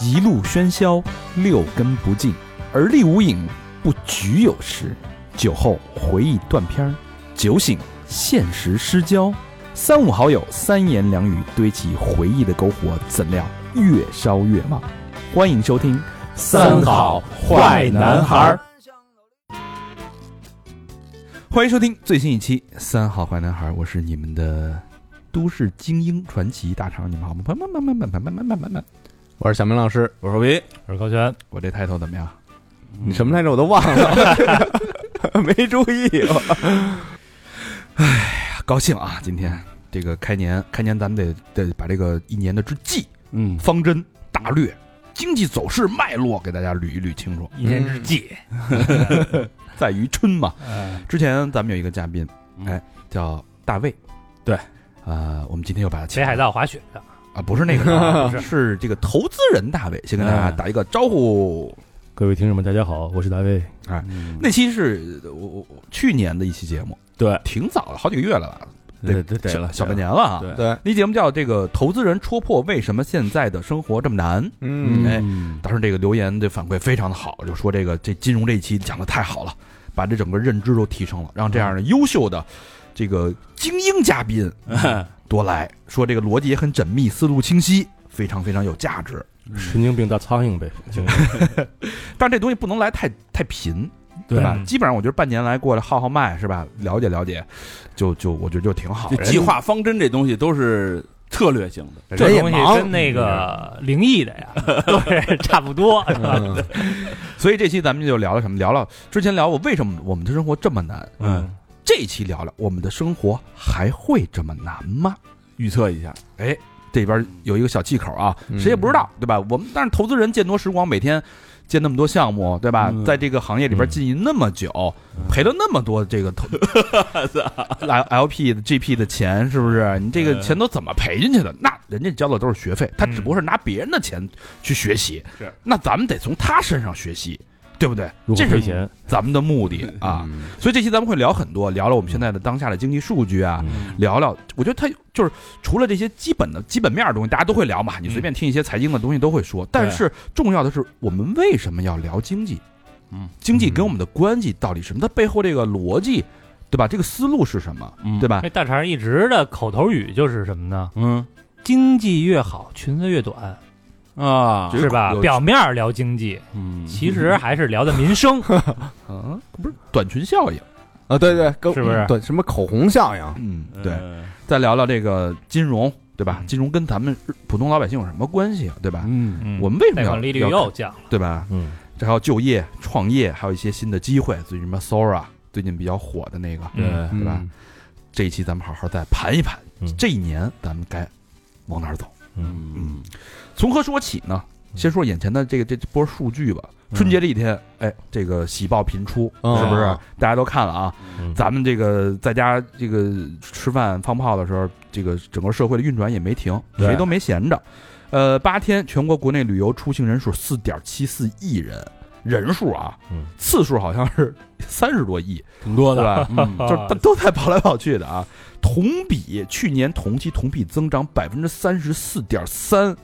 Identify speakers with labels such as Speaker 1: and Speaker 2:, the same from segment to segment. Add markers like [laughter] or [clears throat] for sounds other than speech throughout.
Speaker 1: 一路喧嚣，六根不净，而立无影，不局有时。酒后回忆断片儿，酒醒现实失焦。三五好友，三言两语堆起回忆的篝火，怎料越烧越旺。欢迎收听《
Speaker 2: 三好坏男孩儿》，
Speaker 1: 欢迎收听最新一期《三好坏男孩儿》，我是你们的都市精英传奇大肠，你们好吗？慢慢慢慢慢慢慢慢慢慢慢，
Speaker 2: 我是小明老师，
Speaker 3: 我说喂，
Speaker 4: 我是高泉，
Speaker 1: 我这抬头怎么样？
Speaker 2: 你什么来着？我都忘了， [laughs] 没注意。
Speaker 1: 高兴啊！今天这个开年，开年咱们得得把这个一年的之计、
Speaker 3: 嗯，
Speaker 1: 方针、大略、经济走势脉络给大家捋一捋清楚。
Speaker 4: 一年之计，
Speaker 1: 在于春嘛，
Speaker 4: 哎
Speaker 1: 之前咱们有一个嘉宾，哎，叫大卫，
Speaker 3: 对，
Speaker 1: 呃，我们今天又把他请
Speaker 4: 北海
Speaker 1: 来
Speaker 4: 道滑雪的，
Speaker 1: 啊，不是那个啊，
Speaker 4: 不是
Speaker 1: 是这个投资人大卫，先跟大家
Speaker 3: 哎
Speaker 1: 打一个招呼。
Speaker 5: 各位听众们，大家好，我是大卫。
Speaker 1: 哎
Speaker 4: 嗯
Speaker 1: 那期是我我我去年的一期节目，
Speaker 3: 对，
Speaker 1: 挺早了，好几个月了吧，
Speaker 5: 对对对
Speaker 1: 小小半年了啊。
Speaker 5: 对
Speaker 2: 对，
Speaker 1: 那节目叫这个投资人戳破为什么现在的生活这么难。
Speaker 2: 嗯
Speaker 1: 哎
Speaker 5: 嗯
Speaker 1: 当时这个留言的反馈非常的好，就说这个这金融这一期讲的太好了，把这整个认知都提升了，让这样的优秀的这个精英嘉
Speaker 3: [laughs]
Speaker 1: 宾多来说，这个逻辑也很缜密，思路清晰，非常非常有价值。
Speaker 5: 神经病大苍蝇呗，
Speaker 1: 嗯
Speaker 5: 就
Speaker 1: 但这东西不能来太太频，对
Speaker 5: 对
Speaker 1: 吧？
Speaker 4: 嗯
Speaker 1: 基本上我觉得半年来过来号号脉是吧？了解了解，就就我觉得就挺好
Speaker 2: 哎
Speaker 3: 这。
Speaker 1: 人
Speaker 3: 计划方针这东西都是策略性的，
Speaker 4: 这
Speaker 2: 也
Speaker 4: 东西
Speaker 2: 忙
Speaker 4: 跟那个灵异的
Speaker 5: [laughs]
Speaker 4: 呀，都是差不多，是吧？
Speaker 2: 嗯
Speaker 1: 所以这期咱们就聊聊什么？聊聊之前聊我为什么我们的生活这么难，
Speaker 3: 嗯，
Speaker 1: 这一期聊聊我们的生活还会这么难吗？
Speaker 3: 预测一下，
Speaker 1: 哎，这边有一个小气口啊，
Speaker 2: 嗯
Speaker 1: 谁也不知道，对吧？我们但是投资人见多识广，每天见那么多项目，对吧？
Speaker 3: 嗯
Speaker 1: 在这个行业里边经营那么久，赔了那么多这
Speaker 3: [laughs]
Speaker 1: 个投 L L P 的 G P 的钱，是不是？你这个钱都怎么赔进去的？那人家交的都是学费，他只不过是拿别人的钱去学习，
Speaker 3: 嗯是
Speaker 1: 那咱们得从他身上学习，对不对？
Speaker 5: 如
Speaker 1: 这
Speaker 5: 果
Speaker 1: 是
Speaker 5: 赔钱，
Speaker 1: 咱们的目的
Speaker 3: 嗯
Speaker 1: 啊。所以这期咱们会聊很多，聊聊我们现在的当下的经济数据
Speaker 4: 嗯
Speaker 1: 啊，聊聊，我觉得它就是除了这些基本的基本面的东西，大家都会聊嘛，你随便听一些财经的东西都会说，但是重要的是我们为什么要聊经济？
Speaker 3: 嗯，
Speaker 1: 经济跟我们的关系到底是什么？它背后这个逻辑，对吧？这个思路是什么？
Speaker 3: 嗯
Speaker 1: 对吧
Speaker 4: 那？大肠一直的口头语就是什么呢？
Speaker 3: 嗯
Speaker 4: 经济越好，裙子越短，嗯
Speaker 3: 啊
Speaker 1: 这，
Speaker 4: 是吧
Speaker 1: 有？
Speaker 4: 表面聊经济，
Speaker 3: 嗯
Speaker 4: 其实还是聊的民生。
Speaker 1: 嗯，不是短裙效应。
Speaker 2: 啊，对对，跟
Speaker 4: 是不是
Speaker 2: 对，什么口红效应？
Speaker 1: 嗯， [laughs] 对。
Speaker 3: 呃
Speaker 1: 再聊聊这个金融，对吧？
Speaker 4: 哎嗯
Speaker 1: 金融跟咱们普通老百姓有什么关系啊？对吧？
Speaker 2: 嗯，
Speaker 4: 嗯
Speaker 1: 我们为什么
Speaker 4: 贷
Speaker 1: 要
Speaker 4: 款利率
Speaker 1: 要
Speaker 4: 又降了，
Speaker 1: 对吧？
Speaker 5: 嗯，
Speaker 1: 这还有就业、创业，还有一些新的机会，最近什么 Sora 最近比较火的那个，
Speaker 4: 嗯
Speaker 1: 对吧？这一期咱们好好再盘一盘，
Speaker 5: 嗯
Speaker 1: 这一年咱们该往哪儿走？
Speaker 3: 嗯，
Speaker 1: 从何说起呢？先说眼前的这个这波数据吧。
Speaker 5: 嗯
Speaker 1: 春节这一天，哎，这个喜报频出，
Speaker 2: 嗯
Speaker 1: 是不是？大家都看了啊。
Speaker 5: 嗯
Speaker 1: 咱们这个在家这个吃饭放炮的时候，这个整个社会的运转也没停，
Speaker 5: 对
Speaker 1: 谁都没闲着。呃，八天全国国内旅游出行人数四点七四亿人，人数啊，
Speaker 5: 嗯
Speaker 1: 次数好像是 [laughs] 三十多亿，
Speaker 3: 挺多
Speaker 1: 对
Speaker 3: 的，
Speaker 1: 吧？
Speaker 3: 嗯
Speaker 5: [laughs]
Speaker 1: 就是都都在跑来跑去的啊。同比去年同期同比增长百分之三十四点三，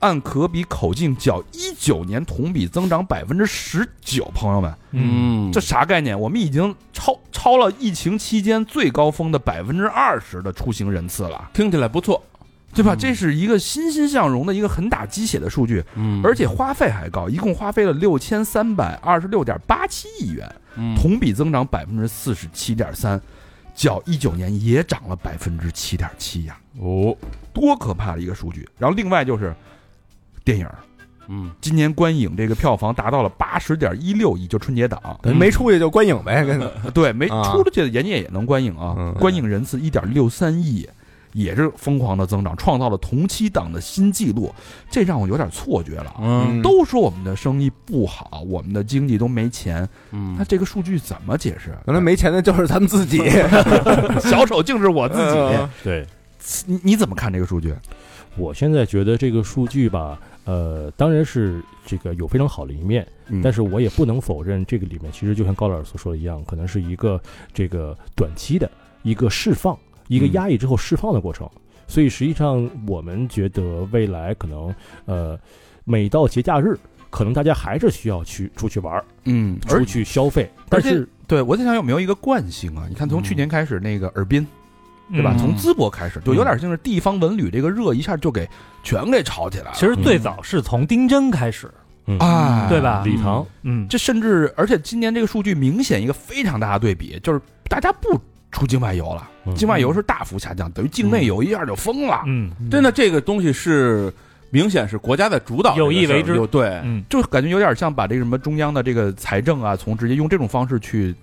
Speaker 1: 按可比口径较一九年同比增长百分之十九，朋友们。
Speaker 4: 嗯，
Speaker 1: 这啥概念？我们已经超超了疫情期间最高峰的百分之二十的出行人次了，
Speaker 3: 听起来不错，
Speaker 1: 对吧？
Speaker 3: 嗯
Speaker 1: 这是一个欣欣向荣的一个很打鸡血的数据，
Speaker 3: 嗯
Speaker 1: 而且花费还高，一共花费了六千三百二十六点八七亿元，
Speaker 3: 嗯
Speaker 1: 同比增长百分之四十七点三，较一九年也涨了百分之七点七呀，
Speaker 3: 哦，
Speaker 1: 多可怕的一个数据！然后另外就是电影，
Speaker 3: 嗯，
Speaker 1: 今年观影这个票房达到了八十点一六亿，就春节档，
Speaker 2: 等于没出去就观影呗，跟
Speaker 4: 嗯
Speaker 1: 对，没
Speaker 2: 啊
Speaker 1: 出去的人家也能观影啊，
Speaker 2: 嗯
Speaker 1: 观影人次一点六三亿，也是疯狂的增长，创造了同期档的新纪录，这让我有点错觉了啊。
Speaker 3: 嗯
Speaker 1: 都说我们的生意不好，我们的经济都没钱，
Speaker 3: 嗯
Speaker 1: 那这个数据怎么解释？
Speaker 2: 原来没钱的就是咱们自
Speaker 3: [laughs]
Speaker 2: 己，
Speaker 1: [laughs] 小丑竟是我自
Speaker 2: 嗯
Speaker 1: 己，
Speaker 5: 对，
Speaker 1: 你你怎么看这个数据？
Speaker 5: 我现在觉得这个数据吧，呃，当然是这个有非常好的一面，
Speaker 4: 嗯
Speaker 5: 但
Speaker 1: 是
Speaker 5: 是我也不能否认，这个里面其实就像高老师所说的一样，可能是一个这个短期的一个释放，一个
Speaker 1: 嗯
Speaker 5: 压抑之后释放的过程。所以实际上，我们觉得未来可能呃，每到节假日，可能大家还是需要去出去玩儿，
Speaker 1: 嗯，
Speaker 5: 出
Speaker 1: 而
Speaker 5: 去消费。
Speaker 1: 而
Speaker 5: 但
Speaker 1: 且
Speaker 5: 是，
Speaker 1: 对我在想有没有一个惯性啊？你看，从去年开始，那个尔滨，对吧？
Speaker 4: 嗯
Speaker 1: 从淄博开始，就有点像是地方文旅这个热一下就给全给炒起来了。
Speaker 4: 其实最早是从丁真开始，
Speaker 5: 嗯，
Speaker 1: 啊，
Speaker 4: 对吧？
Speaker 5: 礼堂，
Speaker 4: 嗯，
Speaker 1: 这甚至而且今年这个数据明显一个非常大的对比，就是大家不出境外游了，
Speaker 5: 嗯
Speaker 1: 境外游是大幅下降，等于境内游一下就疯了，
Speaker 4: 嗯，
Speaker 3: 真的这个东西是明显是国家在主导这个事儿，
Speaker 4: 有意为之
Speaker 3: 有对，
Speaker 4: 嗯，
Speaker 1: 就感觉有点像把这个什么中央的这个财政啊，从直接用这种方式去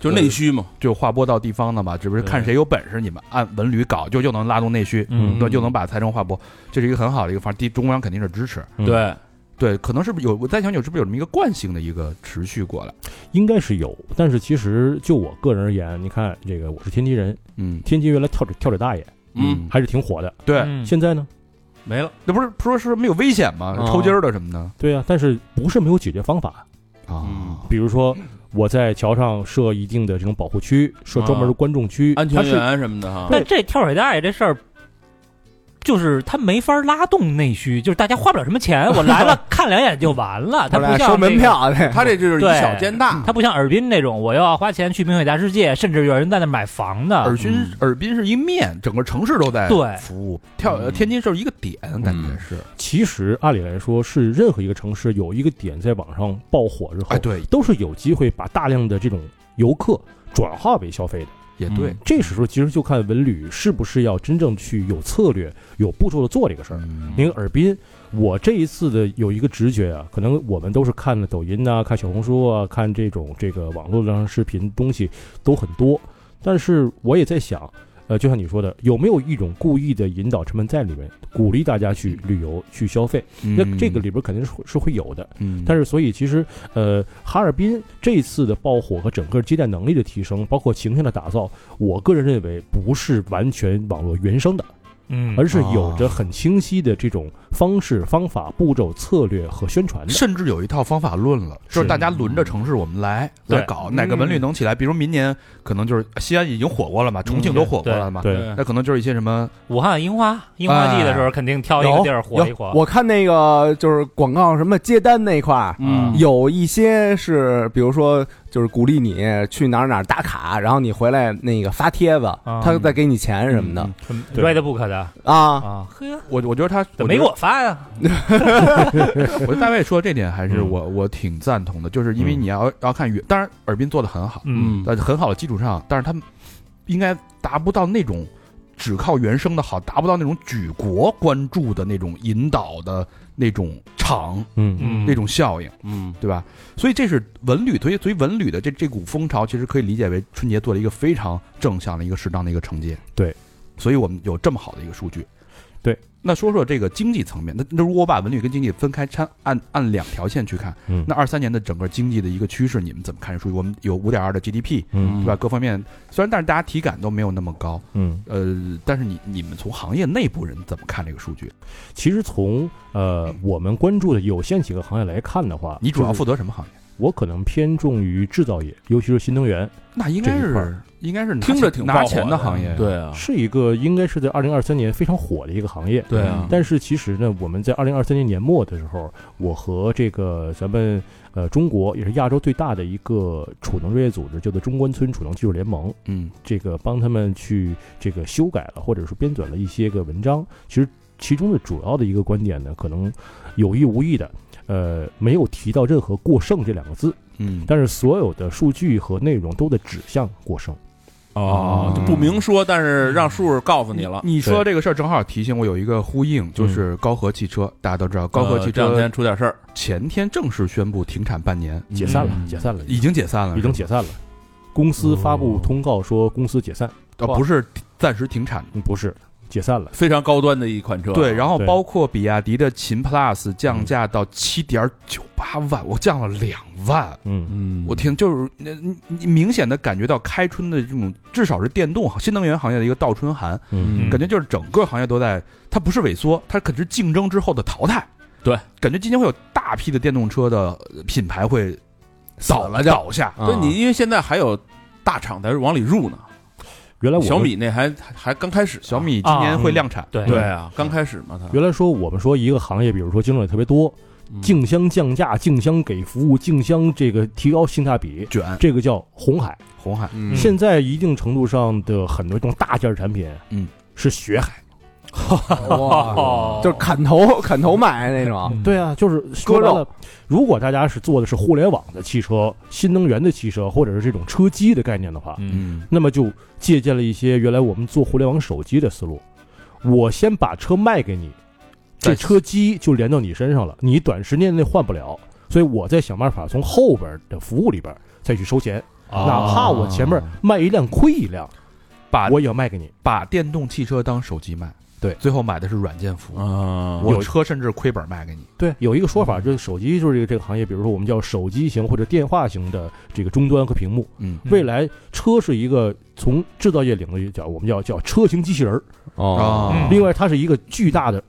Speaker 3: 就内需嘛，
Speaker 1: 就划拨到地方的嘛，只不是看谁有本事，你们按文旅搞就就能拉动内需，
Speaker 5: 嗯
Speaker 1: 对，就能把财政划拨，这是一个很好的一个方，地中央肯定是支持，
Speaker 5: 嗯
Speaker 3: 对，
Speaker 1: 对，可能是不是有我在想有是不是有这么一个惯性的一个持续过来，
Speaker 5: 应该是有。但是其实就我个人而言，你看这个我是天津人，
Speaker 1: 嗯
Speaker 5: 天津原来跳水跳水大爷
Speaker 3: 嗯，
Speaker 5: 还是挺火的，
Speaker 1: 对，
Speaker 4: 嗯
Speaker 5: 现在呢？
Speaker 3: 没了，
Speaker 1: 那不是说是没有危险吗？
Speaker 2: 哦
Speaker 1: 抽筋儿的什么的
Speaker 5: 对啊，但是不是没有解决方法？
Speaker 1: 啊
Speaker 3: 嗯
Speaker 5: 比如说我在桥上设一定的这种保护区，设专门的观众
Speaker 2: 啊
Speaker 5: 区，
Speaker 3: 安
Speaker 5: 它
Speaker 3: 全
Speaker 5: 是
Speaker 3: 员什么的哈，
Speaker 4: 但这跳水大爷这事儿，就是他没法拉动内需，就是大家花不了什么钱，我来
Speaker 5: [laughs]
Speaker 4: 了看两眼就完了。他
Speaker 2: 他
Speaker 4: 不
Speaker 2: 俩
Speaker 4: 像
Speaker 2: 收门
Speaker 4: 那个，
Speaker 2: 票去，
Speaker 3: 他这就是以
Speaker 4: 对
Speaker 3: 小见大，
Speaker 4: 他不像尔滨那种，我要花钱去明水大世界，甚至有人在那买房
Speaker 1: 尔
Speaker 5: 啊
Speaker 4: 的。
Speaker 1: 滨
Speaker 3: 嗯
Speaker 1: 尔滨是一面，整个城市都在
Speaker 4: 对
Speaker 1: 服务。跳呃
Speaker 3: 嗯
Speaker 1: 天津就是一个点，感觉是。
Speaker 5: 其实按理来说是任何一个城市有一个点在网上爆火之后，
Speaker 1: 哎，对，
Speaker 5: 都是有机会把大量的这种游客转化为消费的。
Speaker 1: 也对。
Speaker 5: 这时候其实就看文旅是不是要真正去有策略、有步骤的做这个事儿。
Speaker 1: 嗯
Speaker 5: 那个尔滨，我这一次的有一个直觉啊，可能我们都是看了抖音呐、看小红书啊、看这种这个网络上视频东西都很多，但是我也在想，呃，就像你说的，有没有一种故意的引导成分在里面，鼓励大家去旅游、去消费？嗯那这个里边肯定是会是会有的。
Speaker 1: 嗯，
Speaker 5: 但
Speaker 1: 是
Speaker 5: 是，所以其实，呃，哈尔滨这一次的爆火和整个接待能力的提升，包括形象的打造，我个人认为不是完全网络原生的，
Speaker 4: 嗯，
Speaker 5: 而是有着很清晰的这种方式、方法、步骤、策略和宣传的。
Speaker 1: 甚至有一套方法论了，就是
Speaker 5: 是嗯
Speaker 1: 大家轮着城市我们来
Speaker 5: 对嗯
Speaker 1: 来搞哪个文旅能起来。比如明年可能就是西安已经火过了嘛，重庆都火过了嘛，
Speaker 5: 嗯对，
Speaker 1: 那可能就是一些什么
Speaker 4: 武汉樱花樱花季的时候，肯定挑一个地儿火一火。
Speaker 2: 我看那个就是广告什么接单那一块儿，
Speaker 3: 嗯
Speaker 2: 有一些是比如说就是鼓励你去哪儿哪儿打卡，然后你回来那个发帖子，
Speaker 4: 嗯
Speaker 2: 他再给你钱什么的
Speaker 1: 嗯
Speaker 4: 很
Speaker 5: 对
Speaker 4: Redbook 的
Speaker 2: 啊。
Speaker 4: 啊，呵，
Speaker 1: 我我觉得他
Speaker 4: 怎么没给我发呀？
Speaker 1: 我觉得大卫说这点还是
Speaker 5: 嗯
Speaker 1: 我我挺赞同的，就是因为
Speaker 5: 嗯
Speaker 1: 你要要看远，当然尔滨做的很好，
Speaker 4: 嗯，
Speaker 1: 在很好的基础上，但是他们应该达不到那种只靠原生的好，达不到那种举国关注的那种引导的那种场、
Speaker 5: 嗯，
Speaker 4: 嗯
Speaker 1: 那种效应，
Speaker 3: 嗯
Speaker 1: 对吧？所以这是文旅，所以所以文旅的这这股风潮，其实可以理解为春节做了一个非常正向的一个适当的一个承接。
Speaker 5: 对，
Speaker 1: 所以我们有这么好的一个数据。
Speaker 5: 对，
Speaker 1: 那说说这个经济层面，那那如果把文旅跟经济分开参按按两条线去看，
Speaker 5: 嗯
Speaker 1: 那二三年的整个经济的一个趋势，你们怎么看这数据？我们有五点二的 GDP，
Speaker 5: 嗯
Speaker 1: 对吧？各方面虽然，但是大家体感都没有那么高，
Speaker 5: 嗯，
Speaker 1: 呃，但是你你们从行业内部人怎么看这个数据？
Speaker 5: 其实从呃我们关注的有限几个行业来看的话，
Speaker 1: 你主要
Speaker 5: 就是
Speaker 1: 负责什么行业？
Speaker 5: 我可能偏重于制造业，尤其是新能源，
Speaker 1: 那应该
Speaker 5: 这一块
Speaker 1: 是
Speaker 5: 儿
Speaker 1: 应该是拿
Speaker 3: 听着挺
Speaker 1: 拿钱的行业，
Speaker 3: 对啊，
Speaker 5: 是一个应该是在二零二三年非常火的一个行业。
Speaker 3: 对啊，
Speaker 5: 但是其实呢，我们在二零二三年年末的时候，我和这个咱们呃中国也是亚洲最大的一个储能专业组织，叫做中关村储能技术联盟，
Speaker 1: 嗯
Speaker 5: 这个帮他们去这个修改了，或者说编纂了一些个文章。其实其中的主要的一个观点呢，可能有意无意的。呃，没有提到任何“过剩”这两个字，
Speaker 1: 嗯，
Speaker 5: 但是所有的数据和内容都在指向过剩。
Speaker 4: 嗯
Speaker 2: 啊
Speaker 3: 哦，就不明说，但是让数告诉你了。
Speaker 1: 哦你说这个事儿正好提醒我有一个呼应，就是高和汽车，大家都知道，高和
Speaker 3: 呃
Speaker 1: 汽
Speaker 3: 这两
Speaker 1: 车
Speaker 3: 天出点事儿，
Speaker 1: 前天正式宣布停产半年，
Speaker 5: 解散了，
Speaker 3: 嗯
Speaker 5: 解散了，
Speaker 1: 已经解散了，
Speaker 5: 啊已经解散了。公司发布通告说公司解散，
Speaker 1: 呃不是暂时停产。
Speaker 5: 嗯不是解散了。
Speaker 3: 非常高端的一款车。
Speaker 1: 对，然后
Speaker 5: 对
Speaker 1: 包括比亚迪的秦 PLUS 降价到七点九八万，我降了两万，
Speaker 5: 嗯，
Speaker 3: 嗯，
Speaker 1: 我天，就是呃你你明显的感觉到开春的这种，至少是电动新能源行业的一个倒春寒，
Speaker 5: 嗯
Speaker 4: 嗯
Speaker 1: 感觉就是整个行业都在，它不是萎缩，它可能是竞争之后的淘汰。
Speaker 3: 对，
Speaker 1: 感觉今年会有大批的电动车的呃品牌会倒
Speaker 2: 死了就
Speaker 1: 倒下。
Speaker 2: 啊
Speaker 3: 对你，因为现在还有大厂在往里入呢。
Speaker 5: 原来我们
Speaker 3: 小米那还还刚开始，
Speaker 1: 小米今年会量产，
Speaker 4: 对
Speaker 3: 对啊，刚开始嘛，它
Speaker 5: 原来说我们说一个行业，比如说竞争也特别多，
Speaker 3: 嗯
Speaker 5: 竞相降价、竞相给服务、竞相这个提高性价比，
Speaker 1: 卷
Speaker 5: 这个叫红海。
Speaker 1: 红海
Speaker 2: 嗯
Speaker 5: 现在一定程度上的很多这种大件儿产品，
Speaker 1: 嗯，
Speaker 5: 是血海。
Speaker 4: 哦
Speaker 2: 哇，就是砍头砍头买那种，
Speaker 5: 对啊，就是说白了，如果大家是做的是互联网的汽车、新能源的汽车，或者是这种车机的概念的话，
Speaker 1: 嗯
Speaker 5: 那么就借鉴了一些原来我们做互联网手机的思路。我先把车卖给你，这
Speaker 1: 再
Speaker 5: 车机就连到你身上了，你短时间内换不了，所以我再想办法从后边的服务里边再去收钱，
Speaker 1: 啊
Speaker 5: 哪怕我前面卖一辆亏一辆，
Speaker 1: 把
Speaker 5: 我也要卖给你。
Speaker 1: 把电动汽车当手机卖，
Speaker 5: 对
Speaker 1: 最后买的是软件服务，
Speaker 3: 啊，
Speaker 1: 我车甚至亏本卖给你，
Speaker 5: 对，有一个说法，就是手机就是这个这个行业，比如说我们叫手机型或者电话型的这个终端和屏幕。
Speaker 1: 嗯
Speaker 5: 未来车是一个从制造业领域讲，我们叫叫车型机器人儿。
Speaker 2: 哦
Speaker 1: 啊
Speaker 5: 另外，它是一个巨大的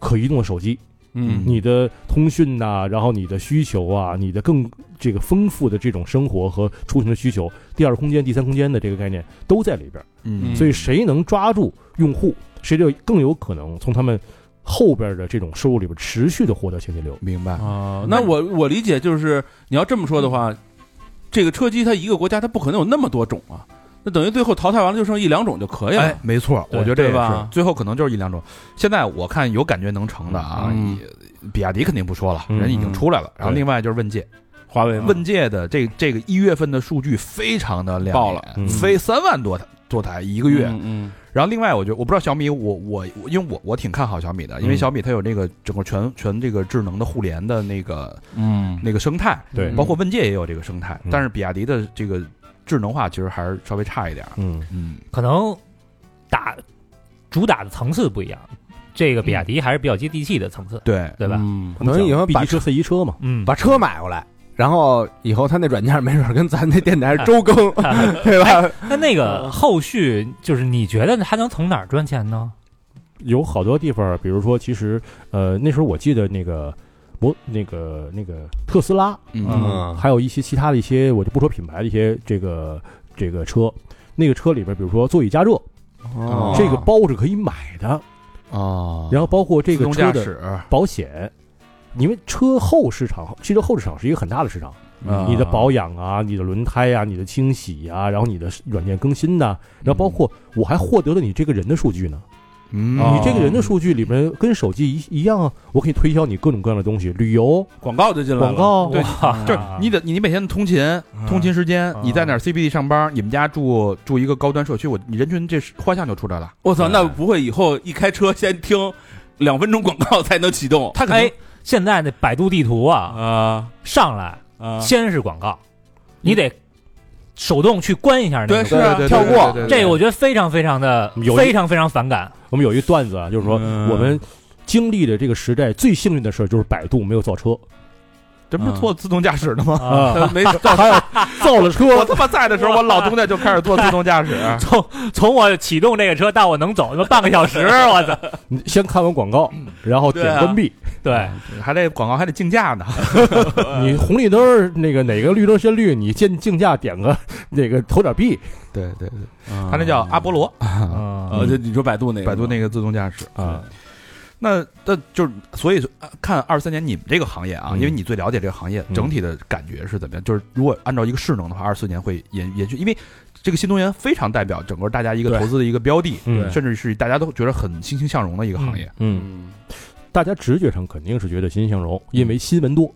Speaker 5: 可移动的手机，
Speaker 1: 嗯
Speaker 5: 你的通讯呐、然后你的需求啊，你的更这个丰富的这种生活和出行的需求，第二空间、第三空间的这个概念都在里边儿。
Speaker 1: 嗯
Speaker 5: 所以，谁能抓住用户，谁就更有可能从他们后边的这种收入里边持续的获得现金流。
Speaker 1: 明白，
Speaker 3: 啊，那我我理解就是你要这么说的话，这个车机它一个国家它不可能有那么多种啊，那等于最后淘汰完了就剩一两种就可以了。
Speaker 1: 哎，没错，我
Speaker 5: 对
Speaker 1: 觉得这
Speaker 3: 对
Speaker 1: 也是
Speaker 3: 吧
Speaker 1: 最后可能就是一两种。现在我看有感觉能成的啊，
Speaker 3: 嗯
Speaker 1: 也比亚迪肯定不说了，
Speaker 5: 嗯
Speaker 1: 人已经出来了。然后
Speaker 5: 对
Speaker 1: 另外就是问界，
Speaker 3: 华为
Speaker 2: 嗯
Speaker 3: 嘛
Speaker 1: 问界的这这个一月份的数据非常的亮眼
Speaker 3: 爆了
Speaker 5: 嗯
Speaker 1: 飞三万多台多台一个月。
Speaker 3: 嗯
Speaker 1: 然后另外，我觉得我不知道小米，我我我因为我我挺看好小米的，因为
Speaker 5: 嗯
Speaker 1: 小米它有那个整个全全这个智能的互联的那个
Speaker 3: 嗯
Speaker 1: 那个生态，
Speaker 5: 对
Speaker 1: 包括问界也有这个生态，
Speaker 5: 嗯
Speaker 1: 但是比亚迪的这个智能化其实还是稍微差一点儿。
Speaker 5: 嗯，
Speaker 1: 嗯，
Speaker 4: 可能打主打的层次不一样，这个比亚迪还是比较接地气的层次，
Speaker 1: 对，
Speaker 4: 对吧？
Speaker 3: 嗯
Speaker 2: 可能以后
Speaker 5: 比
Speaker 2: 把
Speaker 5: 一车赛一车嘛，
Speaker 4: 嗯，
Speaker 2: 把车买过来，然后以后他那软件没准跟咱那电台周更，
Speaker 3: 哎
Speaker 2: 对吧？
Speaker 4: 那那个后续就是你觉得还能从哪儿赚钱呢？
Speaker 5: 有好多地方，比如说，其实呃，那时候我记得那个摩那个那个特斯拉，
Speaker 1: 嗯
Speaker 2: 嗯
Speaker 5: 还有一些其他的一些，我就不说品牌的一些这个这个车，那个车里边，比如说座椅加热，
Speaker 1: 哦
Speaker 5: 这个包是可以买的，
Speaker 1: 哦，
Speaker 5: 然后包括这
Speaker 1: 啊自
Speaker 5: 个
Speaker 1: 动
Speaker 5: 车
Speaker 1: 驾
Speaker 5: 的
Speaker 1: 驶，
Speaker 5: 保险。因为车后市场，汽车后市场是一个很大的市场，
Speaker 3: 啊
Speaker 5: 你的保养啊，你的轮胎啊，你的清洗啊，然后你的软件更新呐、然后包括我还获得了你这个人的数据呢，
Speaker 1: 嗯
Speaker 5: 你这个人的数据里面跟手机一一样啊，我可以推销你各种各样的东西，旅游、
Speaker 3: 广告就进来了，
Speaker 5: 广告，
Speaker 1: 对
Speaker 4: 哇
Speaker 1: 就是你得你每天的通勤，通勤时间，你在哪儿 CBD 上班，你们家住住一个高端社区，我你人群这是画像就出来了。
Speaker 3: 我操，那不会以后一开车先听两分钟广告才能启动？
Speaker 4: 他
Speaker 3: 可能
Speaker 4: 哎，现在那百度地图啊，
Speaker 3: 啊
Speaker 4: 上来
Speaker 3: 啊，
Speaker 4: 先是广告，你得手动去关一下那
Speaker 3: 对
Speaker 4: 个。
Speaker 3: 是啊
Speaker 1: 对对对
Speaker 2: 跳
Speaker 1: 对
Speaker 2: 过
Speaker 1: 对对对
Speaker 4: 这个我觉得非常非常的
Speaker 5: 有一
Speaker 4: 非常非常反感。
Speaker 5: 我们有一段子啊，就是说
Speaker 3: 嗯
Speaker 5: 我们经历的这个时代最幸运的事儿就是百度没有造车
Speaker 1: 这不是做自动驾驶的
Speaker 5: [laughs]
Speaker 1: 吗？
Speaker 5: 啊，
Speaker 3: 他没事
Speaker 5: 还有造了车
Speaker 1: 我他妈在的时候，我老东家就开始做自动驾驶。
Speaker 4: 从从我启动这个车到我能走，他妈
Speaker 3: [laughs]
Speaker 4: 半个小时，我操！
Speaker 5: 你先看完广告，然后点
Speaker 3: 对啊
Speaker 5: 关闭，
Speaker 4: 对，
Speaker 1: 还得广告还得竞价呢，
Speaker 5: 你红绿灯儿那个哪个绿灯先绿，你见竞价点个那个投点币
Speaker 1: 对对对，
Speaker 3: 他
Speaker 1: 他那叫阿波罗，
Speaker 5: 啊
Speaker 3: 呃，嗯就你说百度那个，
Speaker 1: 百度那个自动驾驶。
Speaker 5: 啊，
Speaker 1: 那那就是所以说呃看二三年你们这个行业啊，
Speaker 5: 嗯
Speaker 1: 因为你最了解这个行业，
Speaker 5: 嗯
Speaker 1: 整体的感觉是怎么样？就是如果按照一个势能的话，二四年会延延续，因为这个新能源非常代表整个大家一个
Speaker 3: 对
Speaker 1: 投资的一个标的，
Speaker 5: 嗯
Speaker 1: 甚至是大家都觉得很欣欣向荣的一个行业。
Speaker 5: 嗯，
Speaker 3: 嗯，
Speaker 5: 大家直觉上肯定是觉得欣欣向荣，因为新闻多，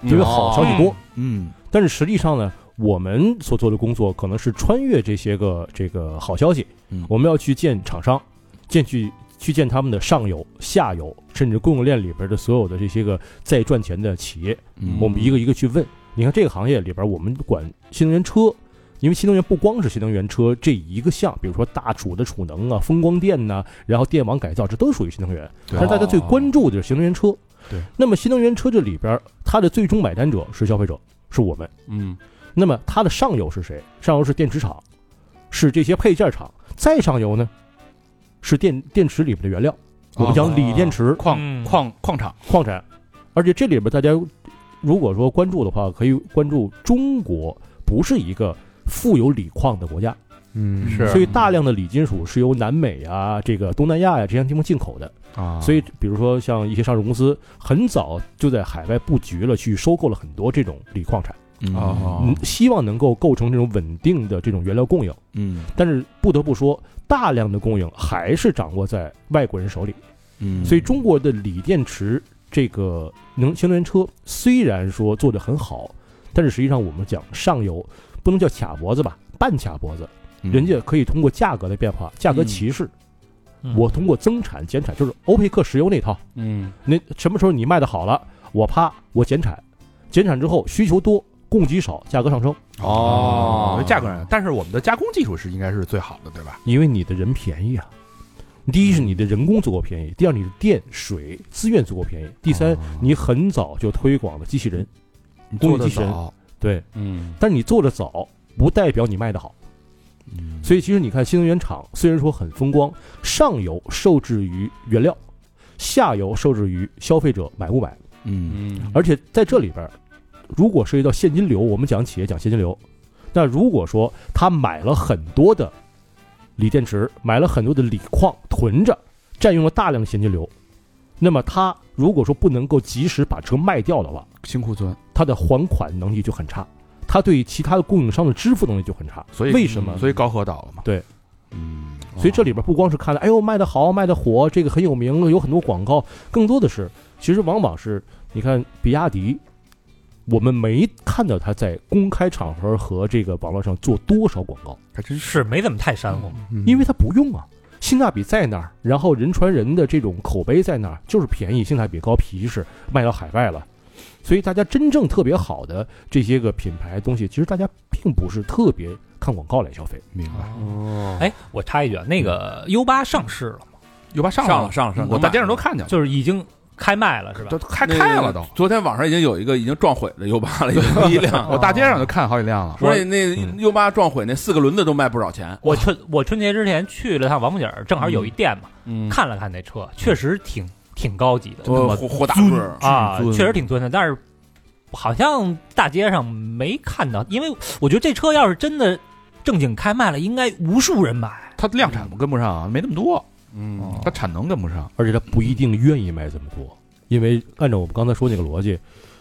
Speaker 2: 嗯
Speaker 5: 因为好消息多，
Speaker 1: 嗯
Speaker 5: 但是实际上呢，我们所做的工作可能是穿越这些个这个好消息，
Speaker 1: 嗯
Speaker 5: 我们要去见厂商，见去去见他们的上游、下游，甚至供应链里边的所有的这些个在赚钱的企业，
Speaker 1: 嗯
Speaker 5: 我们一个一个去问。你看这个行业里边，我们管新能源车。因为新能源不光是新能源车这一个项，比如说大储的储能啊、风光电呐、然后电网改造，这都属于新能源。
Speaker 1: 对
Speaker 5: 但是大家最关注的就是新能源车。
Speaker 1: 对，
Speaker 5: 那么新能源车这里边，它的最终买单者是消费者，是我们。
Speaker 3: 嗯，
Speaker 5: 那么它的上游是谁？上游是电池厂，是这些配件厂。再上游呢，是电电池里面的原料，我们讲锂电池
Speaker 1: 啊矿、
Speaker 4: 嗯
Speaker 1: 矿矿场，
Speaker 5: 矿产。而且这里边大家如果说关注的话，可以关注中国不是一个富有锂矿的国家，
Speaker 2: 嗯
Speaker 4: 是
Speaker 5: 所以大量的锂金属是由南美啊、这个东南亚呀、这些地方进口的。
Speaker 2: 啊
Speaker 5: 所以，比如说像一些上市公司，很早就在海外布局了，去收购了很多这种锂矿产，
Speaker 1: 哦，
Speaker 5: 嗯，希望能够构成这种稳定的这种原料供应。
Speaker 1: 嗯
Speaker 5: 但是不得不说，大量的供应还是掌握在外国人手里。
Speaker 1: 嗯
Speaker 5: 所以，中国的锂电池这个能新能源车虽然说做得很好，但是实际上我们讲上游不能叫卡脖子吧，半卡脖子，
Speaker 1: 嗯
Speaker 5: 人家可以通过价格的变化、价格歧视，
Speaker 4: 嗯
Speaker 5: 我通过增产减产，就是欧佩克石油那套，
Speaker 3: 嗯
Speaker 5: 那什么时候你卖的好了，我啪我减产，减产之后需求多，供给少，价格上升，
Speaker 2: 哦，
Speaker 1: 价格上，但是我们的加工技术是应该是最好的，对吧？
Speaker 5: 因为你的人便宜啊。第一是你的人工足够便宜，第二你的电、水资源足够便宜，第三你很早就推广了机器人，
Speaker 1: 哦你
Speaker 5: 工
Speaker 1: 做
Speaker 5: 业
Speaker 1: 的
Speaker 5: 机器人
Speaker 1: 早，
Speaker 5: 对，
Speaker 3: 嗯
Speaker 5: 但是你做的早，不代表你卖的好。
Speaker 1: 嗯
Speaker 5: 所以其实你看，新能源厂虽然说很风光，上游受制于原料，下游受制于消费者买不买。
Speaker 1: 嗯
Speaker 3: 嗯，
Speaker 5: 而且在这里边儿，如果涉及到现金流，我们讲企业讲现金流，那如果说他买了很多的锂电池，买了很多的锂矿囤着，占用了大量的现金流，那么他如果说不能够及时把车卖掉的话，
Speaker 1: 新库存，
Speaker 5: 他的还款能力就很差，他对其他的供应商的支付能力就很差。
Speaker 1: 所以嗯
Speaker 5: 为什么？
Speaker 1: 所以高和倒了嘛？
Speaker 5: 对，
Speaker 1: 嗯，
Speaker 5: 所以这里边不光是看了，哎呦卖得好，卖得火，这个很有名，有很多广告，更多的是，其实往往是，你看比亚迪，我们没看到他在公开场合和这个网络上做多少广告，
Speaker 1: 还真
Speaker 4: 是没怎么太煽
Speaker 3: 嗯
Speaker 4: 红，
Speaker 5: 因为他不用啊。性价比在那儿，然后人传人的这种口碑在那儿，就是便宜，性价比高，皮实，卖到海外了。所以大家真正特别好的这些个品牌东西，其实大家并不是特别看广告来消费。
Speaker 1: 明白。
Speaker 2: 哦，
Speaker 4: 哎，我插一句，啊，那个
Speaker 3: 嗯
Speaker 4: U 八上市了吗？
Speaker 1: 又把上
Speaker 3: 上了上了上了，
Speaker 1: 我
Speaker 3: 在
Speaker 1: 在电视都看见了，
Speaker 4: 就是已经开卖了是吧
Speaker 1: 都？开开了都，
Speaker 3: 昨天网上已经有一个已经撞毁了 U 八
Speaker 2: [laughs]
Speaker 3: 了，已经一辆，
Speaker 1: 我大街上
Speaker 3: 哦
Speaker 1: 就看好几辆了。
Speaker 3: 所以那
Speaker 5: 嗯
Speaker 3: U 八撞毁那四个轮子都卖不少钱。
Speaker 4: 我春我春节之前去了趟王府井，正好有一店嘛，
Speaker 3: 嗯，
Speaker 4: 看了看那车，确实挺挺高级
Speaker 2: 嗯
Speaker 4: 的
Speaker 3: 我火火打棍儿，
Speaker 4: 啊，
Speaker 1: 尊
Speaker 4: 确实挺尊的，但是好像大街上没看到，因为我觉得这车要是真的正经开卖了，应该无数人买。
Speaker 1: 它量产跟不上，没那么多，
Speaker 2: 哦
Speaker 3: 嗯
Speaker 1: 它产能跟不上。
Speaker 5: 而且他不一定愿意卖这么多，因为按照我们刚才说那个逻辑，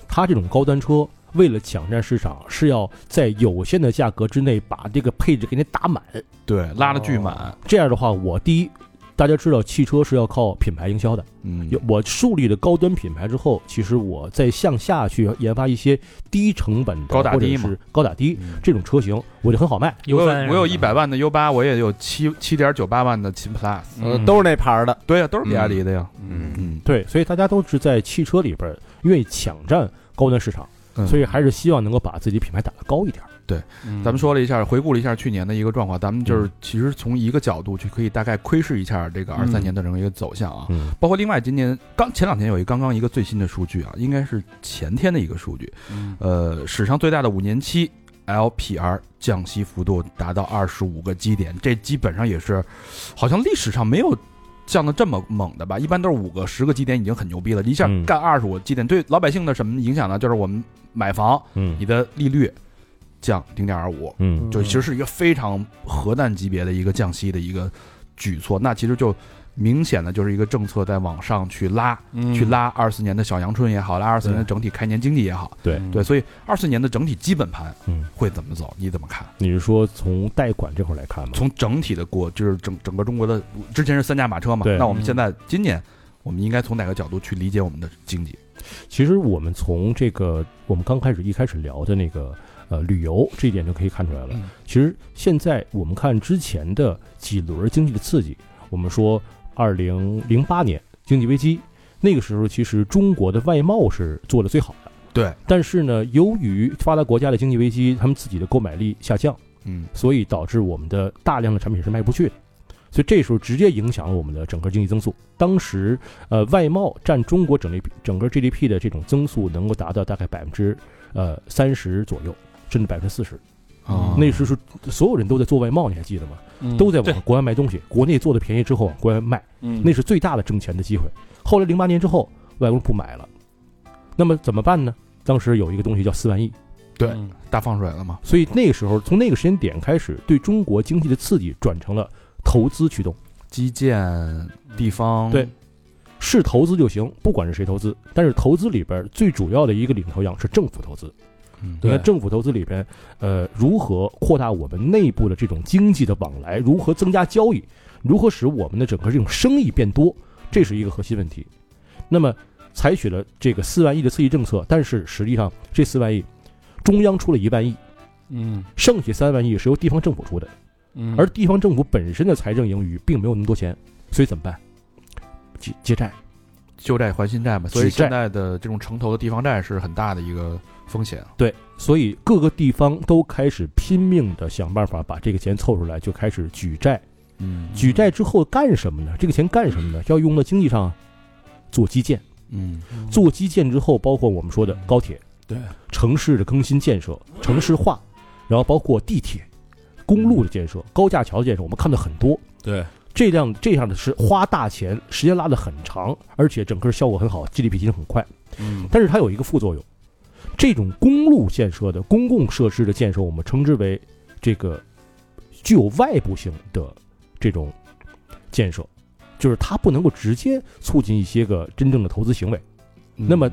Speaker 5: 他这种高端车为了抢占市场，是要在有限的价格之内把这个配置给你打满。
Speaker 1: 对，拉的巨满。
Speaker 3: 哦
Speaker 5: 这样的话，我第一，大家知道汽车是要靠品牌营销的，
Speaker 1: 嗯
Speaker 5: 有我树立了高端品牌之后，其实我再向下去研发一些低成本的
Speaker 1: 高打低
Speaker 5: 或
Speaker 1: 嘛
Speaker 5: 者是高打低
Speaker 1: 嗯
Speaker 5: 这种车型，我就很好卖。
Speaker 1: 我有
Speaker 4: 三
Speaker 1: 我有一百万的 U 八，我也有七七点九八万的秦 Plus，
Speaker 2: 呃都是那牌儿的，
Speaker 1: 对呀，都是比亚迪的呀。
Speaker 3: 嗯
Speaker 1: 嗯，
Speaker 5: 对，所以大家都是在汽车里边愿意抢占高端市场，
Speaker 1: 嗯
Speaker 5: 所以还是希望能够把自己品牌打得高一点。
Speaker 3: 嗯
Speaker 1: 咱们说了一下，回顾了一下去年的一个状况，咱们就是其实从一个角度去可以大概窥视一下这个二三
Speaker 5: 嗯
Speaker 1: 年的整个一个走向啊。
Speaker 5: 嗯
Speaker 1: 包括另外今年刚前两天有一刚刚一个最新的数据啊，应该是前天的一个数据，
Speaker 3: 嗯
Speaker 1: 呃，史上最大的五年期 LPR 降息幅度达到二十五个基点，这基本上也是好像历史上没有降的这么猛的吧？一般都是五个、十个基点已经很牛逼了，一下
Speaker 5: 嗯
Speaker 1: 干二十五基点，对老百姓的什么影响呢？就是我们买房，
Speaker 5: 嗯
Speaker 1: 你的利率降零点二五，
Speaker 5: 嗯
Speaker 1: 就其实是一个非常核弹级别的一个降息的一个举措，那其实就明显的就是一个政策在往上去拉，
Speaker 5: 嗯
Speaker 1: 去拉二四年的小阳春也好，拉二四年的整体开年经济也好，
Speaker 5: 对
Speaker 1: 对，所以二四年的整体基本盘
Speaker 5: 嗯
Speaker 1: 会怎么走？你怎么看？
Speaker 5: 你是说从贷款这块来看吗？
Speaker 1: 从整体的国就是整整个中国的，之前是三驾马车嘛，
Speaker 5: 对
Speaker 1: 那我们
Speaker 3: 嗯
Speaker 1: 现在今年我们应该从哪个角度去理解我们的经济？
Speaker 5: 其实我们从这个我们刚开始一开始聊的那个呃旅游这一点就可以看出来了。
Speaker 3: 嗯
Speaker 5: 其实现在我们看之前的几轮经济的刺激，我们说二零零八年经济危机那个时候，其实中国的外贸是做的最好的。
Speaker 1: 对，
Speaker 5: 但是呢，由于发达国家的经济危机，他们自己的购买力下降，
Speaker 1: 嗯
Speaker 5: 所以导致我们的大量的产品是卖不去的，所以这时候直接影响了我们的整个经济增速。当时，呃，外贸占中国整个整个 GDP 的这种增速能够达到大概百分之呃三十左右，甚至百分之四十。
Speaker 1: 啊
Speaker 5: 嗯那时候是所有人都在做外贸，你还记得吗？
Speaker 2: 嗯
Speaker 3: 嗯
Speaker 5: 都在
Speaker 4: 对
Speaker 5: 往国外卖东西，国内做的便宜之后往国外卖，那
Speaker 3: 那
Speaker 5: 是最大的挣钱的机会。后来零八年之后，外国人不买了，那么怎么办呢？当时有一个东西叫四万亿，
Speaker 1: 对
Speaker 3: 嗯
Speaker 1: 大放水了嘛。
Speaker 5: 所以那个时候，从那个时间点开始，对中国经济的刺激转成了投资驱动，
Speaker 1: 基建地方
Speaker 5: 对是投资就行，不管是谁投资。但是投资里边最主要的一个领头羊是政府投资。
Speaker 1: 嗯
Speaker 5: 你
Speaker 3: 对
Speaker 5: 看政府投资里边，呃，如何扩大我们内部的这种经济的往来，如何增加交易，如何使我们的整个这种生意变多，这是一个核心问题。那么，采取了这个四万亿的刺激政策，但是实际上这四万亿，中央出了一万亿，
Speaker 3: 嗯
Speaker 5: 剩下三万亿是由地方政府出的。
Speaker 3: 嗯，
Speaker 5: 而地方政府本身的财政盈余并没有那么多钱，所以怎么办？借借债，
Speaker 1: 旧债还新债嘛，所以
Speaker 5: 举债
Speaker 1: 现在的这种城投的地方债是很大的一个风险。啊
Speaker 5: 对，所以各个地方都开始拼命的想办法把这个钱凑出来，就开始举债。
Speaker 1: 嗯
Speaker 5: 举债之后干什么呢？这个钱干什么呢？要用到经济上啊，做基建。
Speaker 1: 嗯
Speaker 5: 做基建之后，包括我们说的高铁，
Speaker 3: 对，
Speaker 5: 城市的更新建设、城市化，然后包括地铁、公路的建设、高架桥的建设，我们看到很多。
Speaker 3: 对，
Speaker 5: 这样这样的是花大钱，时间拉得很长，而且整个效果很好，GDP 提升很快。
Speaker 3: 嗯
Speaker 5: 但是它有一个副作用，这种公路建设的公共设施的建设，我们称之为这个具有外部性的这种建设，就是它不能够直接促进一些个真正的投资行为。
Speaker 1: 嗯
Speaker 5: 那么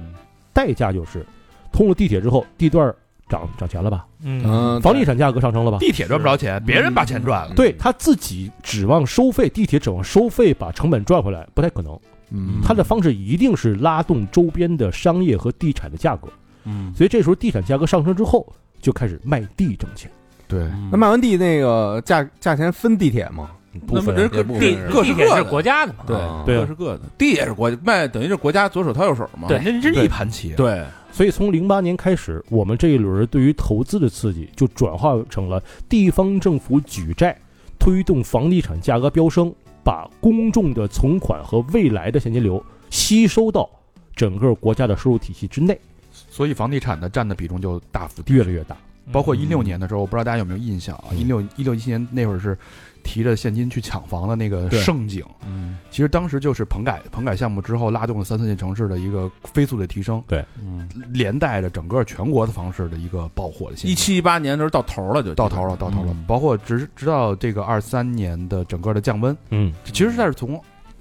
Speaker 5: 代价就是，通了地铁之后，地段儿涨涨钱了吧？
Speaker 4: 嗯，
Speaker 2: 嗯，
Speaker 5: 房地产价格上升了吧？
Speaker 1: 地铁赚不着钱，别人把钱赚了。
Speaker 5: 对他自己指望收费，地铁指望收费把成本赚回来不太可能。
Speaker 1: 嗯
Speaker 5: 它的方式一定是拉动周边的商业和地产的价格，
Speaker 3: 嗯，
Speaker 5: 所以这时候地产价格上升之后，就开始卖地挣钱，
Speaker 1: 对
Speaker 5: 嗯
Speaker 2: 那卖完地那个价价钱分地铁吗？
Speaker 5: 不
Speaker 3: 那么
Speaker 5: 分
Speaker 3: 人各
Speaker 2: 也不分
Speaker 3: 地
Speaker 2: 人
Speaker 3: 各
Speaker 4: 地
Speaker 3: 是
Speaker 4: 铁
Speaker 3: 各
Speaker 4: 是
Speaker 3: 的
Speaker 4: 国家的嘛？
Speaker 3: 对
Speaker 2: 啊
Speaker 5: 对
Speaker 3: 各是各的，地也是国卖，等于是国家左手掏右手嘛。
Speaker 4: 对
Speaker 1: 那这是一盘棋。，
Speaker 3: 对，
Speaker 5: 所以从零八年开始，我们这一轮对于投资的刺激就转化成了地方政府举债，推动房地产价格飙升，把公众的存款和未来的现金流吸收到整个国家的收入体系之内，
Speaker 1: 所以房地产的占的比重就大幅低。
Speaker 5: 越来越大。
Speaker 1: 包括
Speaker 5: 嗯
Speaker 1: 一六年的时候，我不知道大家有没有印象啊？
Speaker 5: 嗯
Speaker 1: 一六一六一七年那会儿是提着现金去抢房的那个
Speaker 3: 对
Speaker 1: 盛景，
Speaker 3: 嗯
Speaker 1: 其实当时就是棚改棚改项目之后拉动了三四线城市的一个飞速的提升，
Speaker 3: 嗯，
Speaker 1: 连带着整个全国的房市的一个爆火的现
Speaker 3: 一
Speaker 1: 象。
Speaker 3: 七一八年的时候到头了就
Speaker 1: 到头了，到头了，
Speaker 3: 嗯
Speaker 1: 包括直直到这个二三年的整个的降温，
Speaker 5: 嗯，
Speaker 1: 其实它是从，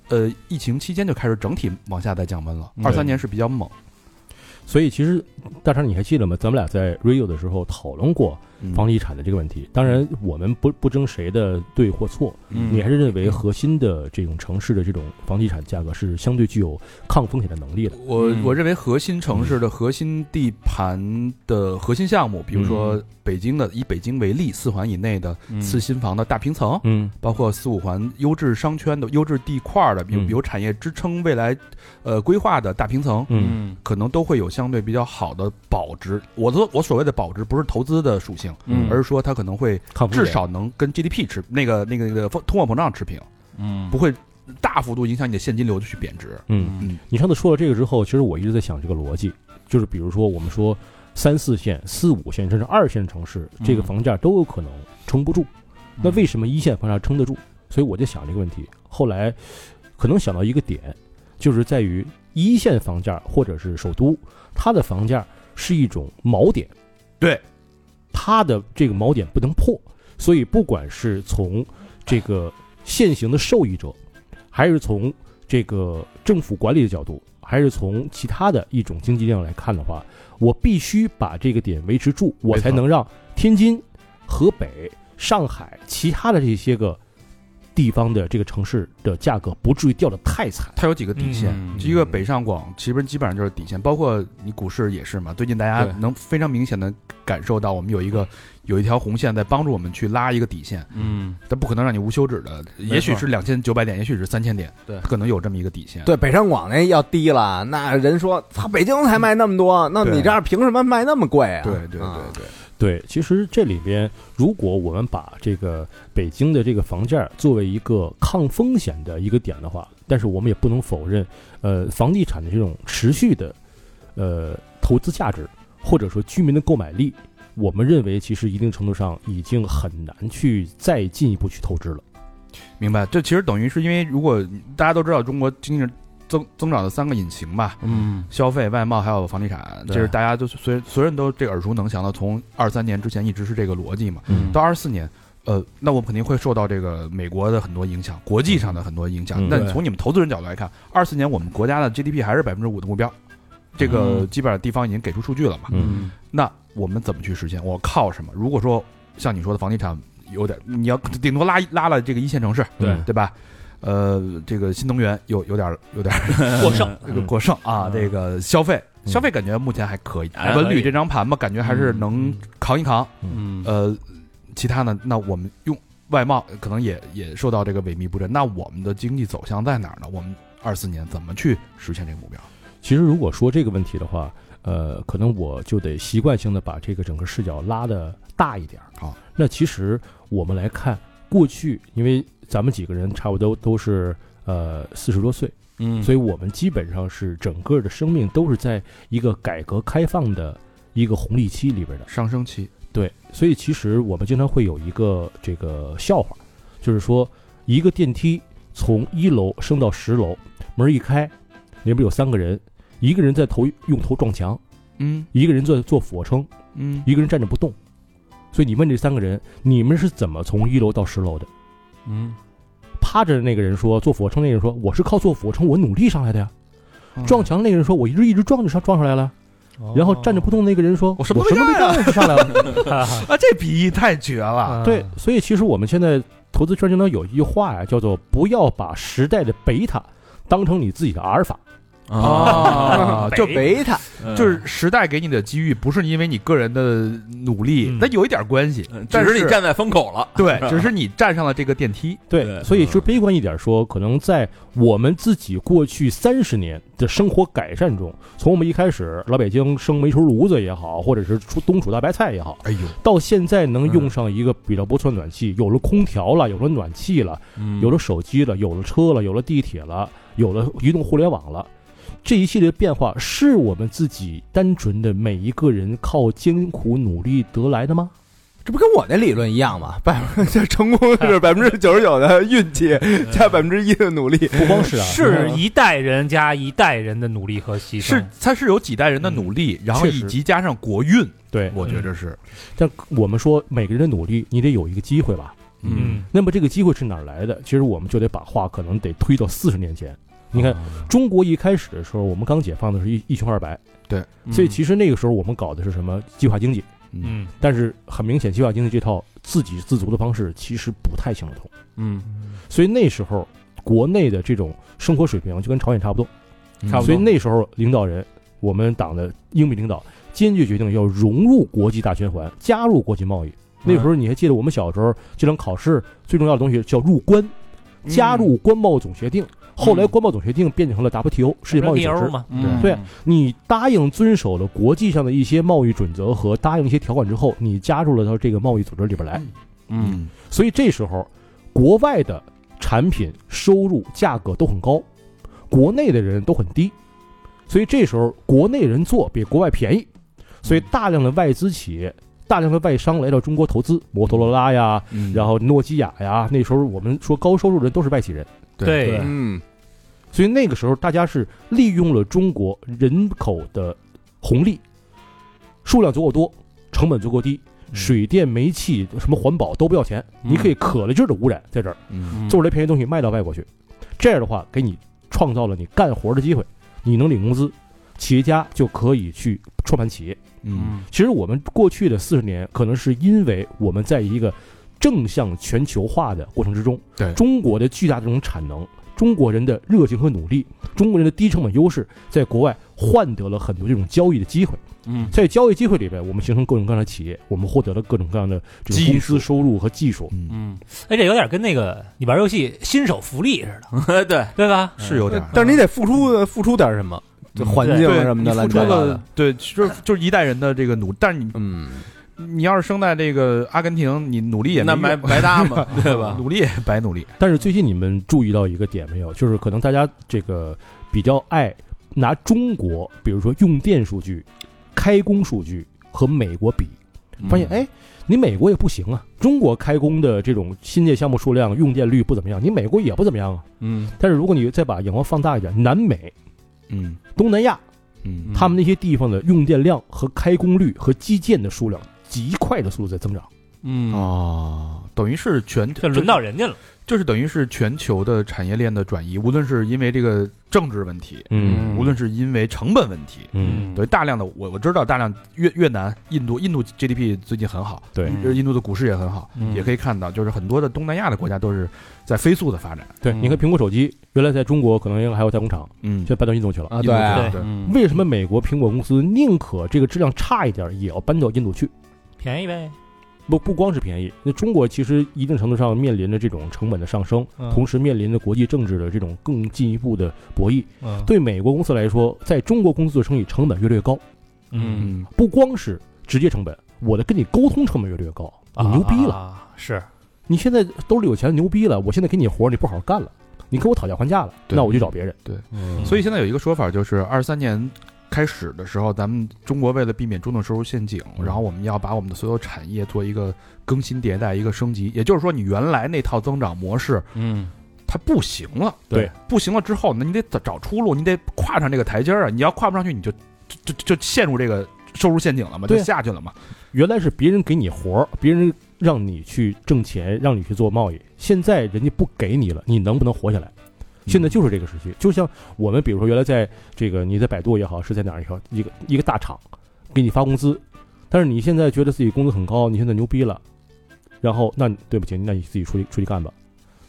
Speaker 1: 呃，疫情期间就开始整体往下再降温了。
Speaker 3: 嗯
Speaker 1: 二三年是比较猛，
Speaker 5: 所以其实大成，你还记得吗？咱们俩在 Rio 的时候讨论过房地产的这个问题。当然，我们不不争谁的对或错，
Speaker 3: 嗯
Speaker 5: 你还是认为核心的这种城市的这种房地产价格是相对具有抗风险的能力的。
Speaker 1: 我
Speaker 3: 嗯
Speaker 1: 我认为核心城市的核心地盘的核心项目，比如说北京的，以北京为例，四环以内的
Speaker 3: 嗯
Speaker 1: 次新房的大平层，
Speaker 5: 嗯，
Speaker 1: 包括四五环优质商圈的优质地块的，有
Speaker 5: 嗯
Speaker 1: 有产业支撑未来，呃，规划的大平层。
Speaker 5: 嗯，
Speaker 1: 可能都会有相对比较好的保值。我的我所谓的保值，不是投资的属性，
Speaker 3: 嗯
Speaker 1: 而是说它可能会
Speaker 5: 抗风
Speaker 1: 至
Speaker 5: 险
Speaker 1: 少能跟 GDP 持那个那个那个通货膨胀持平，
Speaker 3: 嗯
Speaker 1: 不会大幅度影响你的现金流去贬值。
Speaker 5: 嗯，你上次说了这个之后，其实我一直在想这个逻辑，就是比如说我们说三四线、四五线甚至二线城市，这个
Speaker 3: 嗯
Speaker 5: 房价都有可能撑不住。那为什么一线房价撑得住？所以我就想这个问题。后来可能想到一个点，就是在于一线房价或者是首都，它的房价是一种锚点，
Speaker 1: 对，
Speaker 5: 它的这个锚点不能破，所以不管是从这个现行的受益者，还是从这个政府管理的角度，还是从其他的一种经济力量来看的话，我必须把这个点维持住，我
Speaker 1: 没错
Speaker 5: 才能让天津、河北、上海其他的这些个地方的这个城市的价格不至于掉得太惨。
Speaker 1: 它有几个底线，
Speaker 3: 嗯
Speaker 1: 一个北上广，其实基本上就是底线，包括你股市也是嘛。最近大家
Speaker 3: 对
Speaker 1: 能非常明显的感受到，我们有一个有一条红线在帮助我们去拉一个底线，
Speaker 3: 嗯
Speaker 1: 它不可能让你无休止的，也许是两千九百点，也许是三千点，
Speaker 3: 对
Speaker 1: 它可能有这么一个底线。
Speaker 2: 对，北上广那要低了，那人说操，北京才卖那么多，那
Speaker 1: 对
Speaker 2: 你这儿凭什么卖那么贵啊？
Speaker 1: 对对对
Speaker 2: 啊
Speaker 1: 对，
Speaker 5: 对，其实这里边，如果我们把这个北京的这个房价作为一个抗风险的一个点的话，但是我们也不能否认，呃，房地产的这种持续的，呃，投资价值或者说居民的购买力，我们认为其实一定程度上已经很难去再进一步去透支了。
Speaker 1: 明白。这其实等于是因为，如果大家都知道中国经济增增长的三个引擎吧，
Speaker 3: 嗯，
Speaker 1: 消费、外贸还有房地产，这
Speaker 3: 对
Speaker 1: 是大家都随所有人都这个耳熟能详的，从二三年之前一直是这个逻辑嘛。
Speaker 5: 嗯
Speaker 1: 到二四年，呃，那我们肯定会受到这个美国的很多影响，国际上的很多影响。
Speaker 5: 嗯
Speaker 1: 那
Speaker 5: 对
Speaker 1: 从你们投资人角度来看，二四年我们国家的 GDP 还是百分之五的目标，这个
Speaker 3: 嗯
Speaker 1: 基本上地方已经给出数据了嘛。
Speaker 3: 嗯
Speaker 1: 那我们怎么去实现？我靠什么？如果说像你说的房地产有点，你要顶多拉拉了这个一线城市，
Speaker 5: 对
Speaker 1: 对吧？呃，这个新能源有有点有点
Speaker 4: 获胜，
Speaker 1: 这个过剩啊，
Speaker 4: 嗯
Speaker 1: 这个消费。
Speaker 5: 嗯
Speaker 1: 消费感觉目前还可以，
Speaker 3: 还可以
Speaker 1: 文旅这张盘嘛，感觉还是能扛一扛。
Speaker 3: 嗯
Speaker 1: 呃，其他呢，那我们用外贸可能也也受到这个萎靡不振。那我们的经济走向在哪儿呢？我们二四年怎么去实现这个目标？
Speaker 5: 其实如果说这个问题的话，呃，可能我就得习惯性的把这个整个视角拉的大一点儿
Speaker 1: 好，
Speaker 5: 那其实我们来看过去，因为咱们几个人差不多都是呃四十多岁，
Speaker 3: 嗯，
Speaker 5: 所
Speaker 3: 以
Speaker 5: 以我们基本上是整个的生命都是在一个改革开放的一个红利期里边的。
Speaker 1: 上升期，
Speaker 5: 对，所以其实我们经常会有一个这个笑话，就是说一个电梯从一楼升到十楼，门一开，里边有三个人，一个人在头用头撞墙，
Speaker 1: 嗯
Speaker 5: 一个人在做俯卧撑，
Speaker 1: 嗯，
Speaker 5: 一个人站着不动。所以你问这三个人，你们是怎么从一楼到十楼的？
Speaker 3: 嗯
Speaker 5: 趴着的那个人说，做俯卧撑那个人说，我是靠做俯卧撑，我努力上来的呀。
Speaker 1: 嗯
Speaker 5: 撞
Speaker 1: 哦
Speaker 5: 墙那个人说，我一直一直撞就上撞上来了。嗯然后站着不动那个人说，
Speaker 1: 我
Speaker 5: 我
Speaker 1: 什么都
Speaker 5: 什么
Speaker 1: 没
Speaker 5: 没
Speaker 1: 干啊
Speaker 5: 干就上来了。
Speaker 4: 哦
Speaker 5: 啊
Speaker 1: 啊，这比喻太绝了。
Speaker 4: 啊
Speaker 5: 对，所以其实我们现在投资圈经常有一句话呀、叫做“不要把时代的贝塔当成你自己的阿尔法
Speaker 1: 啊，就
Speaker 2: 就贝塔，
Speaker 3: 嗯
Speaker 1: 就是时代给你的机遇，不是因为你个人的努力
Speaker 5: 嗯，
Speaker 1: 那有一点关系，但
Speaker 3: 只是你站在风口了，
Speaker 1: 对， [laughs] 只是你站上了这个电梯。”。
Speaker 3: 对
Speaker 5: 所以就悲观一点说，可能在我们自己过去三十年的生活改善中，从我们一开始老北京生煤球炉子也好，或者是出冬储大白菜也好，
Speaker 1: 哎呦，
Speaker 5: 到现在能用上一个比较不错的暖气，有了空调了，有了暖气了，
Speaker 1: 嗯
Speaker 5: 有了手机了，有了车了，有了地铁了，有了移动互联网了，这一系列变化是我们自己单纯的每一个人靠艰苦努力得来的吗？
Speaker 2: 这不跟我那理论一样吗？百分之成功是百分之九十九的运气加百分之一的努力，
Speaker 5: 不光是啊，
Speaker 4: 是一代人加一代人的努力和牺牲，
Speaker 1: 是它是有几代人的努力，然后
Speaker 5: 确实
Speaker 1: 以及加上国运，
Speaker 5: 对。
Speaker 1: 我觉着是，
Speaker 5: 但我们说每个人的努力，你得有一个机会吧？
Speaker 1: 嗯，
Speaker 4: 嗯，
Speaker 5: 那么这个机会是哪儿来的？其实我们就得把话可能得推到四十年前。你
Speaker 1: 啊
Speaker 5: 看，中国一开始的时候，我们刚解放的时候一一穷二白，
Speaker 2: 嗯
Speaker 3: 嗯
Speaker 5: 所以其实那个时候我们搞的是什么计划经济，
Speaker 1: 嗯，
Speaker 4: 嗯，
Speaker 5: 但是很明显，计划经济这套自给自足的方式其实不太行得通。
Speaker 3: 嗯
Speaker 5: 所以那时候国内的这种生活水平就跟朝鲜差不多，
Speaker 1: 嗯
Speaker 3: 差不多
Speaker 5: 所以那时候领导人，我们党的英美领导坚决决定要融入国际大循环，加入国际贸易。那时
Speaker 3: 嗯
Speaker 5: 候你还记得我们小时候这场考试最重要的东西叫入关，
Speaker 3: 嗯
Speaker 5: 加入关贸总协定。后来关贸总协定变成了 WTO 世界贸易组
Speaker 4: WTO
Speaker 5: 织。
Speaker 4: 嘛，
Speaker 3: 嗯
Speaker 5: 对你答应遵守了国际上的一些贸易准则和答应一些条款之后，你加入了到这个贸易组织里边来。
Speaker 3: 嗯
Speaker 5: 所以这时候，国外的产品收入价格都很高，国内的人都很低，所以这时候国内人做比国外便宜，所以大量的外资企业、大量的外商来到中国投资，摩托罗拉呀，
Speaker 1: 嗯
Speaker 5: 然后诺基亚呀，那时候我们说高收入人都是外企人，
Speaker 1: 对
Speaker 4: 对
Speaker 2: 嗯，
Speaker 5: 所以那个时候大家是利用了中国人口的红利，数量足够多，成本足够低，水电煤气什么环保都不要钱，
Speaker 3: 嗯
Speaker 5: 你可以可了劲儿的污染在这儿，
Speaker 1: 嗯
Speaker 5: 做出来便宜东西卖到外国去，这样的话给你创造了你干活的机会，你能领工资，企业家就可以去创办企业。
Speaker 1: 嗯
Speaker 5: 其实我们过去的四十年，可能是因为我们在一个正向全球化的过程之中，
Speaker 1: 对
Speaker 5: 中国的巨大这种产能、中国人的热情和努力、中国人的低成本优势，在国外换得了很多这种交易的机会。
Speaker 3: 嗯
Speaker 5: 在交易机会里边，我们形成各种各样的企业，我们获得了各种各样的这种
Speaker 1: 技
Speaker 5: 公
Speaker 1: 术
Speaker 5: 司收入和技术。
Speaker 1: 嗯，
Speaker 3: 嗯，
Speaker 4: 哎，这有点跟那个你玩游戏新手福利似
Speaker 1: [laughs]
Speaker 4: 的，
Speaker 3: 对，
Speaker 4: 对吧？
Speaker 1: 是有点儿。
Speaker 2: 但是你得付出付出点什么，就环境啊
Speaker 1: 对
Speaker 2: 什么的，
Speaker 1: 你付
Speaker 2: 乱
Speaker 1: 出
Speaker 2: 七八糟
Speaker 1: 了
Speaker 2: 的，
Speaker 1: 对，就是就是一代人的这个努，但是你
Speaker 2: 嗯，
Speaker 1: 你要是生在这个阿根廷，你努力也没
Speaker 3: 那白
Speaker 1: 用
Speaker 3: 白搭
Speaker 1: [laughs]
Speaker 3: 嘛，对吧？
Speaker 1: 努力也白努力。
Speaker 5: 但是最近你们注意到一个点没有？就是可能大家这个比较爱拿中国，比如说用电数据、开工数据和美国比，
Speaker 1: 嗯
Speaker 5: 发现哎，你美国也不行啊，中国开工的这种新建项目数量、用电率不怎么样，你美国也不怎么样啊。
Speaker 3: 嗯
Speaker 5: 但是如果你再把眼光放大一点，南美、
Speaker 1: 嗯
Speaker 5: 东南亚
Speaker 1: 嗯
Speaker 5: 他们那些地方的用电量和开工率和基建的数量极快的速度在增长。
Speaker 3: 嗯
Speaker 1: 哦，等于是全
Speaker 4: 这轮到人家了。
Speaker 1: 就是等于是全球的产业链的转移，无论是因为这个政治问题，
Speaker 5: 嗯
Speaker 1: 无论是因为成本问题，
Speaker 5: 嗯，
Speaker 1: 等于大量的我我知道大量越越南、印度，印度 GDP 最近很好，
Speaker 5: 对
Speaker 1: 就是印度的股市也很好，
Speaker 3: 嗯
Speaker 1: 也可以看到，就是很多的东南亚的国家都是在飞速的发展，
Speaker 5: 对，
Speaker 3: 嗯
Speaker 5: 你看苹果手机原来在中国可能应该还有代工厂，
Speaker 1: 嗯
Speaker 5: 现在搬到印度去了。
Speaker 2: 啊，
Speaker 1: 印度
Speaker 2: 对啊，
Speaker 1: 对，
Speaker 3: 嗯
Speaker 5: 为什么美国苹果公司宁可这个质量差一点，也要搬到印度去？
Speaker 4: 便宜呗，
Speaker 5: 不不光是便宜，那中国其实一定程度上面临着这种成本的上升，
Speaker 4: 嗯
Speaker 5: 同时面临着国际政治的这种更进一步的博弈。
Speaker 4: 嗯，
Speaker 5: 对美国公司来说，在中国公司的生意成本越来越高，
Speaker 3: 嗯
Speaker 1: 嗯
Speaker 5: 不光是直接成本，我的跟你沟通成本越来越高。你牛逼了，
Speaker 4: 了，啊是
Speaker 5: 你现在兜里有钱，牛逼了，我现在给你活儿，你不好好干了，你跟我讨价还价了，
Speaker 1: 对
Speaker 5: 那我去找别人。
Speaker 3: 嗯
Speaker 1: 所以现在有一个说法，就是二三年开始的时候，咱们中国为了避免中等收入陷阱，
Speaker 5: 嗯
Speaker 1: 然后我们要把我们的所有产业做一个更新迭代、一个升级。也就是说，你原来那套增长模式
Speaker 3: 嗯
Speaker 1: 它不行了，
Speaker 5: 对，
Speaker 1: 不行了之后，那你得找找出路，你得跨上这个台阶儿啊！你要跨不上去，你就就就就陷入这个收入陷阱了嘛，就
Speaker 5: 对啊
Speaker 1: 下去了嘛。
Speaker 5: 原来是别人给你活儿，别人让你去挣钱，让你去做贸易，现在人家不给你了，你能不能活下来？现在就是这个时期，就像我们比如说原来在这个你在百度也好，是在哪儿也好，一个一个大厂给你发工资，但是你现在觉得自己工资很高，你现在牛逼了，然后那你对不起，那你自己出去出去干吧。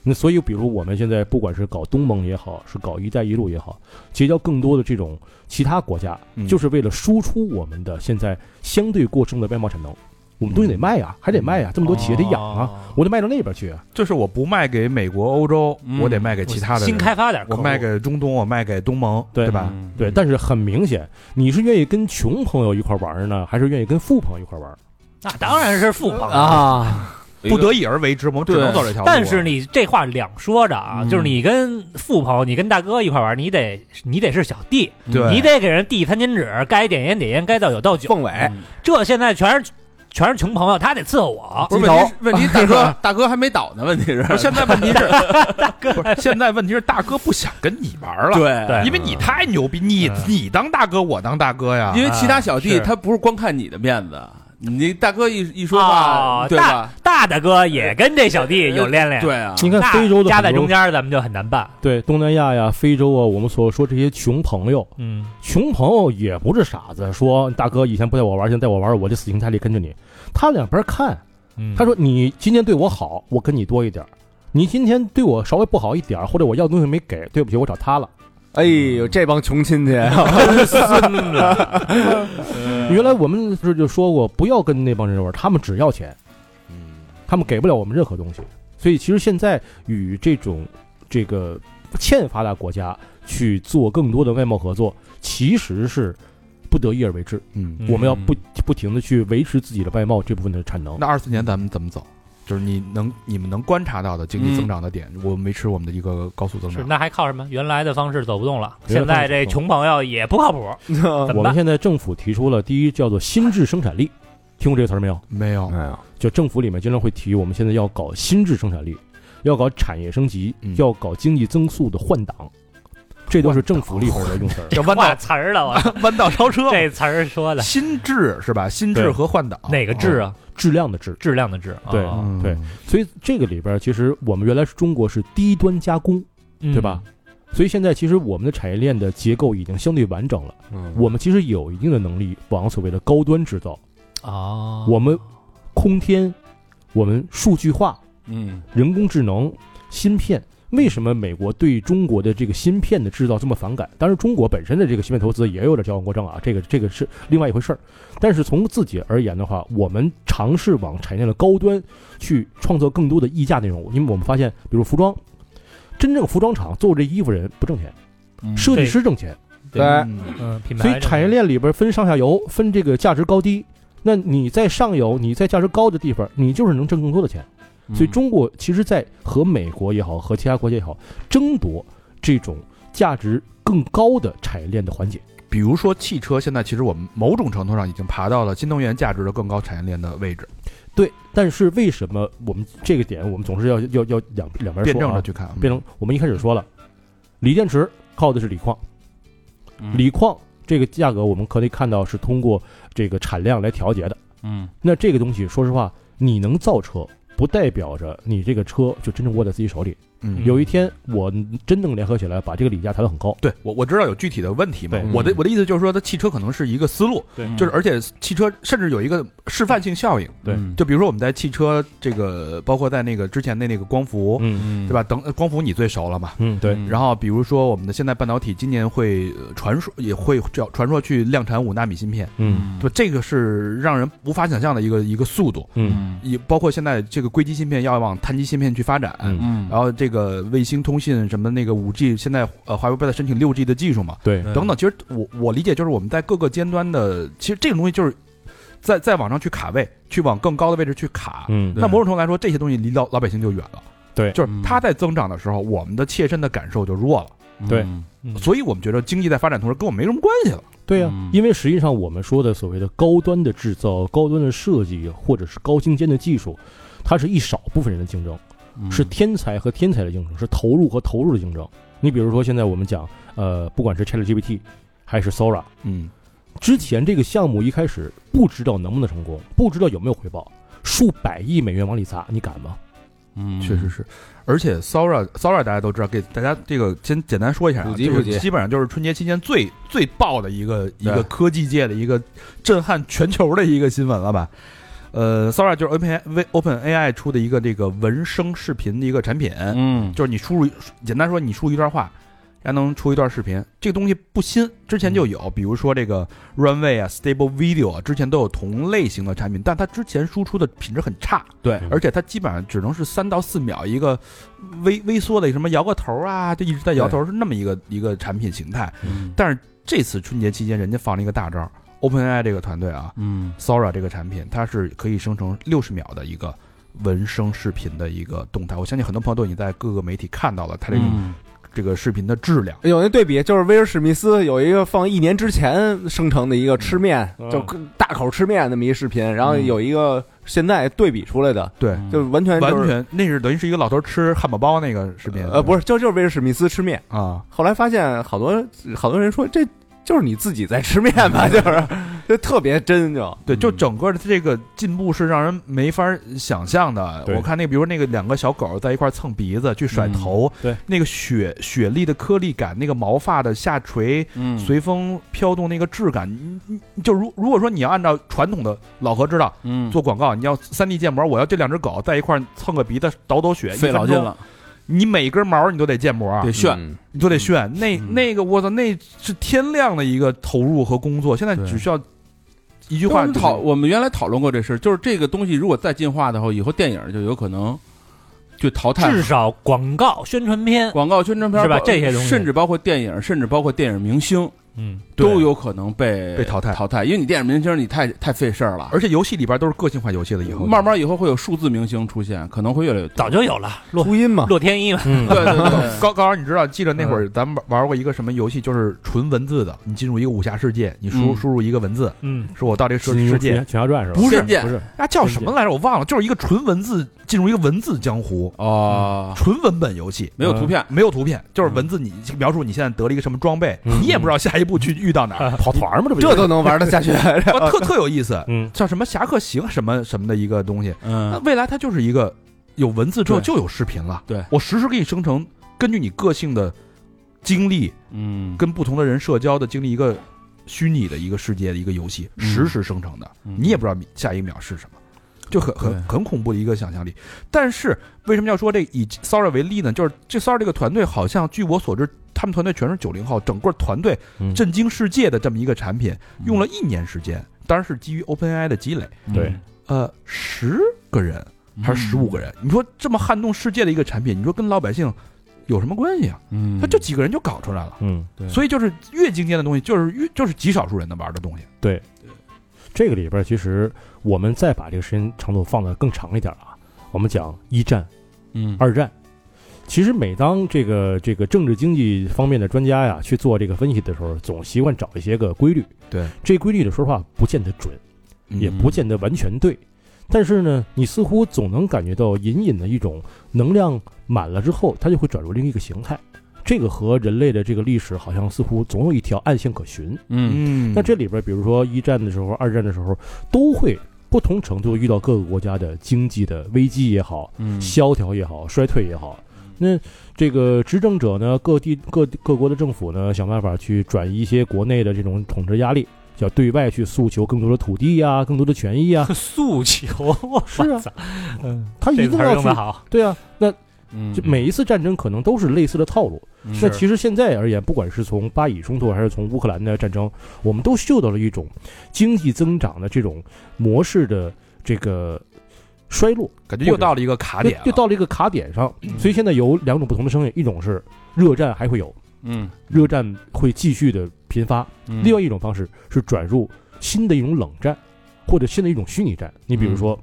Speaker 5: 那所以，比如我们现在不管是搞东盟也好，是搞“一带一路”也好，结交更多的这种其他国家，
Speaker 1: 嗯
Speaker 5: 就是为了输出我们的现在相对过剩的外贸产能。我们东西得卖呀、啊还得卖呀、这
Speaker 4: 这
Speaker 5: 么多企业得养啊，，
Speaker 4: 嗯哦
Speaker 5: 我得卖到那边去啊。
Speaker 1: 就是我不卖给美国、欧洲，
Speaker 3: 嗯
Speaker 1: 我得卖给其他的人
Speaker 4: 新开发点客户，
Speaker 1: 我卖给中东，我卖给东盟，
Speaker 5: 对
Speaker 1: 对吧？
Speaker 3: 嗯
Speaker 5: 对，但是很明显，你是愿意跟穷朋友一块玩儿呢，还是愿意跟富朋友一块玩儿？
Speaker 4: 那当然是富朋了。
Speaker 2: 啊，
Speaker 1: 不得已而为之，我们只能
Speaker 3: 对
Speaker 1: 走这条路啊。
Speaker 4: 但是你这话两说着啊，
Speaker 3: 嗯
Speaker 4: 就是你跟富朋友，你跟大哥一块玩，你得你得是小弟，
Speaker 1: 对
Speaker 4: 你得给人递餐巾纸，该点烟点烟，该倒酒倒酒。
Speaker 2: 凤尾
Speaker 3: 嗯
Speaker 4: 这现在全是全是穷朋友，他得伺候我。
Speaker 3: 不是
Speaker 2: 鸡
Speaker 3: 问
Speaker 2: 头
Speaker 3: 题是，问题大哥大哥还没倒呢，问题是
Speaker 1: 不是现在问题是， [laughs] 不是现在问题是大哥不想跟你玩了，
Speaker 3: 对
Speaker 4: 对
Speaker 1: 因为你太牛逼，你
Speaker 4: 嗯
Speaker 1: 你当大哥，我当大哥呀
Speaker 3: 因。为其他小弟
Speaker 4: 是
Speaker 3: 他不是光看你的面子，你大哥一一说
Speaker 4: 哦
Speaker 3: 话，对吧？
Speaker 4: 大大哥也跟这小弟有恋恋，
Speaker 3: 对啊，
Speaker 5: 你看
Speaker 4: 那
Speaker 5: 非洲的
Speaker 4: 夹
Speaker 5: 很
Speaker 4: 在
Speaker 5: 多
Speaker 4: 中间，咱们就很难办。
Speaker 5: 对东南亚呀、非洲啊，我们所说这些穷朋友，
Speaker 4: 嗯，
Speaker 5: 穷朋友也不是傻子，说大哥以前不带我玩，现在带我玩，我就死心塌地跟着你。他两边看，
Speaker 4: 嗯
Speaker 5: 他说你今天对我好，我跟你多一点儿；你今天对我稍微不好一点儿，或者我要东西没给，对不起，我找他了。
Speaker 2: 哎呦，这帮穷亲戚，啊
Speaker 5: 原来我们是就说过，不要跟那帮人玩，他们只要钱，他们给不了我们任何东西。所以其实现在与这种这个欠发达国家去做更多的外贸合作，其实是不得已而为之。
Speaker 1: 嗯，
Speaker 5: 我们要不不停的去维持自己的外贸这部分的产能。
Speaker 1: 那二四年咱们怎么走？就是你能你们能观察到的经济增长的点，我们维持我们的一个高速增
Speaker 4: 是
Speaker 1: 长。
Speaker 4: 那还靠什么？原来的方式走不动了，
Speaker 5: 原
Speaker 4: 现
Speaker 5: 来的方
Speaker 4: 在
Speaker 5: 式
Speaker 4: 这穷朋友也不靠
Speaker 5: [laughs]
Speaker 4: 谱，怎
Speaker 5: 我
Speaker 4: 么
Speaker 5: 们
Speaker 4: 办？
Speaker 5: 现在政府提出了第一叫做新质生产力，听过这个词儿没有？
Speaker 1: 没有，
Speaker 2: 哎呀，
Speaker 5: 就政府里面经常会提，我们现在要搞新质生产力，要搞产业升级，
Speaker 1: 嗯
Speaker 5: 要搞经济增速的换挡，这都是政府里边的用词
Speaker 1: [laughs]
Speaker 5: 儿。
Speaker 1: 这弯
Speaker 4: 挂
Speaker 1: 道
Speaker 4: 词儿了，我
Speaker 1: 弯道超车，
Speaker 4: [laughs] 这词儿说
Speaker 5: [laughs]
Speaker 4: 的
Speaker 1: 心智是吧？心智
Speaker 5: 对
Speaker 1: 和换挡
Speaker 4: 哪个质？啊？
Speaker 5: 质量的质。
Speaker 4: 质量的质，
Speaker 5: 哦对
Speaker 4: 哦
Speaker 1: 嗯
Speaker 5: 对，所以这个里边儿其实我们原来是中国是低端加工，
Speaker 4: 嗯
Speaker 5: 嗯对吧？？所以现在其实我们的产业链的结构已经相对完整了，我们其实有一定的能力往所谓的高端制造，
Speaker 4: 嗯哦，
Speaker 5: 我们空天，我们数据化，
Speaker 3: 嗯
Speaker 5: 人工智能、芯片。为什么美国对中国的这个芯片的制造这么反感？当然，中国本身的这个芯片投资也有点矫枉过正啊，这个这个是另外一回事儿。但是从自己而言的话，我们尝试往产业链的高端去创造更多的溢价内容，因为我们发现，比如服装，真正服装厂做这衣服人不挣钱，
Speaker 3: 嗯
Speaker 5: 设计师挣钱，
Speaker 2: 对，
Speaker 1: 嗯
Speaker 4: 嗯，品牌
Speaker 5: 所以产业链里边分上下游，分这个价值高低。那你在上游，你在价值高的地方，你就是能挣更多的钱。
Speaker 1: 嗯
Speaker 5: 所以中国其实，在和美国也好，和其他国家也好，争夺这种价值更高的产业链的环节。
Speaker 1: 比如说汽车，现在其实我们某种程度上已经爬到了新能源价值的更高产业链的位置，
Speaker 5: 对，但是为什么我们这个点我们总是要要要两两边
Speaker 1: 辩
Speaker 5: 说
Speaker 1: 证嗯
Speaker 5: 啊
Speaker 1: 着？去看。
Speaker 5: 变成我们一开始说了，锂电池靠的是锂矿，
Speaker 3: 嗯
Speaker 5: 锂矿这个价格我们可以看到是通过这个产量来调节的。
Speaker 3: 嗯
Speaker 5: 那这个东西，说实话，你能造车，不代表着你这个车就真正握在自己手里。
Speaker 1: 嗯，
Speaker 5: 有一天我真能联合起来，把这个锂价抬得很高。
Speaker 1: 对我我知道有具体的问题嘛
Speaker 5: 对。
Speaker 1: 我的
Speaker 2: 嗯
Speaker 1: 我的意思就是说，它汽车可能是一个思路，
Speaker 5: 对
Speaker 1: 就是而且汽车甚至有一个示范性效应。
Speaker 5: 对
Speaker 2: 嗯
Speaker 1: 就比如说我们在汽车这个，包括在那个之前的那个光伏，
Speaker 5: 嗯
Speaker 3: 嗯
Speaker 1: 对？吧？等呃光伏你最熟了嘛。
Speaker 5: 嗯，对，
Speaker 3: 嗯
Speaker 1: 然后比如说我们的现在半导体今年会呃传说也会叫传说去量产五纳米芯片，
Speaker 5: 嗯
Speaker 1: 对吧，这个是让人无法想象的一个一个速度。
Speaker 5: 嗯
Speaker 3: 嗯
Speaker 1: 也包括现在这个硅基芯片要往碳基芯片去发展，
Speaker 5: 嗯
Speaker 2: 啊
Speaker 3: 嗯
Speaker 1: 然后这个卫星通信什么那个五 G，现在呃华为不是在申请六 G 的技术嘛，
Speaker 5: 对，
Speaker 1: 等等。其实我我理解就是我们在各个尖端的，其实这种东西就是在在往上去卡位，去往更高的位置去卡。
Speaker 5: 嗯
Speaker 1: 那某种程度来说，这些东西离老老百姓就远了。
Speaker 5: 对
Speaker 1: 就是它在增长的时候，我们的切身的感受就弱了，
Speaker 5: 对
Speaker 3: 嗯
Speaker 1: 所以我们觉得经济在发展同时跟我们没什么关系了。
Speaker 5: 对呀、
Speaker 3: 嗯
Speaker 5: 因为实际上我们说的所谓的高端的制造、高端的设计，或者是高精尖的技术，它是一少部分人的竞争，
Speaker 3: 嗯
Speaker 5: 是天才和天才的竞争，是投入和投入的竞争。你比如说，现在我们讲，呃，不管是 ChatGPT 还是 Sora，
Speaker 1: 嗯，
Speaker 5: 之前这个项目一开始不知道能不能成功，不知道有没有回报，数百亿美元往里砸，你敢吗？
Speaker 3: 嗯
Speaker 1: 确实是。而且 Sora Sora 大家都知道，给大家这个先简单说一下啊，
Speaker 2: 普及
Speaker 1: 这个
Speaker 2: 普及
Speaker 1: 基本上就是春节期间最最爆的一个一个科技界的一个震撼全球的一个新闻了吧？呃，Sora 就是 Open V Open AI 出的一个这个文声视频的一个产品，
Speaker 3: 嗯
Speaker 1: 就是你输入简单说你输入一段话，还能出一段视频。这个东西不新，之前就
Speaker 2: 嗯
Speaker 1: 有，比如说这个 Runway 啊、Stable Video 啊，之前都有同类型的产品，但它之前输出的品质很差，
Speaker 3: 对
Speaker 1: 而且它基本上只能是三到四秒一个微微缩的什么摇个头啊，就一直在摇头，是那么一个一个产品形态。
Speaker 3: 嗯
Speaker 1: 但是这次春节期间，人家放了一个大招儿，OpenAI 这个团队啊
Speaker 3: 嗯
Speaker 1: ，Sora 这个产品，它是可以生成六十秒的一个文声视频的一个动态。我相信很多朋友都已经在各个媒体看到了它这个、
Speaker 3: 嗯
Speaker 1: 这个视频的质量。
Speaker 2: 有那对比，就是威尔史密斯有一个放一年之前生成的一个吃面，
Speaker 5: 嗯
Speaker 2: 就大口吃面那么一视频，然后有一个现在对比出来的，
Speaker 1: 对，
Speaker 3: 嗯
Speaker 5: 嗯
Speaker 2: 就完全就
Speaker 1: 完
Speaker 2: 是
Speaker 1: 全那是等于是一个老头吃汉堡包那个视频，
Speaker 2: 呃不是，就就是威尔史密斯吃面。
Speaker 1: 啊，
Speaker 2: 后来发现好多好多人说这就是你自己在吃面吧，就是就特别真就
Speaker 1: 对，就
Speaker 5: 嗯
Speaker 1: 整个的这个进步是让人没法想象的。
Speaker 5: 对
Speaker 1: 我看那个，比如那个两个小狗在一块儿蹭鼻子去甩头，
Speaker 5: 嗯对，
Speaker 1: 那个雪雪粒的颗粒感，那个毛发的下垂，
Speaker 3: 嗯
Speaker 1: 随风飘动那个质感，你你你就如如果说你要按照传统的老何知道
Speaker 3: 嗯
Speaker 1: 做广告，你要三 D 建模，我要这两只狗在一块儿蹭个鼻子倒抖血，
Speaker 3: 费
Speaker 1: 一分
Speaker 3: 老
Speaker 1: 钟
Speaker 3: 劲，了，
Speaker 1: 你每根毛你都得建模，
Speaker 3: 得炫，
Speaker 2: 嗯
Speaker 1: 你都得炫。那
Speaker 3: 嗯
Speaker 1: 那个我操，那是天量的一个投入和工作，现在
Speaker 3: 对
Speaker 1: 只需要一句
Speaker 3: 就
Speaker 1: 话
Speaker 3: 我们
Speaker 1: 就是
Speaker 3: 讨我们原来讨论过这事儿，就是这个东西如果再进化的话，以后电影就有可能就淘汰
Speaker 4: 至少广告宣传片，
Speaker 3: 广告宣传片
Speaker 4: 是吧
Speaker 3: 包
Speaker 4: 这些东西
Speaker 3: 甚至包括电影，甚至包括电影明星
Speaker 5: 嗯，
Speaker 1: 对
Speaker 3: 都有可能被
Speaker 1: 被淘汰
Speaker 3: 淘汰，因为你电影明星你太太费事儿了，
Speaker 1: 而且游戏里边都是个性化游戏了，以后
Speaker 3: 慢慢以后会有数字明星出现，可能会
Speaker 4: [laughs]
Speaker 3: 越来越多。
Speaker 4: 早就有了，洛
Speaker 2: 初音
Speaker 5: 嗯
Speaker 2: 嘛，
Speaker 4: 洛天依
Speaker 5: [laughs]
Speaker 4: 嘛，
Speaker 3: 对对对，
Speaker 1: 嗯高高老师，你知道，记得那会
Speaker 3: 嗯
Speaker 1: 儿咱们玩玩过一个什么游戏，就是纯文字的，你进入一个武侠世界，你输
Speaker 3: 嗯
Speaker 1: 输入一个文字，
Speaker 4: 嗯，。
Speaker 1: 说我到这个世
Speaker 5: 金庸
Speaker 1: 世界
Speaker 5: 群，群侠传是吧？
Speaker 1: 不是
Speaker 3: 仙剑
Speaker 5: 不是，
Speaker 1: 啊叫什么来着？我忘了，就是一个纯文字进入一个文字江湖，
Speaker 3: [laughs] 哦，
Speaker 1: 纯文本游戏。
Speaker 3: 没有图片，
Speaker 1: 没有图片，就是文字。你描述你现在得了一个什么装备，
Speaker 5: 嗯
Speaker 1: 你也不知道下一步去遇到哪儿，
Speaker 5: 跑 [laughs] 团嘛，这不就
Speaker 2: 这都能玩得下去，
Speaker 1: 啊特特有意思。
Speaker 5: 嗯
Speaker 1: 叫什么侠客行什么什么的一个东西，那
Speaker 3: 嗯，
Speaker 1: 未来它就是一个有文字之后
Speaker 3: 对
Speaker 1: 就有视频了。
Speaker 3: 对
Speaker 1: 我实时给你生成，根据你个性的经历，
Speaker 3: 嗯，
Speaker 1: 跟不同的人社交的经历一个虚拟的一个世界的一个游戏，
Speaker 3: 嗯
Speaker 1: 实时生成的，
Speaker 3: 嗯
Speaker 1: 你也不知道下一秒是什么，就很很
Speaker 3: 对
Speaker 1: 很恐怖的一个想象力。但是为什么要说这以 Sora 为例呢？就是这 Sora 这个团队好像据我所知，他们团队全是九零后，整个团队
Speaker 5: 嗯
Speaker 1: 震惊世界的这么一个产品，用了一年时间，当然是基于 OpenAI 的积累，
Speaker 5: 对
Speaker 1: 呃，十个人
Speaker 3: 嗯，
Speaker 1: 还是十五个人，你说这么撼动世界的一个产品，你说跟老百姓有什么关系啊？
Speaker 3: 嗯，
Speaker 1: 他就几个人就搞出来了。
Speaker 5: 嗯。
Speaker 3: 对
Speaker 1: 所以就是越精尖的东西，就是越就是极少数人能玩的东西。
Speaker 5: 这个里边儿其实我们再把这个时间长度放得更长一点儿啊，我们讲一战、
Speaker 3: 嗯
Speaker 5: 二战，其实每当这个这个政治经济方面的专家呀去做这个分析的时候，总习惯找一些个规律。
Speaker 1: 对，
Speaker 5: 这规律的说实话不见得准，也不见得完全对。但是呢，你似乎总能感觉到隐隐的一种能量满了之后，它就会转入另一个形态。这个和人类的这个历史好像似乎总有一条暗线可循。
Speaker 3: 嗯
Speaker 1: 嗯
Speaker 5: 那这里边，比如说一战的时候、二战的时候，都会不同程度遇到各个国家的经济的危机也好，
Speaker 3: 嗯
Speaker 5: 萧条也好，衰退也好。那这个执政者呢，各地各各国的政府呢，想办法去转移一些国内的这种统治压力，要对外去诉求更多的土地呀、更多的权益啊
Speaker 4: [laughs] 诉求，我
Speaker 5: 是啊
Speaker 4: 操，
Speaker 5: 他一
Speaker 4: [laughs] 嗯这
Speaker 5: 定
Speaker 4: 词儿
Speaker 5: 要
Speaker 4: 用的
Speaker 5: 去，
Speaker 4: 好，
Speaker 5: 对啊。那
Speaker 3: 嗯
Speaker 5: 就每一次战争可能都是类似的套路。那
Speaker 4: 是
Speaker 5: 其实现在而言，不管是从巴以冲突还是从乌克兰的战争，我们都嗅到了一种经济增长的这种模式的这个衰落。
Speaker 1: 感觉又到了一个卡点了，
Speaker 5: 又到了一个卡点上，所以现在有两种不同的声音，一种是热战还会有，
Speaker 3: 嗯
Speaker 5: 热战会继续的频发；
Speaker 3: 嗯
Speaker 5: 另外一种方式是转入新的一种冷战，或者新的一种虚拟战。你
Speaker 3: 嗯
Speaker 5: 比如说，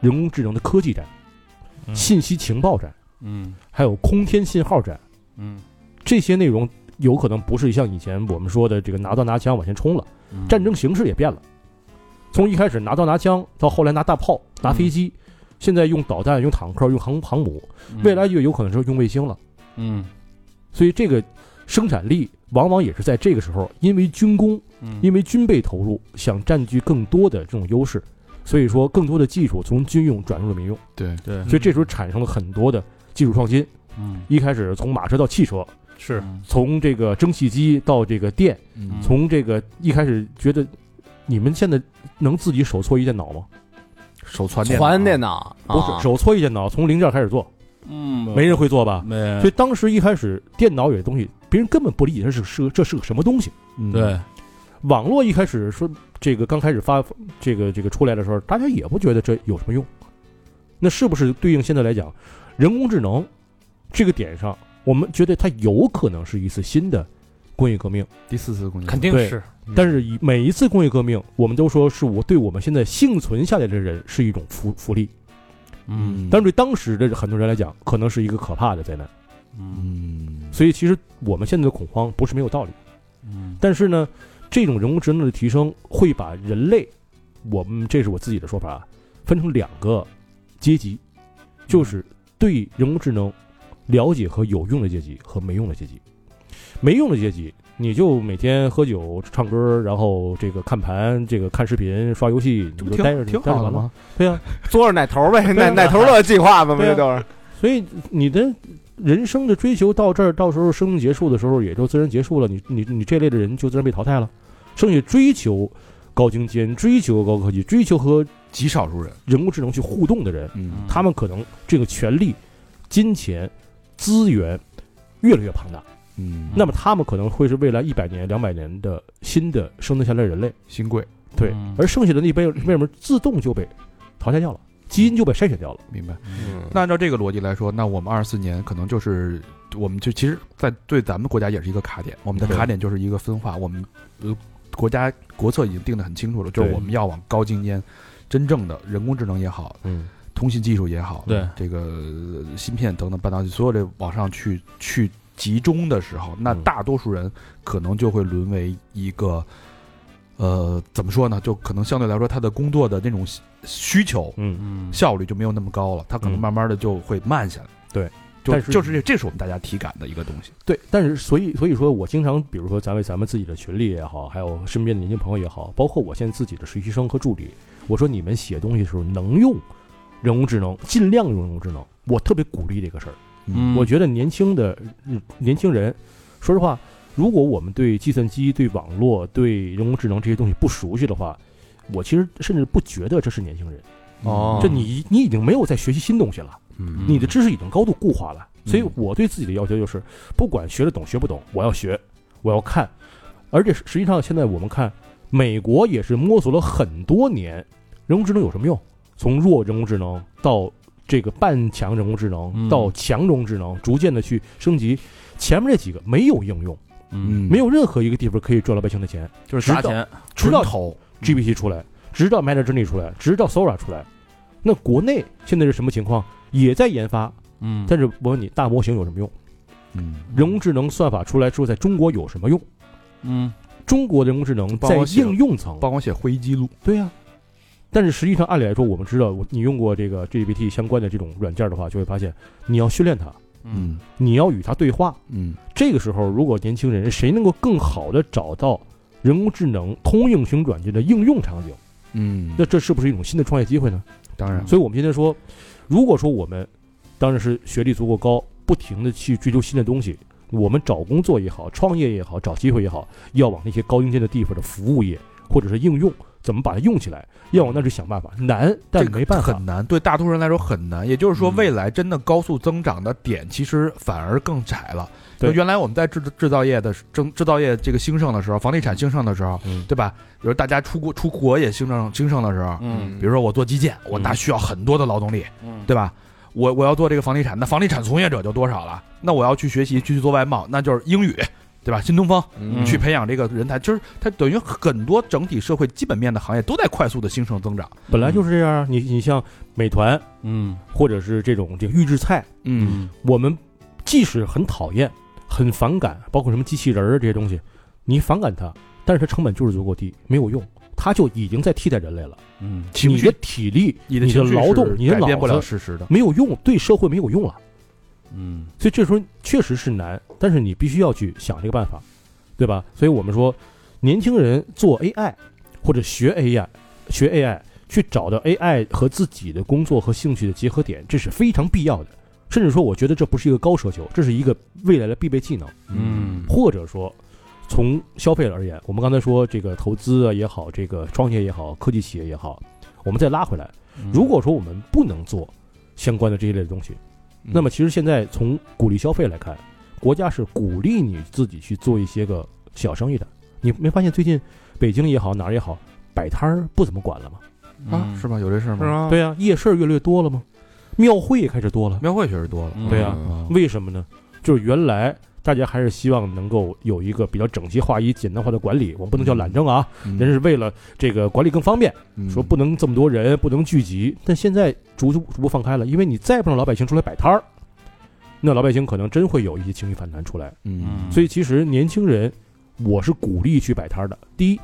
Speaker 5: 人工智能的科技战、
Speaker 4: 嗯
Speaker 5: 信息情报战，
Speaker 3: 嗯
Speaker 5: 还有空天信号战，
Speaker 3: 嗯
Speaker 5: 这些内容有可能不是像以前我们说的这个拿刀拿枪往前冲了，
Speaker 3: 嗯
Speaker 5: 战争形势也变了。从一开始拿刀拿枪，到后来拿大炮、拿飞机，现在用导弹、用坦克、用航航母，未来就有可能是用卫星了。
Speaker 3: 嗯
Speaker 5: 所以这个生产力往往也是在这个时候，因为军工、
Speaker 3: 嗯
Speaker 5: 因为军备投入，想占据更多的这种优势，所以说更多的技术从军用转入了民用，
Speaker 1: 对，
Speaker 3: 对
Speaker 5: 所以这时候产生了很多的技术创新。
Speaker 3: 嗯
Speaker 5: 一开始从马车到汽车，
Speaker 4: 是
Speaker 5: 从这个蒸汽机到这个电，
Speaker 1: 嗯
Speaker 5: 从这个一开始觉得你们现在能自己手搓一电脑吗？
Speaker 1: 手传电
Speaker 2: [laughs] 传电
Speaker 1: 脑，
Speaker 2: 脑
Speaker 5: 嗯
Speaker 2: 啊
Speaker 5: 不是，手搓一电脑，从零件开始做，
Speaker 3: 啊嗯
Speaker 5: 没人会做吧？
Speaker 3: 没
Speaker 5: 所以当时一开始电脑有些东西，别人根本不理解这是是个这是个什么东西。
Speaker 1: 嗯，
Speaker 3: 对
Speaker 5: 网络一开始说这个刚开始发这个这个出来的时候，大家也不觉得这有什么用。那是不是对应现在来讲，人工智能这个点上，我们觉得它有可能是一次新的工业革命？
Speaker 1: 第四次攻击
Speaker 4: 肯定
Speaker 5: 对
Speaker 4: 是
Speaker 3: 嗯
Speaker 5: 但是以每一次工业革命，我们都说是我对我们现在幸存下来的人是一种福福利，
Speaker 3: 嗯
Speaker 5: 但是对当时的很多人来讲，可能是一个可怕的灾难。
Speaker 3: 嗯
Speaker 1: 嗯，
Speaker 5: 所以其实我们现在的恐慌不是没有道理，
Speaker 3: 嗯
Speaker 5: 但是呢，这种人工智能的提升会把人类，我们这是我自己的说法，啊，分成两个阶级，
Speaker 1: 嗯
Speaker 5: 就是对人工智能了解和有用的阶级和没用的阶级。没用的阶级，你就每天喝酒、唱歌，然后这个看盘、这个看视频、刷游戏，你就待着，
Speaker 1: 挺
Speaker 5: 待着
Speaker 1: 好的
Speaker 5: 完了
Speaker 1: 吗？
Speaker 5: 对呀、
Speaker 2: 嘬着奶头呗，奶奶头乐计划嘛，不就
Speaker 5: 啊
Speaker 2: 都是？
Speaker 5: 所以你的人生的追求到这儿，到时候生命结束的时候也就自然结束了，你你你这类的人就自然被淘汰了。剩下追求高精尖、追求高科技、追求和
Speaker 1: 极少数人，
Speaker 5: 人工智能去互动的人，
Speaker 1: 嗯
Speaker 5: 他们可能这个权力、金钱、资源越来越庞大，
Speaker 1: 嗯，
Speaker 5: 那么他们可能会是未来一百年、两百年的新的生存下来的人类。
Speaker 1: 新贵
Speaker 5: 对，
Speaker 3: 嗯
Speaker 5: 而剩下的那辈为什么自动就被淘汰掉了？基因就被筛选掉了。
Speaker 1: 明白。
Speaker 2: 嗯
Speaker 1: 那按照这个逻辑来说，那我们二四年可能就是，我们就其实，在对咱们国家也是一个卡点，我们的
Speaker 5: 对
Speaker 1: 卡点就是一个分化，我们呃国家国策已经定得很清楚了，就是
Speaker 5: 对
Speaker 1: 我们要往高精尖、真正的人工智能也好，
Speaker 5: 嗯，
Speaker 1: 通信技术也好，
Speaker 3: 对
Speaker 1: 这个呃芯片等等半导体，所有这往上去去集中的时候，那
Speaker 5: 嗯
Speaker 1: 大多数人可能就会沦为一个，呃，怎么说呢？就可能相对来说，他的工作的那种需需求
Speaker 5: 嗯，
Speaker 3: 嗯
Speaker 1: 效率就没有那么高了，他可能
Speaker 5: 嗯
Speaker 1: 慢慢的就会慢下来。
Speaker 5: 对，
Speaker 1: 就
Speaker 5: 但是
Speaker 1: 就是这，这是我们大家体感的一个东西。
Speaker 5: 对，但是所以所以说我经常，比如说咱为咱们自己的群里也好，还有身边的年轻朋友也好，包括我现在自己的实习生和助理，我说你们写东西的时候能用人工智能，尽量用人工智能，我特别鼓励这个事儿。
Speaker 3: 嗯
Speaker 5: 我觉得年轻的嗯年轻人，说实话，如果我们对计算机、对网络、对人工智能这些东西不熟悉的话，我其实甚至不觉得这是年轻人，
Speaker 2: 哦
Speaker 5: 这你你已经没有在学习新东西了。
Speaker 3: 嗯
Speaker 5: 你的知识已经高度固化了。所以我对自己的要求就是，不管学得懂学不懂，我要学，我要看。而且实际上，现在我们看，美国也是摸索了很多年，人工智能有什么用？从弱人工智能到这个半强人工智能，
Speaker 3: 嗯
Speaker 5: 到强人工智能，逐渐的去升级。前面这几个没有应用，
Speaker 3: 嗯
Speaker 5: 没有任何一个地方可以赚到百姓的钱，
Speaker 3: 就是砸钱
Speaker 5: 直
Speaker 1: 纯
Speaker 5: 到
Speaker 1: 投，
Speaker 5: GPT 出来，直到 Meta Journey 出来，直到 Sora 出来，那国内现在是什么情况？也在研发
Speaker 3: 嗯，
Speaker 5: 但是我问你，大模型有什么用？
Speaker 1: 嗯，
Speaker 5: 人工智能算法出来之后，在中国有什么用？
Speaker 3: 嗯
Speaker 5: 中国的人工智能
Speaker 3: 帮
Speaker 5: 在
Speaker 3: 我写
Speaker 5: 应用层，
Speaker 1: 帮我写会议记录，
Speaker 5: 对呀、但是实际上，按理来说，我们知道，我你用过这个 GPT 相关的这种软件的话，就会发现，你要训练它，
Speaker 3: 嗯
Speaker 5: 你要与它对话。
Speaker 1: 嗯
Speaker 5: 这个时候，如果年轻人谁能够更好的找到人工智能通用型软件的应用场景，
Speaker 1: 嗯，
Speaker 5: 那这是不是一种新的创业机会呢？
Speaker 1: 当然，
Speaker 5: 所以我们今天说，如果说我们当然是学历足够高，不停的去追求新的东西，我们找工作也好，创业也好，找机会也好，要往那些高精尖的地方的服务业或者是应用，怎么把它用起来，要往那去想办法，难，但
Speaker 1: 这个
Speaker 5: 没办法
Speaker 1: 很。难，对大多数人来说很难。也就是说，
Speaker 3: 嗯
Speaker 1: 未来真的高速增长的点其实反而更窄了。
Speaker 5: 对
Speaker 1: 原来我们在制制造业的制制造业这个兴盛的时候，房地产兴盛的时候，
Speaker 5: 嗯
Speaker 1: 对吧？比如大家出国出国也兴盛兴盛的时候，
Speaker 3: 嗯
Speaker 1: 比如说我做基建，我
Speaker 5: 嗯
Speaker 1: 那需要很多的劳动力，
Speaker 3: 嗯，
Speaker 1: 对吧？我我要做这个房地产，那房地产从业者就多少了？那我要去学习，去做外贸，那就是英语，对吧？新东方
Speaker 3: 嗯
Speaker 1: 去培养这个人才，就是它等于很多整体社会基本面的行业都在快速的兴盛增长。
Speaker 5: 本来就是这样啊，你你像美团
Speaker 3: 嗯
Speaker 5: 或者是这种这个预制菜，
Speaker 1: 嗯
Speaker 5: 我们即使很讨厌、很反感，包括什么机器人儿这些东西，你反感它，但是它成本就是足够低，没有用，它就已经在替代人类了。
Speaker 3: 嗯
Speaker 1: 情
Speaker 5: 你
Speaker 1: 绪
Speaker 5: 的体力、
Speaker 1: 你
Speaker 5: 你
Speaker 1: 的情绪
Speaker 5: 劳动
Speaker 1: 是、
Speaker 5: 你的
Speaker 1: 改变不了
Speaker 5: 脑子
Speaker 1: 事实的。
Speaker 5: 没有用，对社会没有用了。
Speaker 3: 嗯
Speaker 5: 所以这时候确实是难，但是你必须要去想这个办法，对吧？所以我们说，年轻人做 AI 或者学 AI，学 AI 去找到 AI 和自己的工作和兴趣的结合点，这是非常必要的。甚至说，我觉得这不是一个高奢求，这是一个未来的必备技能。
Speaker 3: 嗯
Speaker 5: 或者说，从消费而言，我们刚才说这个投资啊也好，这个创业也好，科技企业也好，我们再拉回来，如果说我们不能做相关的这一类的东西，
Speaker 1: 嗯
Speaker 5: 那么其实现在从鼓励消费来看，国家是鼓励你自己去做一些个小生意的。你没发现最近北京也好，哪儿也好，摆摊儿不怎么管了吗？
Speaker 1: 啊，是
Speaker 3: 吧？
Speaker 1: 吧？有这事儿
Speaker 2: 是
Speaker 1: 吗？
Speaker 2: 吧？
Speaker 5: 对呀、夜市儿越来越多了吗？庙会也开始多了。
Speaker 1: 庙会确实多了，
Speaker 3: 嗯
Speaker 5: 对呀
Speaker 1: 嗯
Speaker 5: 为什么呢？就是原来大家还是希望能够有一个比较整齐划一、简单化的管理。我们不能叫懒政啊，
Speaker 1: 嗯
Speaker 5: 人是为了这个管理更方便，
Speaker 1: 嗯
Speaker 5: 说不能这么多人，不能聚集。但现在逐逐逐步放开了，因为你再不让老百姓出来摆摊儿，那老百姓可能真会有一些情绪反弹出来。
Speaker 1: 嗯
Speaker 5: 所以其实年轻人，我是鼓励去摆摊儿的。第一，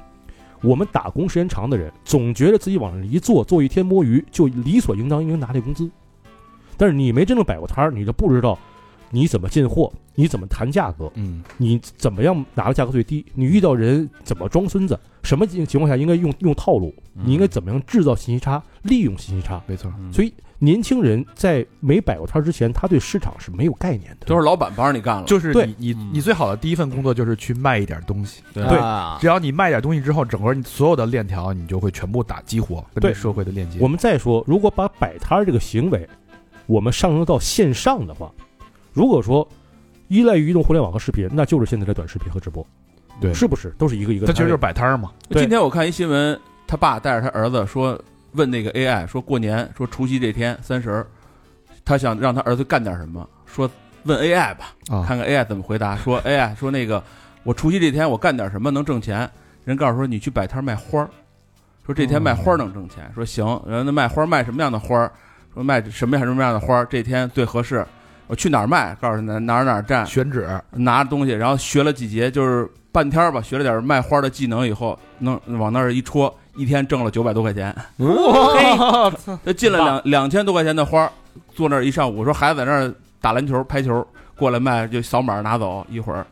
Speaker 5: 我们打工时间长的人，总觉得自己往上一坐，坐一天摸鱼，就理所应当应该拿这工资。但是你没真正摆过摊儿，你就不知道你怎么进货，你怎么谈价格，
Speaker 1: 嗯
Speaker 5: 你怎么样拿的价格最低，你遇到人怎么装孙子，什么情情况下应该用用套路，
Speaker 1: 嗯
Speaker 5: 你应该怎么样制造信息差，利用信息差。
Speaker 1: 没错，
Speaker 3: 嗯
Speaker 5: 所以年轻人在没摆过摊儿之前，他对市场是没有概念的。
Speaker 3: 都是老板帮着你干了，
Speaker 1: 就是
Speaker 5: 对
Speaker 1: 你你
Speaker 3: 嗯
Speaker 1: 你最好的第一份工作就是去卖一点东西，
Speaker 5: 对
Speaker 2: 啊
Speaker 1: 只要你卖点东西之后，整个你所有的链条你就会全部打激活，跟这
Speaker 5: 对
Speaker 1: 社会的链接。
Speaker 5: 我们再说，如果把摆摊儿这个行为，我们上升到线上的话，如果说依赖于移动互联网和视频，那就是现在的短视频和直播，
Speaker 1: 对
Speaker 5: 是不是都是一个一个
Speaker 1: 它
Speaker 5: 摊
Speaker 1: 其实
Speaker 5: 位？
Speaker 1: 就是摆摊儿嘛，
Speaker 5: 对
Speaker 3: 今天我看一新闻，他爸带着他儿子说，问那个 AI 说过年说除夕这天三十儿，他想让他儿子干点什么，说问 AI 吧，
Speaker 1: 啊
Speaker 3: 看看 AI 怎么回答。说 AI 说那个我除夕这天我干点什么能挣钱？人告诉说你去摆摊卖花儿，说这天卖花儿能挣钱。说行，然后那卖花儿卖什么样的花儿？说卖什么样什么样的花儿？这天最合适。我去哪儿卖？告诉他哪儿哪儿站，
Speaker 1: 选址，
Speaker 3: 拿着东西，然后学了几节，就是半天儿吧，学了点卖花的技能以后，能往那儿一戳，一天挣了九百多块钱。
Speaker 2: 哇，
Speaker 3: 就进了两两千多块钱的花儿，坐那儿一上午，说孩子在那儿打篮球、拍球，过来卖就扫码拿走，一会儿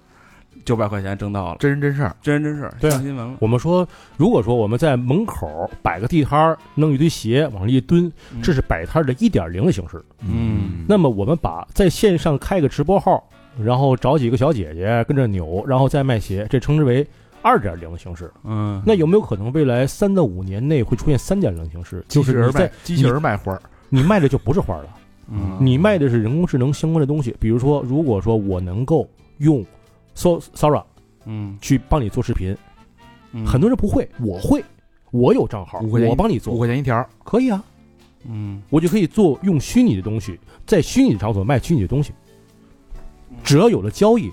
Speaker 3: 九百块钱挣到了，
Speaker 1: 真人真事儿，
Speaker 3: 真人真事儿，
Speaker 5: 对啊
Speaker 3: 上新闻了。
Speaker 5: 我们说，如果说我们在门口摆个地摊儿，弄一堆鞋往上一蹲，
Speaker 1: 嗯
Speaker 5: 这是摆摊儿的一点零的形式。
Speaker 3: 嗯
Speaker 5: 那么我们把在线上开个直播号，然后找几个小姐姐跟着扭，然后再卖鞋，这称之为二点零的形式。
Speaker 3: 嗯，
Speaker 5: 那有没有可能未来三到五年内会出现三点零形式？就
Speaker 1: 机器
Speaker 5: 是
Speaker 1: 人
Speaker 5: 你在
Speaker 1: 卖机器人卖花儿，
Speaker 5: 你卖的就不是花了，
Speaker 3: 嗯
Speaker 5: 你卖的是人工智能相关的东西。比如说，如果说我能够用 So Sora
Speaker 3: 嗯
Speaker 5: 去帮你做视频，
Speaker 3: 嗯
Speaker 5: 很多人不会，我会，我有账号，
Speaker 1: 五块钱一
Speaker 5: 我帮你
Speaker 1: 五
Speaker 5: 做，
Speaker 1: 块钱一条儿，
Speaker 5: 可以啊，
Speaker 3: 嗯
Speaker 5: 我就可以做用虚拟的东西，在虚拟的场所卖虚拟的东西。只要有了交易，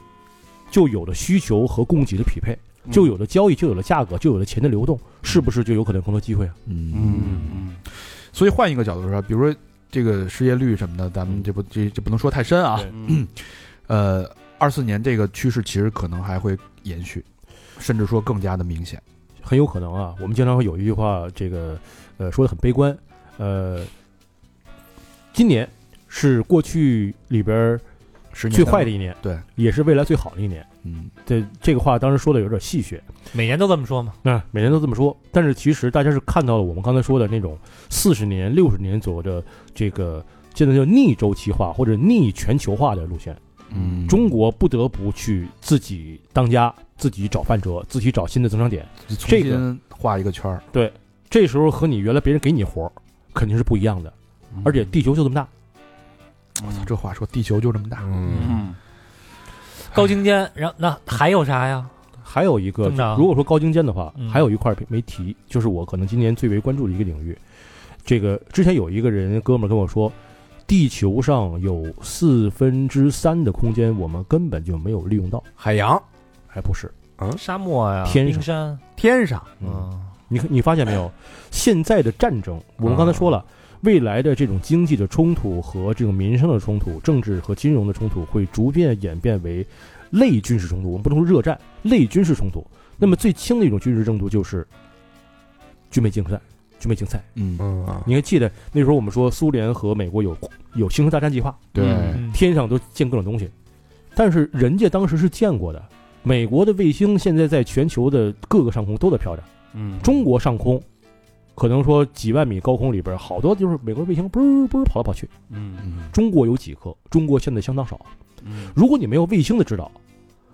Speaker 5: 就有了需求和供给的匹配，
Speaker 3: 嗯
Speaker 5: 就有了交易，就有了价格，就有了钱的流动，是不是就有可能更多机会啊？
Speaker 1: 嗯
Speaker 3: 嗯嗯
Speaker 1: 所以换一个角度说，比如说这个失业率什么的，咱们这不这这不能说太深啊
Speaker 5: 对。
Speaker 3: 嗯
Speaker 1: 呃，二四年这个趋势其实可能还会延续，甚至说更加的明显。
Speaker 5: [clears throat] 很有可能啊。我们经常会有一句话，这个呃说的很悲观，呃，今年是过去里边儿
Speaker 1: 十年
Speaker 5: 最
Speaker 1: 当
Speaker 5: 坏的
Speaker 1: 中
Speaker 5: 一年，
Speaker 1: 对，
Speaker 5: 也是未来最好的一年。
Speaker 1: 嗯，
Speaker 5: 这这个话当时说的有点戏谑，
Speaker 4: 每年都这么说嘛。
Speaker 5: 那、每年都这么说，但是其实大家是看到了我们刚才说的那种四十年、六十年左右的这个，现在叫逆周期化或者逆全球化的路线。
Speaker 1: 嗯
Speaker 5: 中国不得不去自己当家，自己找饭辙，自己找新的增长点。
Speaker 1: 重
Speaker 5: 这个
Speaker 1: 新画一个圈儿，
Speaker 5: 这时候和你原来别人给你活儿肯定是不一样的，而且地球就这么大，嗯
Speaker 3: 我操
Speaker 1: 这话说地球就这么大，
Speaker 2: 嗯，
Speaker 3: 嗯
Speaker 4: [laughs] 高精尖，然后那还有啥呀？
Speaker 5: 还有一个
Speaker 4: 增长，
Speaker 5: 如果说高精尖的话，
Speaker 4: 嗯
Speaker 5: 还有一块没提，就是我可能今年最为关注的一个领域。这个之前有一个人哥们儿跟我说，地球上有四分之三的空间我们根本就没有利用到，
Speaker 2: 海洋、
Speaker 5: 还不是？
Speaker 4: 沙漠呀，
Speaker 5: 天上
Speaker 4: 冰山，
Speaker 2: 天上，
Speaker 5: 嗯，
Speaker 4: 嗯，
Speaker 5: 你你发现没有？现在的战争，我们刚才说了，未来的这种经济的冲突和这种民生的冲突、政治和金融的冲突，会逐渐演变为类军事冲突。我们不能说热战，类军事冲突。那么最轻的一种军事冲突就是军备竞赛，军备竞赛。
Speaker 1: 嗯，
Speaker 2: 嗯啊，
Speaker 5: 你还记得那时候我们说苏联和美国有有星球大战计划，
Speaker 1: 对，
Speaker 3: 嗯
Speaker 4: 嗯
Speaker 5: 天上都建各种东西，但是人家当时是见过的。美国的卫星现在在全球的各个上空都在飘着。
Speaker 3: 嗯，
Speaker 5: 中国上空，可能说几万米高空里边，好多就是美国卫星嘣儿嘣儿跑来跑去。
Speaker 3: 嗯
Speaker 1: 嗯
Speaker 5: 中国有几颗？中国现在相当少。
Speaker 3: 嗯
Speaker 5: 如果你没有卫星的指导，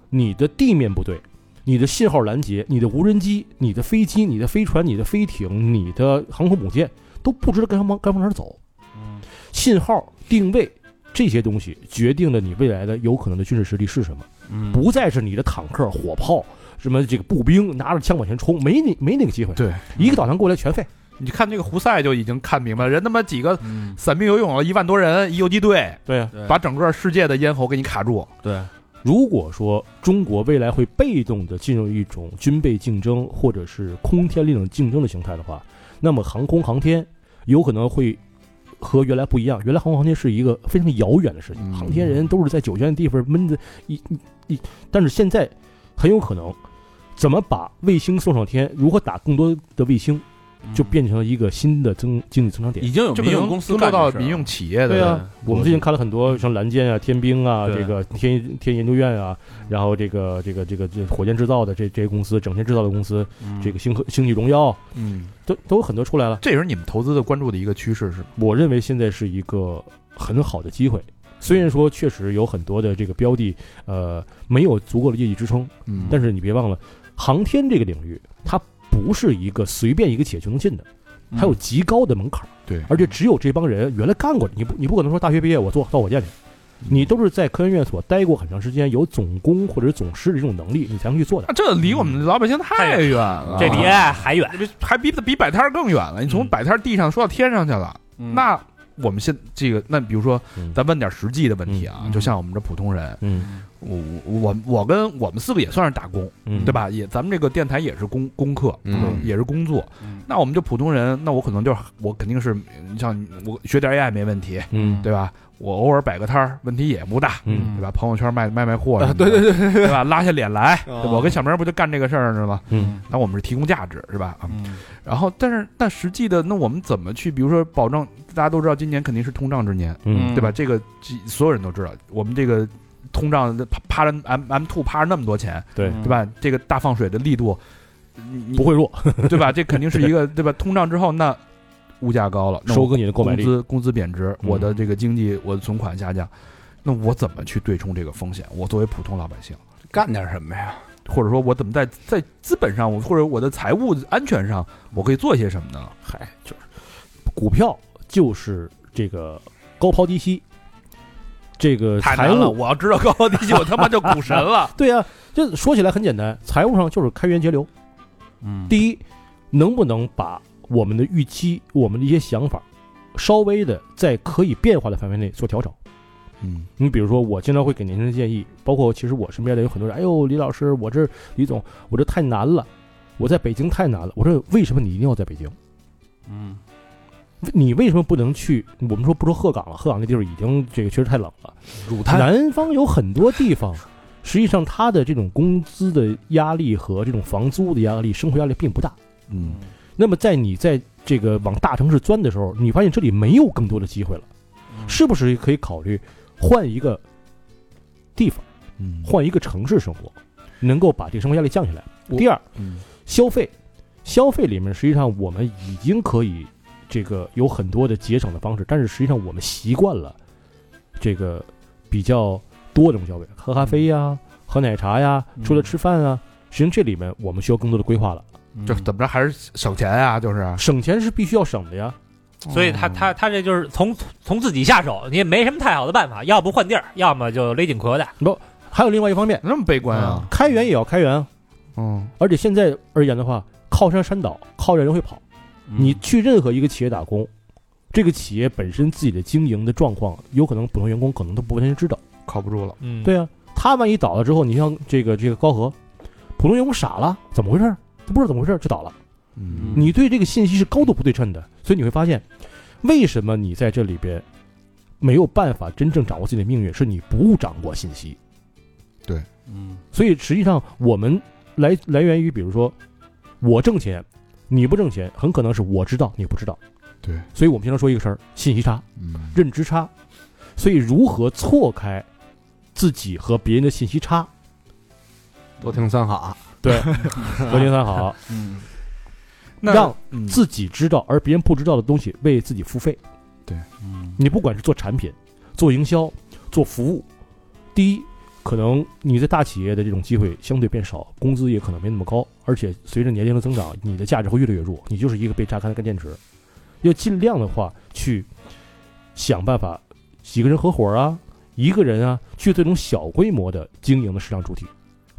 Speaker 5: 你的地面部队、你的信号拦截、你的无人机、你的飞机、你的飞船、你的飞艇、你的航空母舰都不知道该往该往哪儿走。
Speaker 3: 嗯
Speaker 5: 信号定位这些东西决定了你未来的有可能的军事实力是什么。
Speaker 3: 嗯
Speaker 5: 不再是你的坦克、火炮什么这个步兵拿着枪往前冲，没那没那个机会。
Speaker 1: 对，
Speaker 5: 一个导弹过来全废。
Speaker 1: 你看这个胡塞就已经看明白了，人他妈几个
Speaker 3: 嗯
Speaker 1: 散兵游泳了一万多人，一游击队
Speaker 5: 对呀、
Speaker 3: 对
Speaker 1: 把整个世界的咽喉给你卡住，
Speaker 3: 对
Speaker 5: 如果说中国未来会被动的进入一种军备竞争或者是空天力量竞争的形态的话，那么航空航天有可能会和原来不一样。原来航空航天是一个非常遥远的事情，
Speaker 1: 嗯
Speaker 5: 航天人都是在久远的地方闷着一一一，但是现在很有可能。怎么把卫星送上天？如何打更多的卫星，就变成了一个新的增经济增长点
Speaker 3: 已。经有
Speaker 1: 这
Speaker 3: 民
Speaker 1: 个
Speaker 3: 用
Speaker 1: 能
Speaker 3: 公司
Speaker 1: 落
Speaker 3: 干
Speaker 1: 到
Speaker 3: 这事儿
Speaker 1: 民用企业
Speaker 5: 对
Speaker 1: 的
Speaker 5: 啊，我们最近看了很多像蓝箭啊、天兵啊、
Speaker 3: 对嗯
Speaker 5: 这个天天研究院啊，然后这个这个这个这火箭制造的这这些公司，整天制造的公司，
Speaker 3: 嗯
Speaker 5: 这个星河星际荣耀
Speaker 1: 嗯，
Speaker 5: 都都有很多出来了。
Speaker 1: 这也是你们投资的关注的一个趋势，是吗？
Speaker 5: 我认为现在是一个很好的机会，虽然说确实有很多的这个标的，呃，没有足够的业绩支撑，
Speaker 1: 嗯
Speaker 5: 但是你别忘了，航天这个领域它不是一个随便一个企业就能进的，
Speaker 3: 嗯
Speaker 5: 它有极高的门槛。
Speaker 1: 对，
Speaker 5: 而且只有这帮人原来干过，你不你不可能说大学毕业我做造火箭去，你都是在科研院所待过很长时间，有总工或者总师的这种能力，你才能去做的。
Speaker 1: 啊这离我们老百姓太远了，
Speaker 4: 这离爱还远。
Speaker 1: 还比比摆摊儿更远了，你从
Speaker 5: 嗯
Speaker 1: 摆摊儿地上说到天上去了，
Speaker 3: 嗯
Speaker 1: 那。我们现这个，那比如说，
Speaker 5: 嗯
Speaker 1: 咱问点实际的问题啊，
Speaker 3: 嗯嗯
Speaker 1: 就像我们这普通人，
Speaker 5: 嗯
Speaker 1: 我我我我跟我们四个也算是打工，
Speaker 5: 嗯
Speaker 1: 对？吧？也咱们这个电台也是工功课，
Speaker 2: 嗯
Speaker 1: 也是工作。
Speaker 3: 嗯
Speaker 1: 那我们就普通人，那我可能就是我肯定是，你像我学点 AI 没问题，
Speaker 5: 嗯
Speaker 1: 对吧？我偶尔摆个摊儿，问题也不大，
Speaker 5: 嗯
Speaker 1: 对吧？朋友圈卖卖卖货什
Speaker 2: 啊
Speaker 1: 么的，
Speaker 2: 对对对，
Speaker 1: 对吧？拉下脸来，
Speaker 2: 啊
Speaker 1: 对吧我跟小明不就干这个事儿呢吗？
Speaker 5: 嗯
Speaker 1: 那我们是提供价值，是吧？啊
Speaker 3: 嗯
Speaker 1: 然后，但是那实际的，那我们怎么去，比如说保证？大家都知道今年肯定是通胀之年，
Speaker 5: 嗯
Speaker 1: 对吧？这个这所有人都知道，我们这个通胀趴趴着 M M two 趴着那么多钱，
Speaker 5: 对，
Speaker 1: 对？
Speaker 2: 嗯
Speaker 1: 吧？这个大放水的力度，你你
Speaker 5: 不会弱， [laughs]
Speaker 1: 对吧？这肯定是一个对吧？通胀之后，那物价高了，那我
Speaker 5: 收割你的购买
Speaker 1: 工
Speaker 5: 力。
Speaker 1: 资工资贬值，
Speaker 5: 嗯
Speaker 1: 我的这个经济，我的存款下降，那我怎么去对冲这个风险？我作为普通老百姓，
Speaker 2: 干点什么呀？
Speaker 1: 或者说，我怎么在在资本上，我或者我的财务安全上，我可以做些什么呢？
Speaker 5: 嗨，就是股票就是这个高抛低吸，这个
Speaker 1: 太
Speaker 5: 财
Speaker 1: 难了！
Speaker 5: 务
Speaker 1: 我要知道高抛低吸，我他妈就 [laughs] 股神
Speaker 5: [laughs]
Speaker 1: 了。
Speaker 5: 对呀、这说起来很简单，财务上就是开源节流。
Speaker 3: 嗯
Speaker 5: 第一，能不能把我们的预期、我们的一些想法，稍微的在可以变化的范围内做调整。
Speaker 1: 嗯
Speaker 5: 你比如说，我经常会给年轻人建议，包括其实我身边的有很多人，哎呦，李老师，我这李总，我这太难了，我在北京太难了。我说，为什么你一定要在北京？
Speaker 3: 嗯
Speaker 5: 你为什么不能去？我们说不说鹤岗了，鹤岗那地儿已经这个确实太冷了。
Speaker 2: 乳炭
Speaker 5: 南方有很多地方，实际上它的这种工资的压力和这种房租的压力、生活压力并不大。
Speaker 1: 嗯，
Speaker 5: 那么在你在这个往大城市钻的时候，你发现这里没有更多的机会了，
Speaker 1: 嗯
Speaker 5: 是不是可以考虑换一个地方，
Speaker 1: 嗯
Speaker 5: 换一个城市生活，能够把这个生活压力降下来？
Speaker 1: 我
Speaker 5: 第二，
Speaker 1: 嗯
Speaker 5: 消费，消费里面实际上我们已经可以这个有很多的节省的方式，但是实际上我们习惯了这个比较多的这种消费，喝咖啡呀、
Speaker 1: 嗯
Speaker 5: 喝奶茶呀、出来吃饭啊，实际上这里面我们需要更多的规划了。
Speaker 2: 就是怎么着还是省钱啊，
Speaker 5: [laughs]
Speaker 2: 就是
Speaker 5: 省钱是必须要省的呀，
Speaker 4: 所以他他他这就是从从自己下手，你也没什么太好的办法，要不换地儿，要么就勒紧裤带。
Speaker 5: 还有另外一方面，
Speaker 2: 那么悲观啊，
Speaker 5: 开源也要开源啊，
Speaker 2: 嗯，
Speaker 5: 而且现在而言的话，靠山山倒，靠人人会跑。你去任何一个企业打工，这个企业本身自己的经营的状况，有可能普通员工可能都不完全知道。
Speaker 2: 靠不住了，
Speaker 4: 嗯， [laughs]
Speaker 5: 对啊，他万一倒了之后，你像这个这个高和，普通员工傻了，怎么回事儿？他不知道怎么回事儿就倒了。
Speaker 1: 嗯
Speaker 5: 你对这个信息是高度不对称的，所以你会发现，为什么你在这里边没有办法真正掌握自己的命运，是你不掌握信息。
Speaker 3: 嗯
Speaker 5: 所以实际上我们来来源于，比如说我挣钱，你不挣钱，很可能是我知道你不知道。
Speaker 1: 对，
Speaker 5: 所以我们经常说一个事儿：信息差、
Speaker 1: 嗯
Speaker 5: 认知差。所以如何错开自己和别人的信息差？
Speaker 2: 多听三好啊，
Speaker 1: [laughs]
Speaker 5: 何金三好，
Speaker 1: 嗯，
Speaker 5: 让
Speaker 1: 嗯
Speaker 5: 自己知道而别人不知道的东西为自己付费。
Speaker 3: 嗯
Speaker 5: 你不管是做产品、做营销、做服务，第一，可能你在大企业的这种机会相对变少，工资也可能没那么高，而且随着年龄的增长，你的价值会越来越弱，你就是一个被榨干的干电池。要尽量的话，去想办法几个人合伙啊，一个人啊，去这种小规模的经营的市场主体，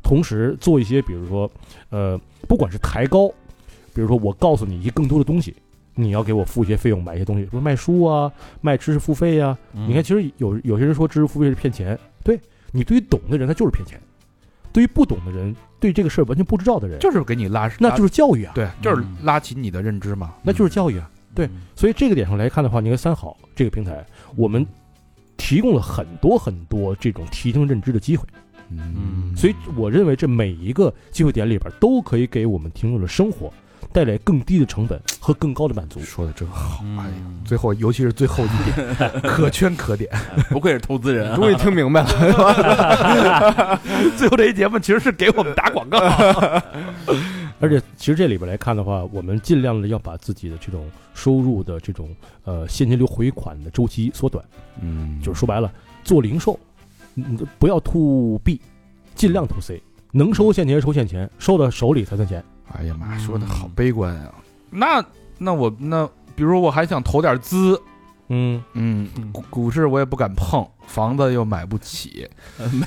Speaker 5: 同时做一些，比如说，呃，不管是抬高，比如说我告诉你一些更多的东西，你要给我付一些费用，买一些东西，比如卖书啊，卖知识付费呀、
Speaker 3: 嗯
Speaker 5: 你看，其实有有些人说知识付费是骗钱，对你对于懂的人他就是骗钱，对于不懂的人，对这个事儿完全不知道的人，
Speaker 1: 就是给你拉，
Speaker 5: 那就是教育啊，
Speaker 1: 对，嗯就是拉起你的认知嘛。
Speaker 5: 那就是教育啊。对所以这个点上来看的话，你看三好这个平台，我们提供了很多很多这种提升认知的机会，
Speaker 1: 嗯
Speaker 5: 所以我认为这每一个机会点里边都可以给我们听众的生活带来更低的成本和更高的满足。
Speaker 1: 说的真好，
Speaker 3: 哎
Speaker 1: 哎
Speaker 3: 呀
Speaker 1: 呀，最后尤其是最后一点，可圈可点。
Speaker 3: [laughs] 不愧是投
Speaker 1: [laughs]
Speaker 3: 资人啊， [laughs]
Speaker 2: 终于听明白了，
Speaker 1: 最后这一节目其实是给我们打广
Speaker 4: [laughs]
Speaker 1: 告。
Speaker 5: 而且其实这里边来看的话，我们尽量的要把自己的这种收入的这种呃现金流回款的周期缩短，
Speaker 1: 嗯
Speaker 5: 就是说白了，做零售，嗯不要 to B，尽量 to C，能收现钱收现钱，收到手里才算钱。
Speaker 1: 哎呀妈，说的好悲观啊！那那我那比如我还想投点资，
Speaker 5: 嗯，
Speaker 1: 嗯
Speaker 2: 嗯
Speaker 1: 股股市我也不敢碰，房子又买不起。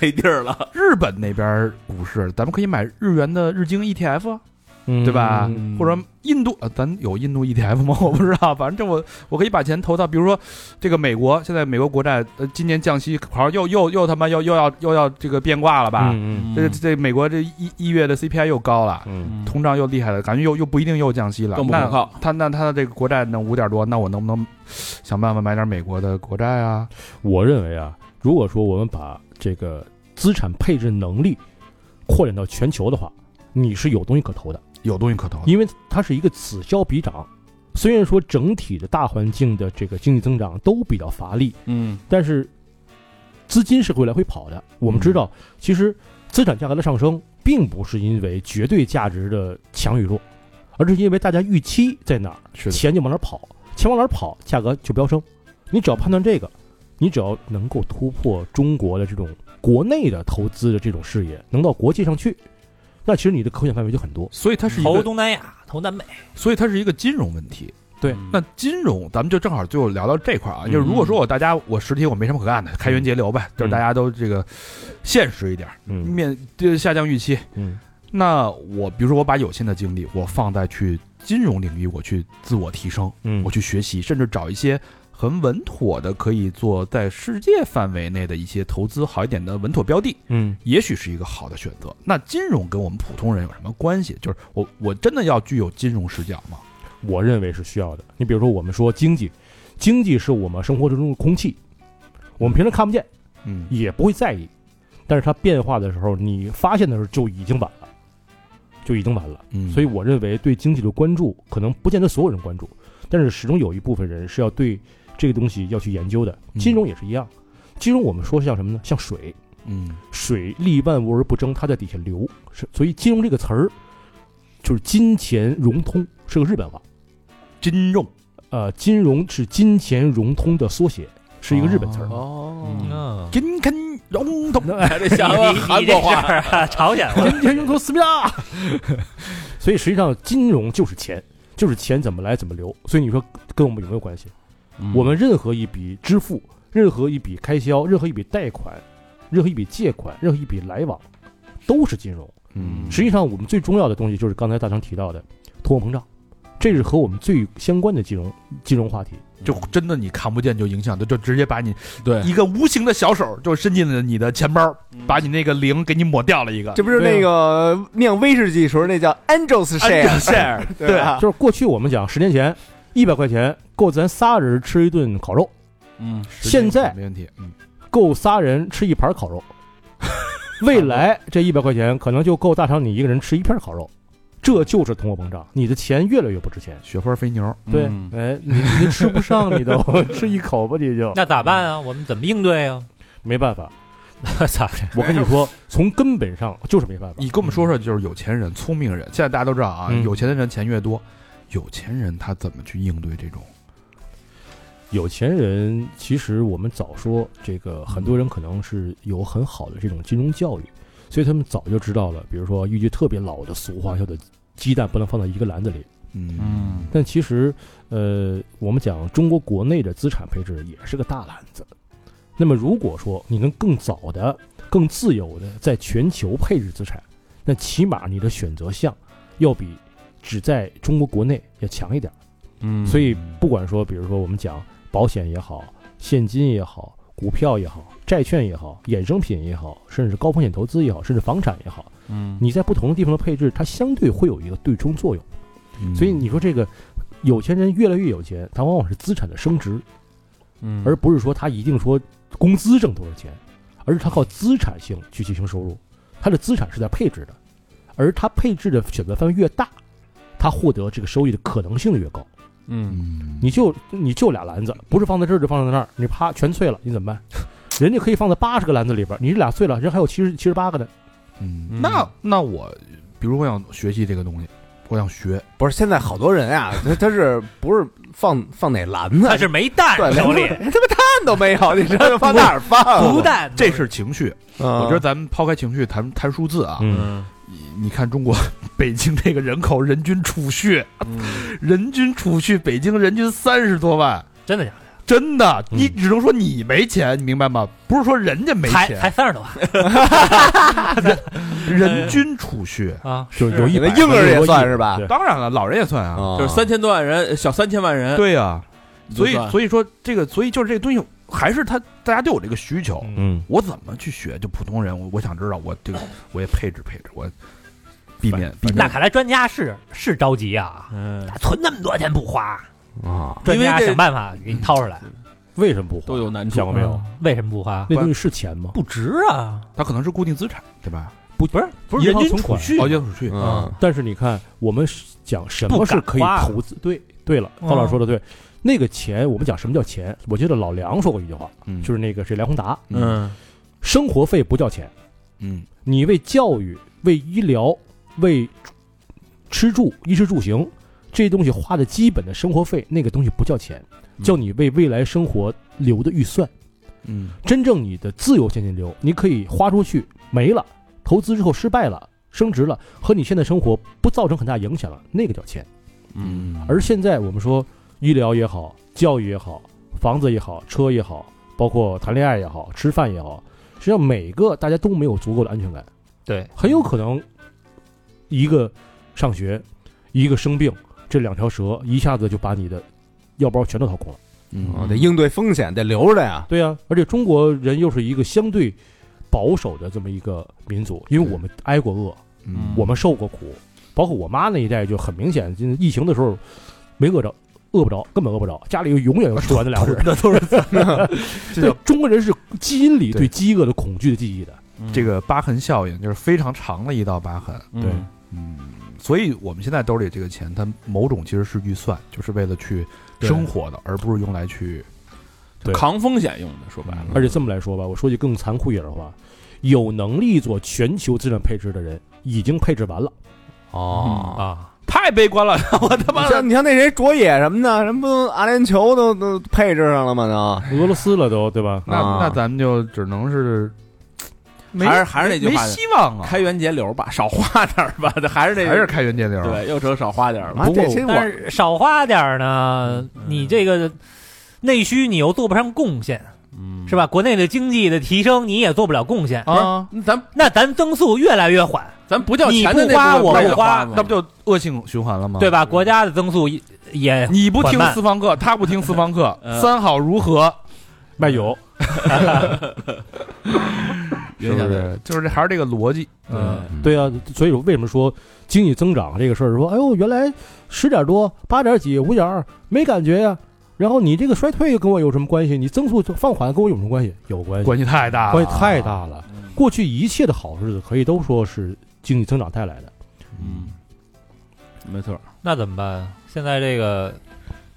Speaker 3: 没地儿了，
Speaker 1: 日本那边股市，咱们可以买日元的日经 ETF，啊对吧？
Speaker 5: 嗯
Speaker 1: 或者印度，呃咱有印度 ETF 吗？ [laughs] 我不知道，反正这我我可以把钱投到，比如说这个美国，现在美国国债，呃，今年降息，好像又又又他妈又又要又要这个变卦了吧？
Speaker 5: 嗯
Speaker 1: 这这美国这一一月的 CPI 又高了。
Speaker 5: 嗯
Speaker 3: 嗯
Speaker 1: 通胀又厉害了，感觉又又不一定又降息了，
Speaker 3: 更不
Speaker 1: 那
Speaker 3: 可靠
Speaker 1: 他那他的这个国债呢五点多，那我能不能想办法买点美国的国债啊？
Speaker 5: 我认为啊，如果说我们把这个资产配置能力扩展到全球的话，你是有东西可投的，
Speaker 1: 有东西可投。
Speaker 5: 因为它是一个此消彼长。虽然说整体的大环境的这个经济增长都比较乏力，
Speaker 3: 嗯
Speaker 5: 但是资金是会来回跑的。我们知道，其实资产价格的上升，并不是因为绝对价值的强与弱，而是因为大家预期在哪儿，
Speaker 1: 是的
Speaker 5: 钱就往哪儿跑，钱往哪儿跑，价格就飙升。你只要判断这个，你只要能够突破中国的这种国内的投资的这种视野，能到国际上去，那其实你的可选范围就很多。
Speaker 1: 所以它是一
Speaker 4: 投
Speaker 1: 个，
Speaker 4: 东南亚，投南美，
Speaker 1: 所以它是一个金融问题。
Speaker 5: 对
Speaker 3: 嗯
Speaker 1: 那金融，咱们就正好最后聊到这块儿啊，就是如果说我大家我实体我没什么可干的，开源节流呗，就是大家都这个现实一点，
Speaker 5: 嗯
Speaker 1: 面这下降预期。
Speaker 5: 嗯
Speaker 1: 那我比如说我把有限的精力，我放在去金融领域，我去自我提升，
Speaker 5: 嗯
Speaker 1: 我去学习，甚至找一些很稳妥的，可以做在世界范围内的一些投资好一点的稳妥标的，
Speaker 5: 嗯
Speaker 1: 也许是一个好的选择。那金融跟我们普通人有什么关系？就是我我真的要具有金融视角吗？
Speaker 5: 我认为是需要的。你比如说，我们说经济，经济是我们生活之中的空气，我们平常看不见，
Speaker 1: 嗯，
Speaker 5: 也不会在意，但是它变化的时候，你发现的时候就已经晚了，就已经晚了。
Speaker 1: 嗯
Speaker 5: 所以我认为对经济的关注，可能不见得所有人关注，但是始终有一部分人是要对这个东西要去研究的。
Speaker 1: 嗯
Speaker 5: 金融也是一样，金融我们说像什么呢？像水，
Speaker 1: 嗯
Speaker 5: 水利万物而不争，它在底下流。是，所以金融这个词儿就是金钱融通，是个日本话。
Speaker 1: 金融，
Speaker 5: 呃，金融是金钱融通的缩写，是一个日本词儿。
Speaker 2: 哦
Speaker 4: 嗯，哎
Speaker 1: 金肯融通，嗯
Speaker 3: 这像个韩
Speaker 4: 你
Speaker 3: 国
Speaker 4: 这事
Speaker 3: 话，
Speaker 4: 儿啊，朝鲜
Speaker 1: [laughs]
Speaker 4: 话，
Speaker 5: 金钱融通思密达。 [laughs] 所以实际上，金融就是钱，就是钱怎么来怎么流。所以你说跟我们有没有关系？我们任何一笔支付、任何一笔开销、任何一笔贷款、任何一笔借款、任何一笔来往，都是金融。
Speaker 1: 嗯
Speaker 5: 实际上，我们最重要的东西就是刚才大成提到的通货膨胀，这是和我们最相关的金融金融话题。
Speaker 1: 就真的你看不见就影响，就就直接把你
Speaker 3: 对
Speaker 1: 一个无形的小手就伸进了你的钱包，
Speaker 5: 嗯
Speaker 1: 把你那个零给你抹掉了一个。
Speaker 2: 这不是那个酿威士忌时候那叫 Angels Share，啊
Speaker 1: share，对
Speaker 2: [laughs] 吧？
Speaker 5: 就是过去我们讲十年前，一百块钱够咱仨人吃一顿烤肉，
Speaker 3: 嗯
Speaker 5: 现在
Speaker 1: 没问题，嗯，
Speaker 5: 够仨人吃一盘烤肉。未来这一百块钱可能就够大成你一个人吃一片烤肉，这就是通货膨胀，你的钱越来越不值钱。
Speaker 1: 雪花肥牛，
Speaker 5: 对，
Speaker 3: 嗯
Speaker 5: 哎，你你吃不上你都吃一口吧，你就
Speaker 4: 那咋办啊？我们怎么应对啊？
Speaker 5: 没办法。
Speaker 4: [laughs] 咋
Speaker 5: 我跟你说，从根本上就是没办法。
Speaker 1: 你跟我们说说，就是有钱人、聪明人，现在大家都知道啊，
Speaker 5: 嗯
Speaker 1: 有钱的人钱越多，有钱人他怎么去应对这种？
Speaker 5: 有钱人，其实我们早说，这个很多人可能是有很好的这种金融教育，所以他们早就知道了。比如说一句特别老的俗话，叫做“鸡蛋不能放在一个篮子里”。
Speaker 1: 嗯
Speaker 3: 嗯
Speaker 5: 但其实，呃，我们讲中国国内的资产配置也是个大篮子。那么，如果说你能更早的、更自由的在全球配置资产，那起码你的选择项要比只在中国国内要强一点。
Speaker 3: 嗯
Speaker 5: 所以不管说，比如说我们讲保险也好，现金也好，股票也好，债券也好，衍生品也好，甚至高风险投资也好，甚至房产也好，
Speaker 3: 嗯
Speaker 5: 你在不同的地方的配置，它相对会有一个对冲作用。
Speaker 1: 嗯
Speaker 5: 所以你说这个有钱人越来越有钱，他往往是资产的升值，
Speaker 3: 嗯
Speaker 5: 而不是说他一定说工资挣多少钱，而是他靠资产性去进行收入，他的资产是在配置的，而他配置的选择范围越大，他获得这个收益的可能性越高。
Speaker 3: 嗯
Speaker 1: 嗯，
Speaker 5: 你就你就俩篮子，不是放在这儿就放在那儿，你啪全碎了，你怎么办？ [laughs] 人家可以放在八十个篮子里边儿，你这俩碎了，人还有七十七十八个呢。
Speaker 1: 嗯，那那我，比如我想学习这个东西，我想学，
Speaker 5: 嗯
Speaker 2: 不是现在好多人啊，他他是不是放放哪篮子？啊
Speaker 4: 他是没蛋
Speaker 2: [laughs] 对，连
Speaker 4: 手里，
Speaker 2: 连他妈蛋都没有，你知道放哪儿放啊？嗯
Speaker 4: 不蛋，
Speaker 1: 这是情绪。
Speaker 2: 我
Speaker 1: 我觉得咱们抛开情绪谈谈数字啊，
Speaker 5: 嗯，
Speaker 3: 嗯
Speaker 1: 你你看中国 [laughs] 北京这个人口人均储蓄，人均储蓄，北京人均三十多万。
Speaker 4: 真的假的？
Speaker 1: 真的，
Speaker 5: 嗯
Speaker 1: 你只能说你没钱，你明白吗？不是说人家没
Speaker 4: 才
Speaker 1: 钱，
Speaker 4: 才三十多万
Speaker 5: 呃
Speaker 1: 人均储蓄，
Speaker 4: [laughs] 啊！
Speaker 5: 就是有一
Speaker 2: 你的
Speaker 5: 百
Speaker 2: 婴儿也算
Speaker 5: 有
Speaker 2: 是吧
Speaker 5: 对
Speaker 1: 当然了，老人也算啊。
Speaker 3: 就是三千多万人，小三千万人，
Speaker 1: 对呀，所以
Speaker 3: 以
Speaker 1: 所以说这个，所以就是这个东西，还是他大家都有这个需求。
Speaker 5: 嗯，
Speaker 1: 我怎么去学？就普通人，我我想知道，我这个我也配置配置，我避免避
Speaker 4: 那
Speaker 1: 免。
Speaker 4: 看来专家是是着急啊，
Speaker 3: 嗯
Speaker 4: 存那么多钱不花，
Speaker 2: 啊，
Speaker 4: 专
Speaker 3: 因
Speaker 4: 家
Speaker 3: 为这
Speaker 4: 想办法给你掏出来。
Speaker 5: 为什么不花？
Speaker 3: 都有难
Speaker 5: 你
Speaker 3: 处，
Speaker 5: 想过没有？
Speaker 4: 嗯？为什么不花？
Speaker 5: 那东西是钱吗？
Speaker 4: 不值啊！
Speaker 1: 他可能是固定资产，对吧？
Speaker 5: 不不是不
Speaker 4: 人
Speaker 5: 银行
Speaker 4: 均
Speaker 5: 存
Speaker 4: 储
Speaker 5: 款。
Speaker 4: 蓄
Speaker 1: 熬夜储蓄，
Speaker 2: 嗯，
Speaker 5: 但是你看，我们讲什么是可以
Speaker 4: 不敢花
Speaker 5: 投资？对对了，高老师说的对，那个钱我们讲什么叫钱？我记得老梁说过一句话，
Speaker 1: 嗯
Speaker 5: 就是那个谁梁宏达，
Speaker 3: 嗯
Speaker 5: 生活费不叫钱，
Speaker 1: 嗯
Speaker 5: 你为教育、为医疗、为吃住、衣食住行这些东西花的基本的生活费，那个东西不叫钱，
Speaker 1: 嗯
Speaker 5: 叫你为未来生活留的预算。
Speaker 1: 嗯
Speaker 5: 真正你的自由现金流，你可以花出去没了，投资之后失败了。升值了，和你现在生活不造成很大影响了，那个叫钱。
Speaker 3: 嗯，
Speaker 5: 而现在我们说医疗也好，教育也好，房子也好，车也好，包括谈恋爱也好，吃饭也好，实际上每个大家都没有足够的安全感。
Speaker 4: 对，
Speaker 5: 很有可能一个上学，一个生病，这两条蛇一下子就把你的腰包全都掏空了。
Speaker 1: 嗯
Speaker 2: 啊得应对风险，得留着呀。
Speaker 5: 对呀、啊而且中国人又是一个相对保守的这么一个民族，因为我们挨过饿，
Speaker 1: 嗯
Speaker 5: 我们受过苦，包括我妈那一代就很明显，就是疫情的时候。没饿着，饿不着，根本饿不着，家里永远有吃完的粮食。
Speaker 2: 那 [laughs] 都是咱们这
Speaker 5: [laughs] 对
Speaker 2: 叫
Speaker 5: 中国人是基因里
Speaker 2: 对
Speaker 5: 对饥饿的恐惧的记忆的，
Speaker 1: 这个疤痕效应就是非常长的一道疤痕。
Speaker 5: 对
Speaker 3: 嗯嗯
Speaker 1: 嗯，所以我们现在兜里这个钱，它某种其实是预算，就是为了去
Speaker 5: 对
Speaker 1: 生活的，而不是用来去
Speaker 5: 对
Speaker 3: 扛风险用的，说白了，
Speaker 5: 而且这么来说吧，我说句更残酷一点的话，有能力做全球资产配置的人已经配置完了
Speaker 4: 嗯
Speaker 2: 哦。
Speaker 5: 啊。
Speaker 3: 太悲观了，我他妈
Speaker 2: 你
Speaker 3: 的
Speaker 2: 像你像那谁卓野什么的，人不都阿联酋都都配置上了吗？都
Speaker 5: 俄罗斯了都，对吧？
Speaker 1: 那、
Speaker 2: 啊
Speaker 1: 那咱们就只能是，没
Speaker 3: 还是还是那句
Speaker 1: 没
Speaker 3: 话
Speaker 1: 希望啊，
Speaker 3: 开源节流吧，少花点儿吧，这还是这
Speaker 1: 还是开源节流。
Speaker 3: 对，又成少花点儿了。
Speaker 2: 妈
Speaker 5: 不过
Speaker 2: 啊这些我
Speaker 4: 但是少花点儿呢，
Speaker 1: 嗯
Speaker 4: 你这个内需你又做不上贡献，
Speaker 3: 嗯
Speaker 4: 是吧？国内的经济的提升你也做不了贡献，
Speaker 1: 啊，
Speaker 3: 那咱
Speaker 4: 那咱增速越来越缓，
Speaker 3: 咱不叫
Speaker 4: 你
Speaker 3: 钱的
Speaker 4: 不
Speaker 3: 那
Speaker 4: 花我
Speaker 3: 部分那
Speaker 4: 不
Speaker 3: 就
Speaker 4: 花
Speaker 3: 花嘛，
Speaker 1: 那不就恶性循环了吗？哎
Speaker 4: 对吧？国家的增速也也
Speaker 1: 你不听
Speaker 4: 缓慢
Speaker 1: 私房课，他不听私房 [laughs] 课，
Speaker 3: 嗯
Speaker 1: 三好如何？
Speaker 5: 卖油，
Speaker 1: 是不是？就是这还是这个逻辑。
Speaker 3: 嗯
Speaker 1: 嗯，
Speaker 5: 对啊，所以为什么说经济增长这个事儿，说哎呦，原来十点多、八点几、五点二没感觉呀、然后你这个衰退跟我有什么关系？你增速放缓跟我有什么关系？有关系，
Speaker 1: 关系太大了，
Speaker 5: 关系太大了。
Speaker 3: 嗯
Speaker 5: 过去一切的好日子可以都说是经济增长带来的，
Speaker 3: 嗯，没错，
Speaker 4: 那怎么办？现在这个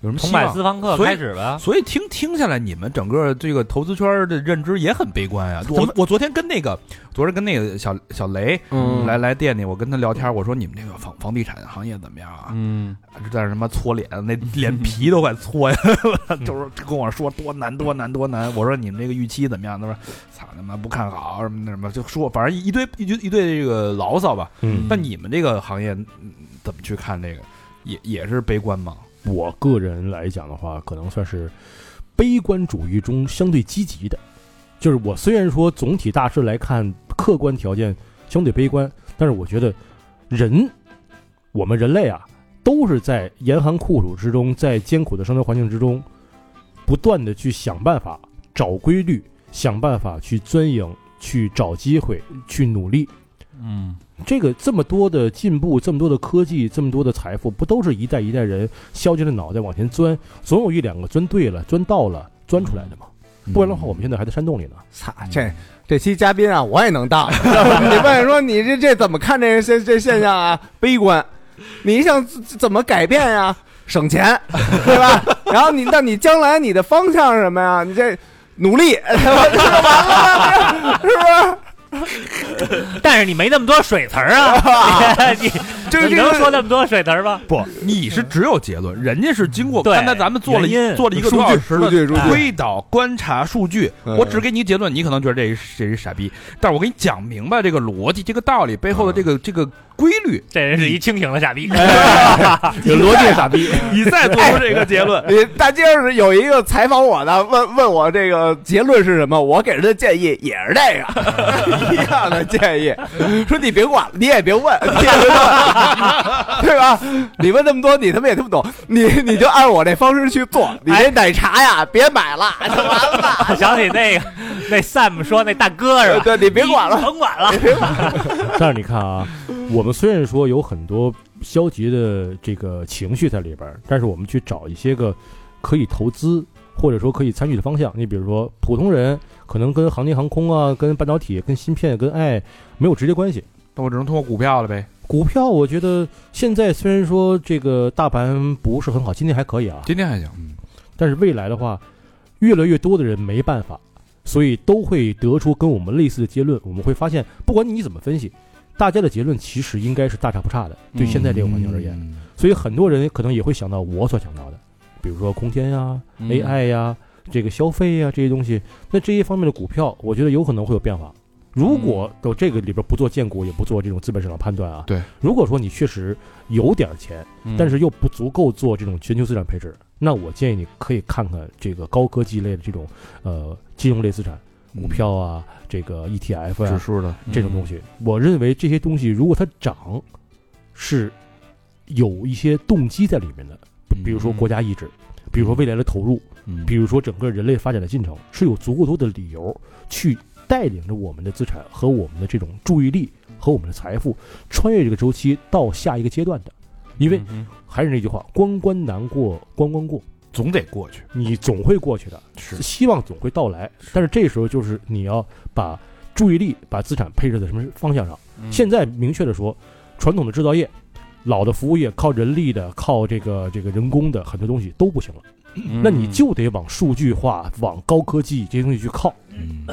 Speaker 1: 有什么
Speaker 4: 从
Speaker 1: 希
Speaker 4: 买
Speaker 1: 望？
Speaker 4: 私房课
Speaker 1: 所以
Speaker 4: 开始吧。
Speaker 1: 所以听听下来，你们整个这个投资圈的认知也很悲观呀、我我昨天跟那个，昨天跟那个小小雷、
Speaker 2: 嗯
Speaker 1: 来来店里，我跟他聊天，我说你们这个房房地产行业怎么样啊？
Speaker 3: 嗯，
Speaker 1: 就在那什么搓脸，
Speaker 5: [laughs]
Speaker 1: 那脸皮都快搓下来了， [laughs] 就是跟我说多难多难多难。我说你们这个预期怎么样？他说操他妈不看好什么的什么，就说反正一堆一堆一堆这个牢骚吧。
Speaker 5: 嗯
Speaker 1: 但你们这个行业嗯怎么去看这个？也也是悲观吗？
Speaker 5: 我个人来讲的话，可能算是悲观主义中相对积极的。就是我虽然说总体大势来看，客观条件相对悲观，但是我觉得人，我们人类啊，都是在严寒酷暑之中，在艰苦的生存环境之中，不断的去想办法找规律，想办法去钻营，去找机会，去努力。
Speaker 3: 嗯，
Speaker 5: 这个这么多的进步，这么多的科技，这么多的财富，不都是一代一代人削尖了脑袋往前钻？总有一两个钻对了、钻到了、钻出来的嘛。
Speaker 1: 嗯
Speaker 5: 不然的话，我们现在还在山洞里呢。
Speaker 2: 操这这期嘉宾啊，我也能当。 [laughs] 你问说你这这怎么看这这这现象啊？悲观，你想怎怎么改变呀、省钱，对吧？然后你那你将来你的方向是什么呀？你这努力， [laughs] 对吧完了吗？是不
Speaker 4: 但是你没那么多水词儿
Speaker 1: [laughs]
Speaker 4: 啊， [laughs] 你
Speaker 2: 是？这
Speaker 4: 你
Speaker 2: 这
Speaker 4: 能说
Speaker 2: 个
Speaker 4: 那么多水词儿吗？
Speaker 1: 不，你是只有结论，人家是经过
Speaker 4: 对
Speaker 1: 刚才咱们做了
Speaker 4: 原
Speaker 1: 一
Speaker 4: 因
Speaker 1: 做了一个
Speaker 2: 数
Speaker 1: 多小
Speaker 2: 据
Speaker 1: 时
Speaker 2: 数
Speaker 1: 的
Speaker 2: 据数据，
Speaker 1: 推导、观察、数据，
Speaker 2: 嗯
Speaker 1: 我只给你一结论，你可能觉得这是这是傻逼，但是我给你讲明白这个逻辑、这个道理背后的这
Speaker 2: 嗯
Speaker 1: 个这个规律，
Speaker 4: 这人是一清醒的傻逼。
Speaker 2: [laughs]
Speaker 1: 哎
Speaker 2: 有逻辑傻
Speaker 1: [laughs]
Speaker 2: 逼。哎
Speaker 1: 你再做出这个结
Speaker 2: [laughs]
Speaker 1: 论，
Speaker 2: 你大街上有一个采访我的，问问我这个结论是什么，我给人的建议也是这 [laughs] 个一样的建议，说你别管，你也别 [laughs] 问，你也别问，对吧？你问那么多，你他妈也听不懂，你你就按我这方式去做，你这奶茶呀，别买了，就完了，
Speaker 4: 我哎想起那个那 Sam 说那大哥是吧？
Speaker 2: 对你别管了
Speaker 5: 哎
Speaker 4: 你甭管了。
Speaker 5: 但是你看啊，我们虽然说有很多消极的这个情绪在里边儿，但是我们去找一些个可以投资或者说可以参与的方向。你比如说，普通人可能跟航天航空啊、跟半导体、跟芯片、跟爱没有直接关系。
Speaker 1: 那我只能通过股票了呗。
Speaker 5: 股票，我觉得现在虽然说这个大盘不是很好，今天还可以啊，
Speaker 1: 今天还行，
Speaker 2: 嗯
Speaker 5: 但是未来的话，越来越多的人没办法，所以都会得出跟我们类似的结论。我们会发现，不管你怎么分析，大家的结论其实应该是大差不差的，对现在这个环境而言。
Speaker 1: 嗯，
Speaker 5: 所以很多人可能也会想到我所想到的，比如说空间啊呀、AI
Speaker 1: 嗯
Speaker 2: 嗯
Speaker 5: 呀、这个消费呀、这些东西。那这一方面的股票，我觉得有可能会有变化。如果都这个里边不做荐股，也不做这种资本市场判断啊。
Speaker 1: 嗯对，
Speaker 5: 如果说你确实有点钱，
Speaker 3: 嗯
Speaker 5: 但是又不足够做这种全球资产配置，那我建议你可以看看这个高科技类的这种呃金融类资产，
Speaker 1: 嗯
Speaker 5: 股票啊，这个 ETF
Speaker 1: 指
Speaker 5: 啊
Speaker 1: 数的，
Speaker 5: 这种东西。我认为这些东西如果它涨，是有一些动机在里面的，比如说国家意志，比如说未来的投入，
Speaker 1: 嗯，
Speaker 5: 比如说整个人类发展的进程，是有足够多的理由去带领着我们的资产和我们的这种注意力和我们的财富穿越这个周期到下一个阶段的。因为
Speaker 2: 嗯
Speaker 5: 还是那句话，关关难过关关过，
Speaker 1: 总得过去。
Speaker 5: 你总会过去的，
Speaker 1: 是
Speaker 5: 希望总会到来。但是这时候就是你要把注意力、把资产配置在什么方向上。
Speaker 1: 嗯
Speaker 5: 现在明确的说，传统的制造业、老的服务业，靠人力的、靠这个这个人工的很多东西都不行了，
Speaker 1: 嗯
Speaker 5: 那你就得往数据化、往高科技这些东西去靠。
Speaker 1: 嗯，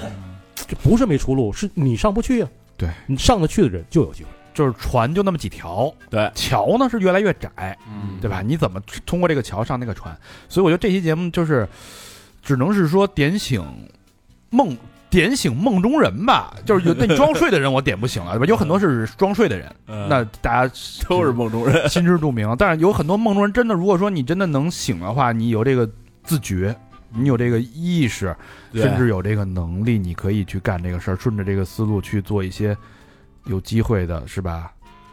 Speaker 5: 这不是没出路，是你上不去呀、啊
Speaker 1: 对，
Speaker 5: 你上得去的人就有机会。
Speaker 1: 就是船就那么几条，
Speaker 3: 对
Speaker 1: 桥呢是越来越窄，
Speaker 3: 嗯
Speaker 1: 对吧？你怎么通过这个桥上那个船？所以我觉得这期节目就是，只能是说点醒梦，点醒梦中人吧。就是
Speaker 3: [laughs]
Speaker 1: 有那你装睡的人，我点不醒了，对吧？有很多是装睡的人，那大家
Speaker 3: 嗯都是梦中人， [laughs]
Speaker 1: 心知肚明。但是有很多梦中人，真的，如果说你真的能醒的话，你有这个自觉，你有这个意识，甚至有这个能力，你可以去干这个事儿，顺着这个思路去做一些有机会的，是吧？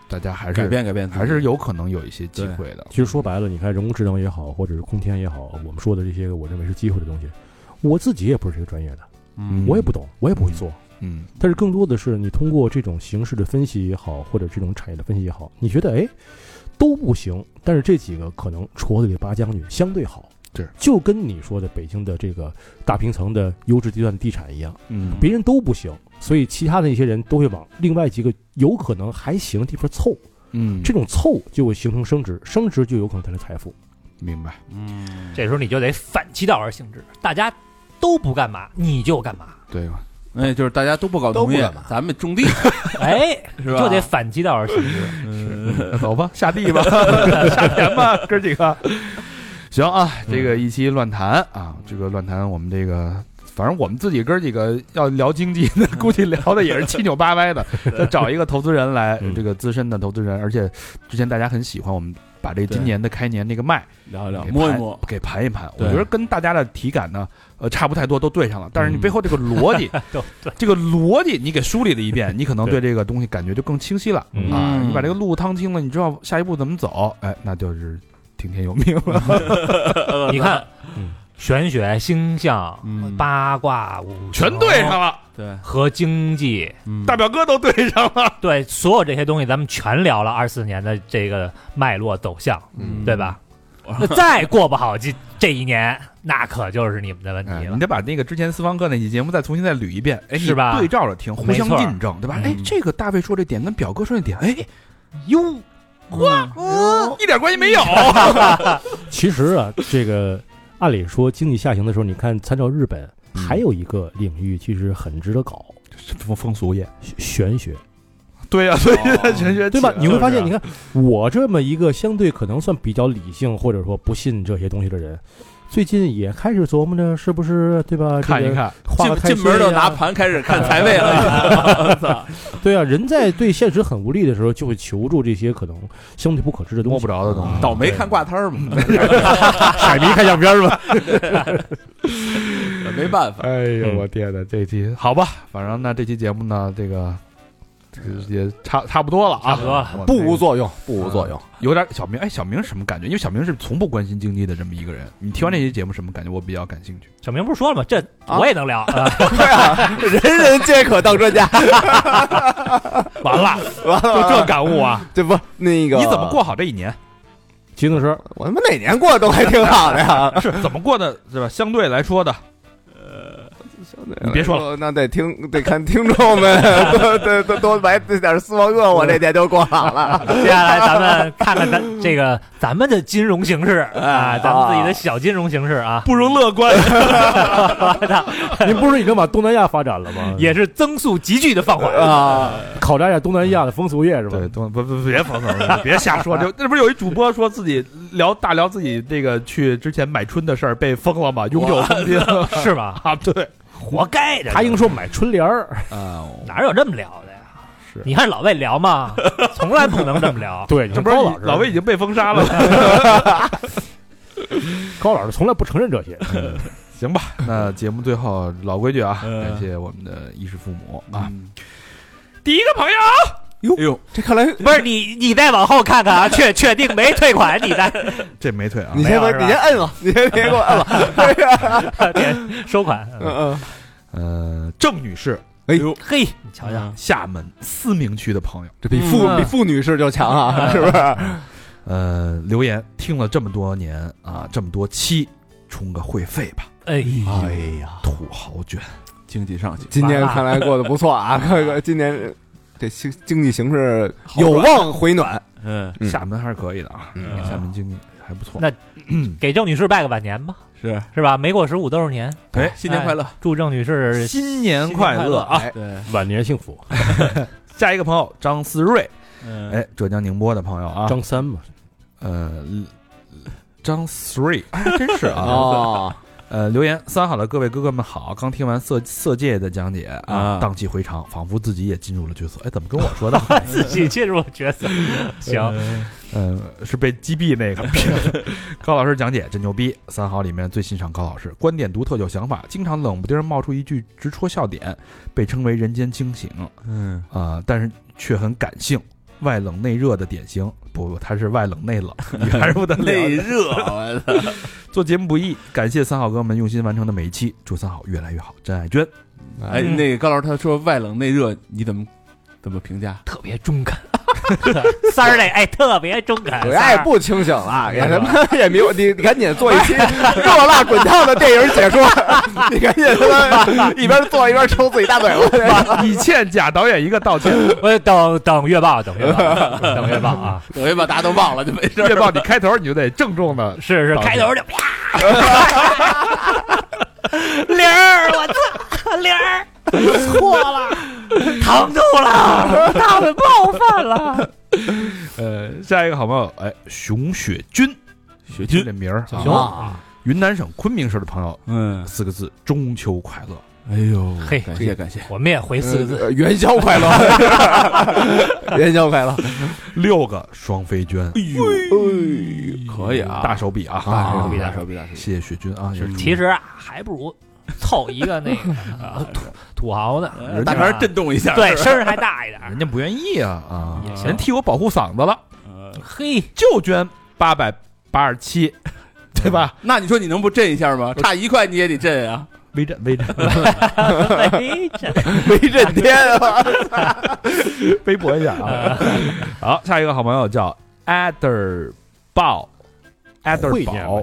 Speaker 1: 大家还
Speaker 3: 改
Speaker 1: 是
Speaker 3: 变改变，
Speaker 1: 还是有可能有一些机会的。
Speaker 5: 其实说白了，你看人工智能也好，或者是空天也好，我们说的这些，我认为是机会的东西，我自己也不是这个专业的，
Speaker 1: 嗯
Speaker 5: 我也不懂，我也不会做。
Speaker 1: 嗯，
Speaker 5: 但是更多的是你通过这种形式的分析也好，或者这种产业的分析也好，你觉得哎都不行，但是这几个可能矬子里拔将军相对好。
Speaker 1: 是，
Speaker 5: 就跟你说的北京的这个大平层的优质地段地产一样，
Speaker 1: 嗯
Speaker 5: 别人都不行，所以其他的一些人都会往另外几个有可能还行的地方凑，
Speaker 1: 嗯，
Speaker 5: 这种凑就会形成升值，升值就有可能带来财富。
Speaker 1: 明白。
Speaker 3: 嗯，
Speaker 4: 这时候你就得反其道而行之，大家都不干嘛，你就干嘛，
Speaker 1: 对吧？
Speaker 3: 哎，就是大家都不搞农业，咱们种地
Speaker 4: 哎，
Speaker 3: 是吧？
Speaker 4: 就得反其道而行之。
Speaker 1: 走吧， [laughs] 下地吧，下田吧，哥几个。 [laughs] 行啊，这个一期乱谈啊，这个乱谈我们这个。反正我们自己哥几个要聊经济，那估计聊的也是七扭八歪 [laughs] 的。再找一个投资人来，
Speaker 5: 嗯
Speaker 1: 这个资深的投资人，而且之前大家很喜欢我们把这今年的开年那个麦
Speaker 3: [laughs] 聊一聊，
Speaker 1: 给
Speaker 3: 摸一
Speaker 1: 盘
Speaker 3: 摸，
Speaker 1: 给盘一盘。我
Speaker 3: 对
Speaker 1: 觉得跟大家的体感呢，呃，差不太多，都对上了。但是你
Speaker 5: 嗯
Speaker 1: 背后这个逻 [laughs] 辑，
Speaker 4: 对对
Speaker 1: 这个逻辑你给梳理了一遍，你可能对
Speaker 5: 对
Speaker 1: 这个东西感觉就更清晰了。
Speaker 5: 嗯
Speaker 1: 啊，
Speaker 3: 嗯
Speaker 1: 你把这个路趟清了，你知道下一步怎么走，哎，那就是听天由命了。
Speaker 4: 你看
Speaker 5: 嗯，
Speaker 4: 玄学、星象、
Speaker 3: 嗯
Speaker 4: 八卦、五
Speaker 1: 全对上了，
Speaker 3: 对，
Speaker 4: 和经济，
Speaker 1: 大表哥都对上了。
Speaker 4: 对所有这些东西，咱们全聊了二四年的这个脉络走向，
Speaker 3: 嗯
Speaker 4: 对吧？那再过不好这这一年，那可就是你们的问
Speaker 1: 哎
Speaker 5: 嗯
Speaker 4: 题，了
Speaker 1: 你。得把那个之前私房课那期节目再重新再捋一遍，哎，
Speaker 4: 是吧
Speaker 1: 你对照着听，互
Speaker 4: 没
Speaker 1: 相
Speaker 4: 错
Speaker 1: 印证，对吧？哎
Speaker 3: 嗯，
Speaker 1: 这个大卫说这点跟表哥说这点，哎，
Speaker 4: 哟，
Speaker 1: 哇，一点关系没有。
Speaker 5: 其实啊，这个按理说经济下行的时候，你看参照日本，
Speaker 1: 嗯
Speaker 5: 还有一个领域其实很值得搞，
Speaker 1: [laughs] 风风俗哦业，
Speaker 5: 玄学，
Speaker 1: 对啊呀，所以现在玄学
Speaker 5: 对吧？
Speaker 1: 起来
Speaker 5: 你会
Speaker 1: 了
Speaker 5: 发现，
Speaker 1: 是
Speaker 5: 你看我这么一个相对可能算比较理性，或者说不信这些东西的人，最近也开始琢磨着是不是对吧？
Speaker 1: 看一，看，
Speaker 5: 画个
Speaker 3: 进
Speaker 5: 开
Speaker 3: 进门
Speaker 5: 税
Speaker 3: 就
Speaker 5: 呀
Speaker 3: 拿盘开始 [laughs] 看财位了，
Speaker 5: 对啊，人在对现实很无力的时候，就会求助这些可能相对不可知的东西。啊
Speaker 1: 摸不着的东西。
Speaker 3: 倒霉看挂摊儿嘛，
Speaker 5: 海迷看相片吧。
Speaker 3: 没办法，
Speaker 1: [laughs] 哎呦，
Speaker 5: 嗯
Speaker 1: 我天哪！这期 [laughs] 好吧，反正呢，这期节目呢，这个这个也差差不多了啊，
Speaker 4: 差不多了
Speaker 1: 我
Speaker 2: 嗯不
Speaker 1: 那个
Speaker 2: 无作用，不无作用。
Speaker 1: 有点小明，哎，小明是什么感觉？因为小明是从不关心经济的这么一个人。你听完这期节目什么感觉？我比较感兴
Speaker 2: [laughs]
Speaker 1: 趣。
Speaker 4: 小明不是说了吗？这我也能聊，啊
Speaker 2: 对啊，人人皆可当专家。
Speaker 1: 完了，
Speaker 2: 完了，
Speaker 1: 就
Speaker 2: 完
Speaker 1: 这
Speaker 2: 了
Speaker 1: 感悟啊！
Speaker 2: [laughs] [laughs] 这不那个
Speaker 1: 你怎么？过好这一
Speaker 2: [laughs]
Speaker 1: 年？
Speaker 5: 骑自行车，
Speaker 2: 我他妈哪年过得都还挺好的呀。
Speaker 1: 是怎么过的？是吧？相对来说的，你别说
Speaker 2: 哦了，那得听得看听众 [laughs] 们多多多多买点私房课，我这年就过好了。啊
Speaker 4: 接下来咱们看看咱这个咱们的金融形势啊，咱们自己的小金融形势啊，
Speaker 1: 不容乐
Speaker 2: [laughs]
Speaker 1: 观。
Speaker 5: 您不是已经把东南亚发展了吗？
Speaker 4: [laughs] 也是增速急剧的放缓。
Speaker 2: 啊，
Speaker 5: 考察一下东南亚的风俗业是吧？
Speaker 1: 对，不不不，别冯总，别瞎 [laughs] 说。就那不是有一主播说自己聊大聊自己这个去之前买春的事儿被封了吗？永久封
Speaker 2: [laughs]
Speaker 1: 禁
Speaker 4: 是吧？
Speaker 1: 啊！对，
Speaker 4: 活该的，
Speaker 5: 他应说买春联儿，。
Speaker 1: 啊
Speaker 4: 哪有这么聊的呀？
Speaker 1: 是
Speaker 4: 你看老魏聊嘛，从来不能这么聊
Speaker 5: 对，你
Speaker 1: 这
Speaker 5: 看
Speaker 1: 不是
Speaker 5: 高老师，
Speaker 1: 老魏已经被封杀了吗。
Speaker 5: 高老师从来不承认这些。
Speaker 1: [laughs] 行吧，那节目最后老规矩啊，
Speaker 3: 嗯
Speaker 1: 感谢我们的衣食父母啊。
Speaker 3: 嗯
Speaker 1: 第一个朋友。
Speaker 3: 哎呦，
Speaker 2: [laughs] 这看来
Speaker 4: [laughs] 不是你，你再往后看看 [laughs] 啊，确确定没退款，你 [laughs] 再
Speaker 1: 这没退啊，
Speaker 2: 你先
Speaker 4: 没有
Speaker 2: 把
Speaker 4: 是吧
Speaker 2: 你先摁了，你先别给我摁 [laughs] 了。
Speaker 4: 点收款。
Speaker 2: 嗯嗯，
Speaker 1: 呃，郑女士，
Speaker 4: 嘿，你瞧瞧，
Speaker 1: 厦门思明区的朋友，
Speaker 2: 嗯这比妇比妇女士就强啊，是不是？
Speaker 1: 呃，留言听了这么多年啊，这么多期，充个会费吧，
Speaker 4: 哎，
Speaker 2: 哎呀，
Speaker 1: 土豪券。
Speaker 3: 经济上去。
Speaker 2: 今年看来过得不错 [laughs] 啊，看看今年这经经济形势
Speaker 1: 好
Speaker 2: 有
Speaker 1: 转
Speaker 2: 望回暖。
Speaker 3: 嗯，
Speaker 2: 嗯
Speaker 1: 厦门还是可以的啊，厦门经济还不错。
Speaker 4: 那给郑女士拜个晚年吧，
Speaker 3: 是，
Speaker 4: 是吧？没过十五都是年，
Speaker 1: 哎，
Speaker 3: 新年快乐。
Speaker 4: 祝郑女 [laughs] 士
Speaker 1: 新年快乐啊！
Speaker 2: 哎，
Speaker 3: 对，
Speaker 5: 晚年幸福。
Speaker 1: 下一个朋友张思睿，
Speaker 3: 嗯，
Speaker 1: 哎，浙江宁波的朋友啊，
Speaker 5: 张三嘛，
Speaker 1: 呃张 three，哎，真
Speaker 3: [laughs]
Speaker 1: 是啊。
Speaker 2: 哦，
Speaker 1: 呃，留言三好的各位哥哥们好，刚听完色色戒的讲解啊
Speaker 3: 啊，
Speaker 1: 荡气回肠，仿佛自己也进入了角色。哎，怎么跟我说的？
Speaker 4: 自己进入角色，行，
Speaker 1: 嗯，是被击毙那个。高老师讲解真牛逼，三好里面最欣赏高老师，观点独特有想法，经常冷不丁冒出一句直戳笑点，被称为人间清醒
Speaker 3: 嗯，
Speaker 1: 啊、但是却很感性，外冷内热的典型。不不，他是外冷内冷，你还是不得
Speaker 3: [laughs]
Speaker 1: 了
Speaker 3: [laughs] 内
Speaker 1: 的。
Speaker 3: 热，我操，
Speaker 1: 做节目不易，感谢三好哥们用心完成的每一期，祝三好越来越好。真爱 [laughs] 娟，
Speaker 3: [laughs] 哎，那个高老师他说外冷内热，你怎么怎么评 [laughs] 价？
Speaker 4: 特别中肯。 [laughs] 三儿那哎，特别中肯。
Speaker 2: 我
Speaker 4: 三
Speaker 2: 也
Speaker 4: 儿
Speaker 2: 不清醒了，也他妈也没有你，你赶紧做 [laughs] 一期热辣滚烫的电影 [laughs] 解说，你赶紧他妈一边做一边抽自己大嘴巴。
Speaker 1: 你欠贾导演一个道歉。
Speaker 4: 我呃等等月报，等月报，等月报啊！
Speaker 3: 等于把大家都忘了就没事儿。
Speaker 1: 月报你开头你就得郑重 [laughs] 的，
Speaker 4: 是是，
Speaker 1: 道歉
Speaker 4: 开头就啪， [laughs] 玲儿，我操，玲儿错了，糖醋了，大碗 [laughs] 冒犯了。
Speaker 1: 呃，下一个好朋友，哎，熊雪军，
Speaker 3: 雪
Speaker 1: 听，这名儿啊，
Speaker 4: 熊
Speaker 2: 啊
Speaker 1: 云南省昆明市的朋友，
Speaker 3: 嗯，
Speaker 1: 四个字：中秋快乐。
Speaker 3: 哎呦，
Speaker 4: 嘿
Speaker 3: 感谢感谢，
Speaker 4: 我们也回四个字，
Speaker 2: 呃 [laughs] 元宵快乐，元宵快乐， [laughs]
Speaker 1: 六个双飞娟，
Speaker 3: 可以啊，
Speaker 1: 哎大手笔啊！
Speaker 3: 大手
Speaker 4: 笔
Speaker 3: 笔，
Speaker 4: 大
Speaker 3: 大手笔，大手笔。
Speaker 1: 谢谢雪军啊，也是
Speaker 3: 嗯
Speaker 4: 其实啊，还不如凑一个那个呃土土豪呢，
Speaker 3: 呃大肠震动一下，
Speaker 4: 对
Speaker 3: 是
Speaker 4: 声儿还大一点儿
Speaker 1: 人。家不愿意啊啊
Speaker 4: 也，行
Speaker 1: 人替我保护嗓子了，
Speaker 3: 吧呃
Speaker 4: 嘿，
Speaker 1: 就捐八百八十七，对吧？
Speaker 3: 那你说你能不震一下吗？差一块你也得震啊！
Speaker 1: 微站 [laughs] 微站，
Speaker 4: 哎，这
Speaker 2: 没震天啊！
Speaker 1: 微博一下啊。好，下一个好朋友叫 Adder 豹
Speaker 5: 会
Speaker 1: ，Adder
Speaker 5: 念
Speaker 1: 宝
Speaker 5: 吗，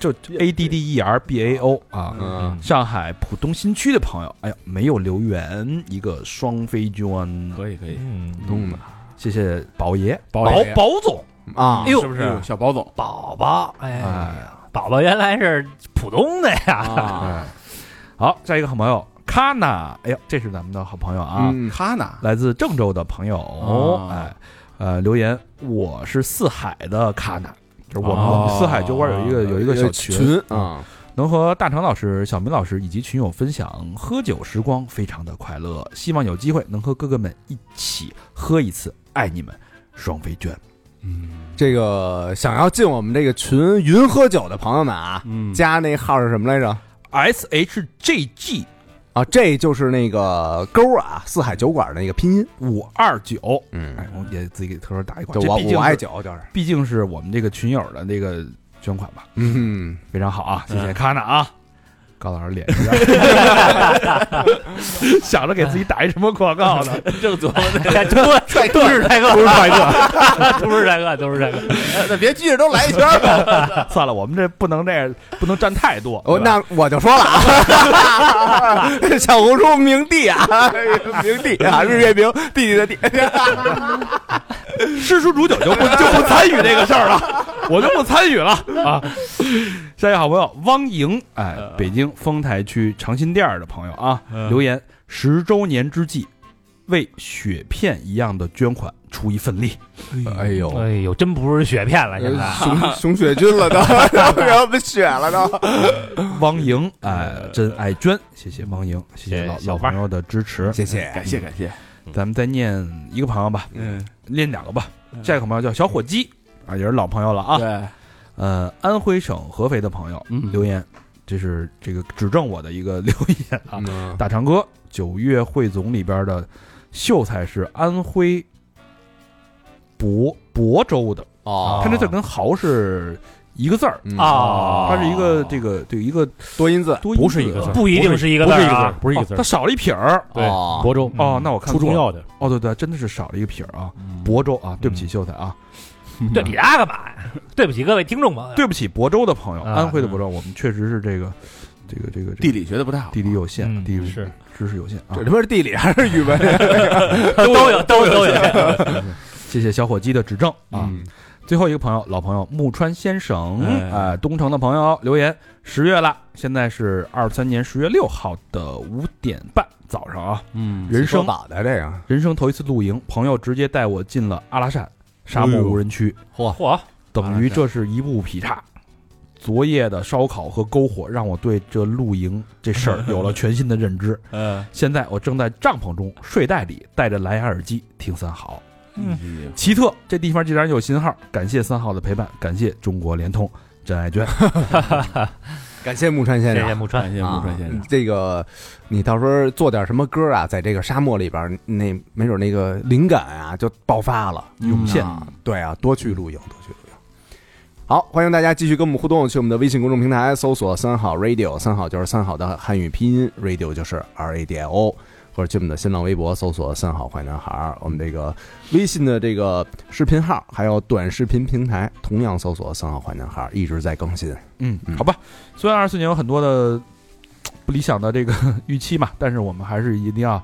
Speaker 1: 就 A D D E R B A O 啊。
Speaker 2: 嗯，
Speaker 1: 上海浦东新区的朋友，哎呀，没有留言，一个双飞娟，
Speaker 3: 可以可以，
Speaker 5: 嗯，
Speaker 2: 弄的
Speaker 1: 谢谢宝爷，
Speaker 2: 宝
Speaker 1: 宝
Speaker 2: 爷
Speaker 1: 宝总，
Speaker 2: 啊
Speaker 4: 哎，呦
Speaker 3: 是不是小宝总？
Speaker 4: 宝宝，哎
Speaker 3: 啊
Speaker 1: 哎
Speaker 4: 呀，宝宝原来是浦东的呀，
Speaker 2: 啊，
Speaker 1: 哎，好，下一个好朋友卡娜，哎呦，这是咱们的好朋友啊，
Speaker 2: 嗯
Speaker 3: 他呢？
Speaker 1: 来自郑州的朋友，
Speaker 3: 哦
Speaker 1: 哎，呃，留言我是四海的卡娜，就是我们、
Speaker 5: 哦
Speaker 1: 我们四海酒馆有一个哦有一个小群，
Speaker 2: 群啊，
Speaker 1: 能和大成老师、小明老师以及群友分享喝酒时光，非常的快乐。希望有机会能和哥哥们一起喝一次，爱你们，双飞娟。
Speaker 2: 这个想要进我们这个群云喝酒的朋友们啊，
Speaker 3: 嗯
Speaker 2: 加那号是什么来着？
Speaker 1: S H G G
Speaker 2: 啊，这就是那个勾啊，四海酒馆的那个拼音。
Speaker 1: 五二九，
Speaker 2: 嗯
Speaker 1: 哎，我也自己给特头打一块，
Speaker 2: 就
Speaker 1: 这
Speaker 2: 我
Speaker 1: 毕竟
Speaker 2: 我爱
Speaker 1: 是
Speaker 2: 酒就是，
Speaker 1: 毕竟是我们这个群友的那个捐款吧，
Speaker 2: 嗯，
Speaker 1: 非常好啊，谢谢
Speaker 3: 嗯
Speaker 1: 卡纳啊，高老师脸一下， [laughs] 想着给自己打一什么广告 [laughs] 呢？
Speaker 4: [laughs]
Speaker 3: 正宗，
Speaker 4: 都哎都是 [laughs] 帅哥，都是帅哥， [laughs] 都是帅哥，都是帅哥。
Speaker 3: 哎那别记着都来一圈儿吧。
Speaker 1: 算了，我们这不能这样，不能占太多。
Speaker 2: 我
Speaker 1: 对吧
Speaker 2: 哦那我就说了啊， [laughs] 小红书明帝啊，明帝啊，日月明，弟弟的弟，
Speaker 1: 师叔煮酒就不就不参与这个事儿 [laughs] 了，我就不参与了啊。下一个好朋友汪莹，哎，北京丰台区长辛店儿的朋友啊，留言十周年之际，为雪片一样的捐款出一份力。
Speaker 2: 哎 [laughs] 呦
Speaker 4: [laughs] 哎呦，真不是雪
Speaker 2: 哎
Speaker 4: 片了，现在
Speaker 2: 熊呃熊血菌了都， [laughs] 让我们血了都。
Speaker 1: 汪莹，哎，真爱捐，谢谢汪莹，谢
Speaker 5: 谢谢
Speaker 1: 谢老
Speaker 5: 小
Speaker 1: 老
Speaker 5: 汪
Speaker 1: 朋友的支持。
Speaker 2: 谢谢，
Speaker 3: 感谢感谢，
Speaker 1: 咱们再念一个朋友吧，
Speaker 3: 嗯，
Speaker 1: 念两个吧。
Speaker 3: 嗯
Speaker 1: 下一个朋友叫小火鸡啊，也是老朋友了
Speaker 2: 嗯
Speaker 1: 啊。
Speaker 3: 对，
Speaker 1: 呃，安徽省合肥的朋友
Speaker 3: 嗯
Speaker 1: 留言，这是这个指正我的一个 [laughs] 留言啊。
Speaker 2: 嗯
Speaker 1: 大长哥，九月汇总里边的秀才是安徽亳亳州的，
Speaker 5: 啊
Speaker 2: 哦
Speaker 1: 他这字跟豪是一个字儿，
Speaker 2: 嗯
Speaker 4: 啊，
Speaker 1: 它是一个这个对一个
Speaker 2: 多音字，
Speaker 1: 多音
Speaker 5: 不是一个字儿，
Speaker 4: 不一定是一个
Speaker 5: 不
Speaker 4: 字
Speaker 5: 是一
Speaker 4: 儿
Speaker 5: 个字
Speaker 4: 啊
Speaker 5: 儿，，不是一个
Speaker 1: 哦
Speaker 5: 字
Speaker 1: 它
Speaker 5: 儿。
Speaker 1: 少了一撇儿。
Speaker 5: 对
Speaker 2: 哦，
Speaker 5: 亳州
Speaker 1: 哦，那我看
Speaker 5: 出
Speaker 1: 错
Speaker 5: 中
Speaker 1: 了
Speaker 5: 药的，
Speaker 1: 哦，对对，真的是少了一个撇儿啊，亳州啊，对不起，
Speaker 5: 嗯
Speaker 1: 秀才啊，
Speaker 4: 对比他干嘛呀？对不起各位听众朋友，
Speaker 1: 对不起，亳州的朋友，
Speaker 4: 啊
Speaker 1: 安徽的亳州，我们确实是这个，这个，这个这个
Speaker 3: [laughs] 地理学的不太好，
Speaker 1: 地理有限，
Speaker 4: 嗯
Speaker 1: 地理
Speaker 4: 是
Speaker 1: 知识有限啊
Speaker 2: 这。他妈是地理还是语文？
Speaker 4: 都有都有都有，
Speaker 1: 谢谢小伙计的指正啊。
Speaker 2: 嗯
Speaker 1: 最后一个朋友，老朋友木川先生，
Speaker 3: 哎
Speaker 1: 啊，东城的朋友留言，十月了，现在是二三年十月六号的五点半早上啊，
Speaker 3: 嗯，
Speaker 1: 人生
Speaker 2: 咋的这个？
Speaker 1: 人生头一次露营，朋友直接带我进了阿拉善沙漠无人
Speaker 3: 哎
Speaker 1: 区，
Speaker 4: 嚯，
Speaker 1: 等于这是一步劈叉。昨夜的烧烤和篝火让我对这露营这事
Speaker 3: [laughs]
Speaker 1: 儿有了全新的认知。
Speaker 3: 呃，
Speaker 1: 现在我正在帐篷中，睡袋里戴着蓝牙耳机听三好。
Speaker 4: 嗯
Speaker 3: 嗯
Speaker 1: 奇特，这地方竟然有信号！感谢三号的陪伴，感谢中国联通，真爱
Speaker 2: [laughs]
Speaker 1: 娟。
Speaker 2: 感谢木川先
Speaker 4: 谢
Speaker 2: 生
Speaker 4: 谢。木川
Speaker 3: 感，谢木
Speaker 2: 啊
Speaker 3: 川先生，
Speaker 2: 这个你到时候做点什么歌啊，在这个沙漠里边儿，那没准那个灵感啊就爆发了，
Speaker 1: 涌现
Speaker 2: 啊对啊，多去露营，多去露营。好，欢迎大家继续跟我们互动，去我们的微信公众平台搜索“三好 radio”，三好就是三好的汉语拼音，radio 就是 R A D I O，或者去我们的新浪微博搜索“三好坏男孩儿”，我们这个微信的这个视频号，还有短视频平台，同样搜索“三好坏男孩儿”，一直在更新。
Speaker 1: 嗯
Speaker 2: 嗯，
Speaker 1: 好吧。虽然二四年有很多的嘖不理想的这个预期嘛，但是我们还是一定要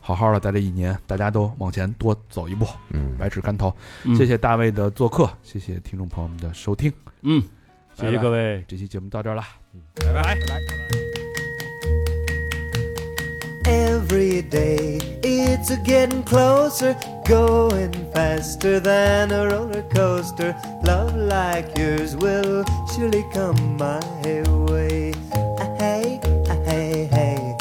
Speaker 1: 好好的在这一年，大家都往前多走一步，
Speaker 2: 嗯，
Speaker 1: 百尺竿头。
Speaker 3: 嗯
Speaker 1: 谢，谢大卫的做客，谢谢听众朋友们的收听，
Speaker 3: 嗯。
Speaker 5: 谢谢各位。
Speaker 1: 这期节目到这儿了。
Speaker 6: Every day it's a getting closer, going faster than a roller coaster. Love like yours will surely come my way. Ah, Hey, ah, hey, hey.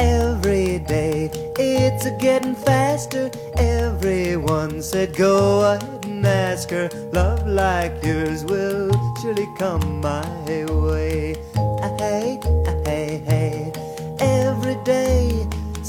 Speaker 6: Every day it's a getting faster. Everyone said go ahead and ask her. Love like yours will surely come my way. Ah, Hey, ah, hey, hey. Every day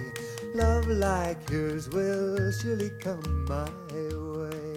Speaker 6: Love like yours will surely come my way.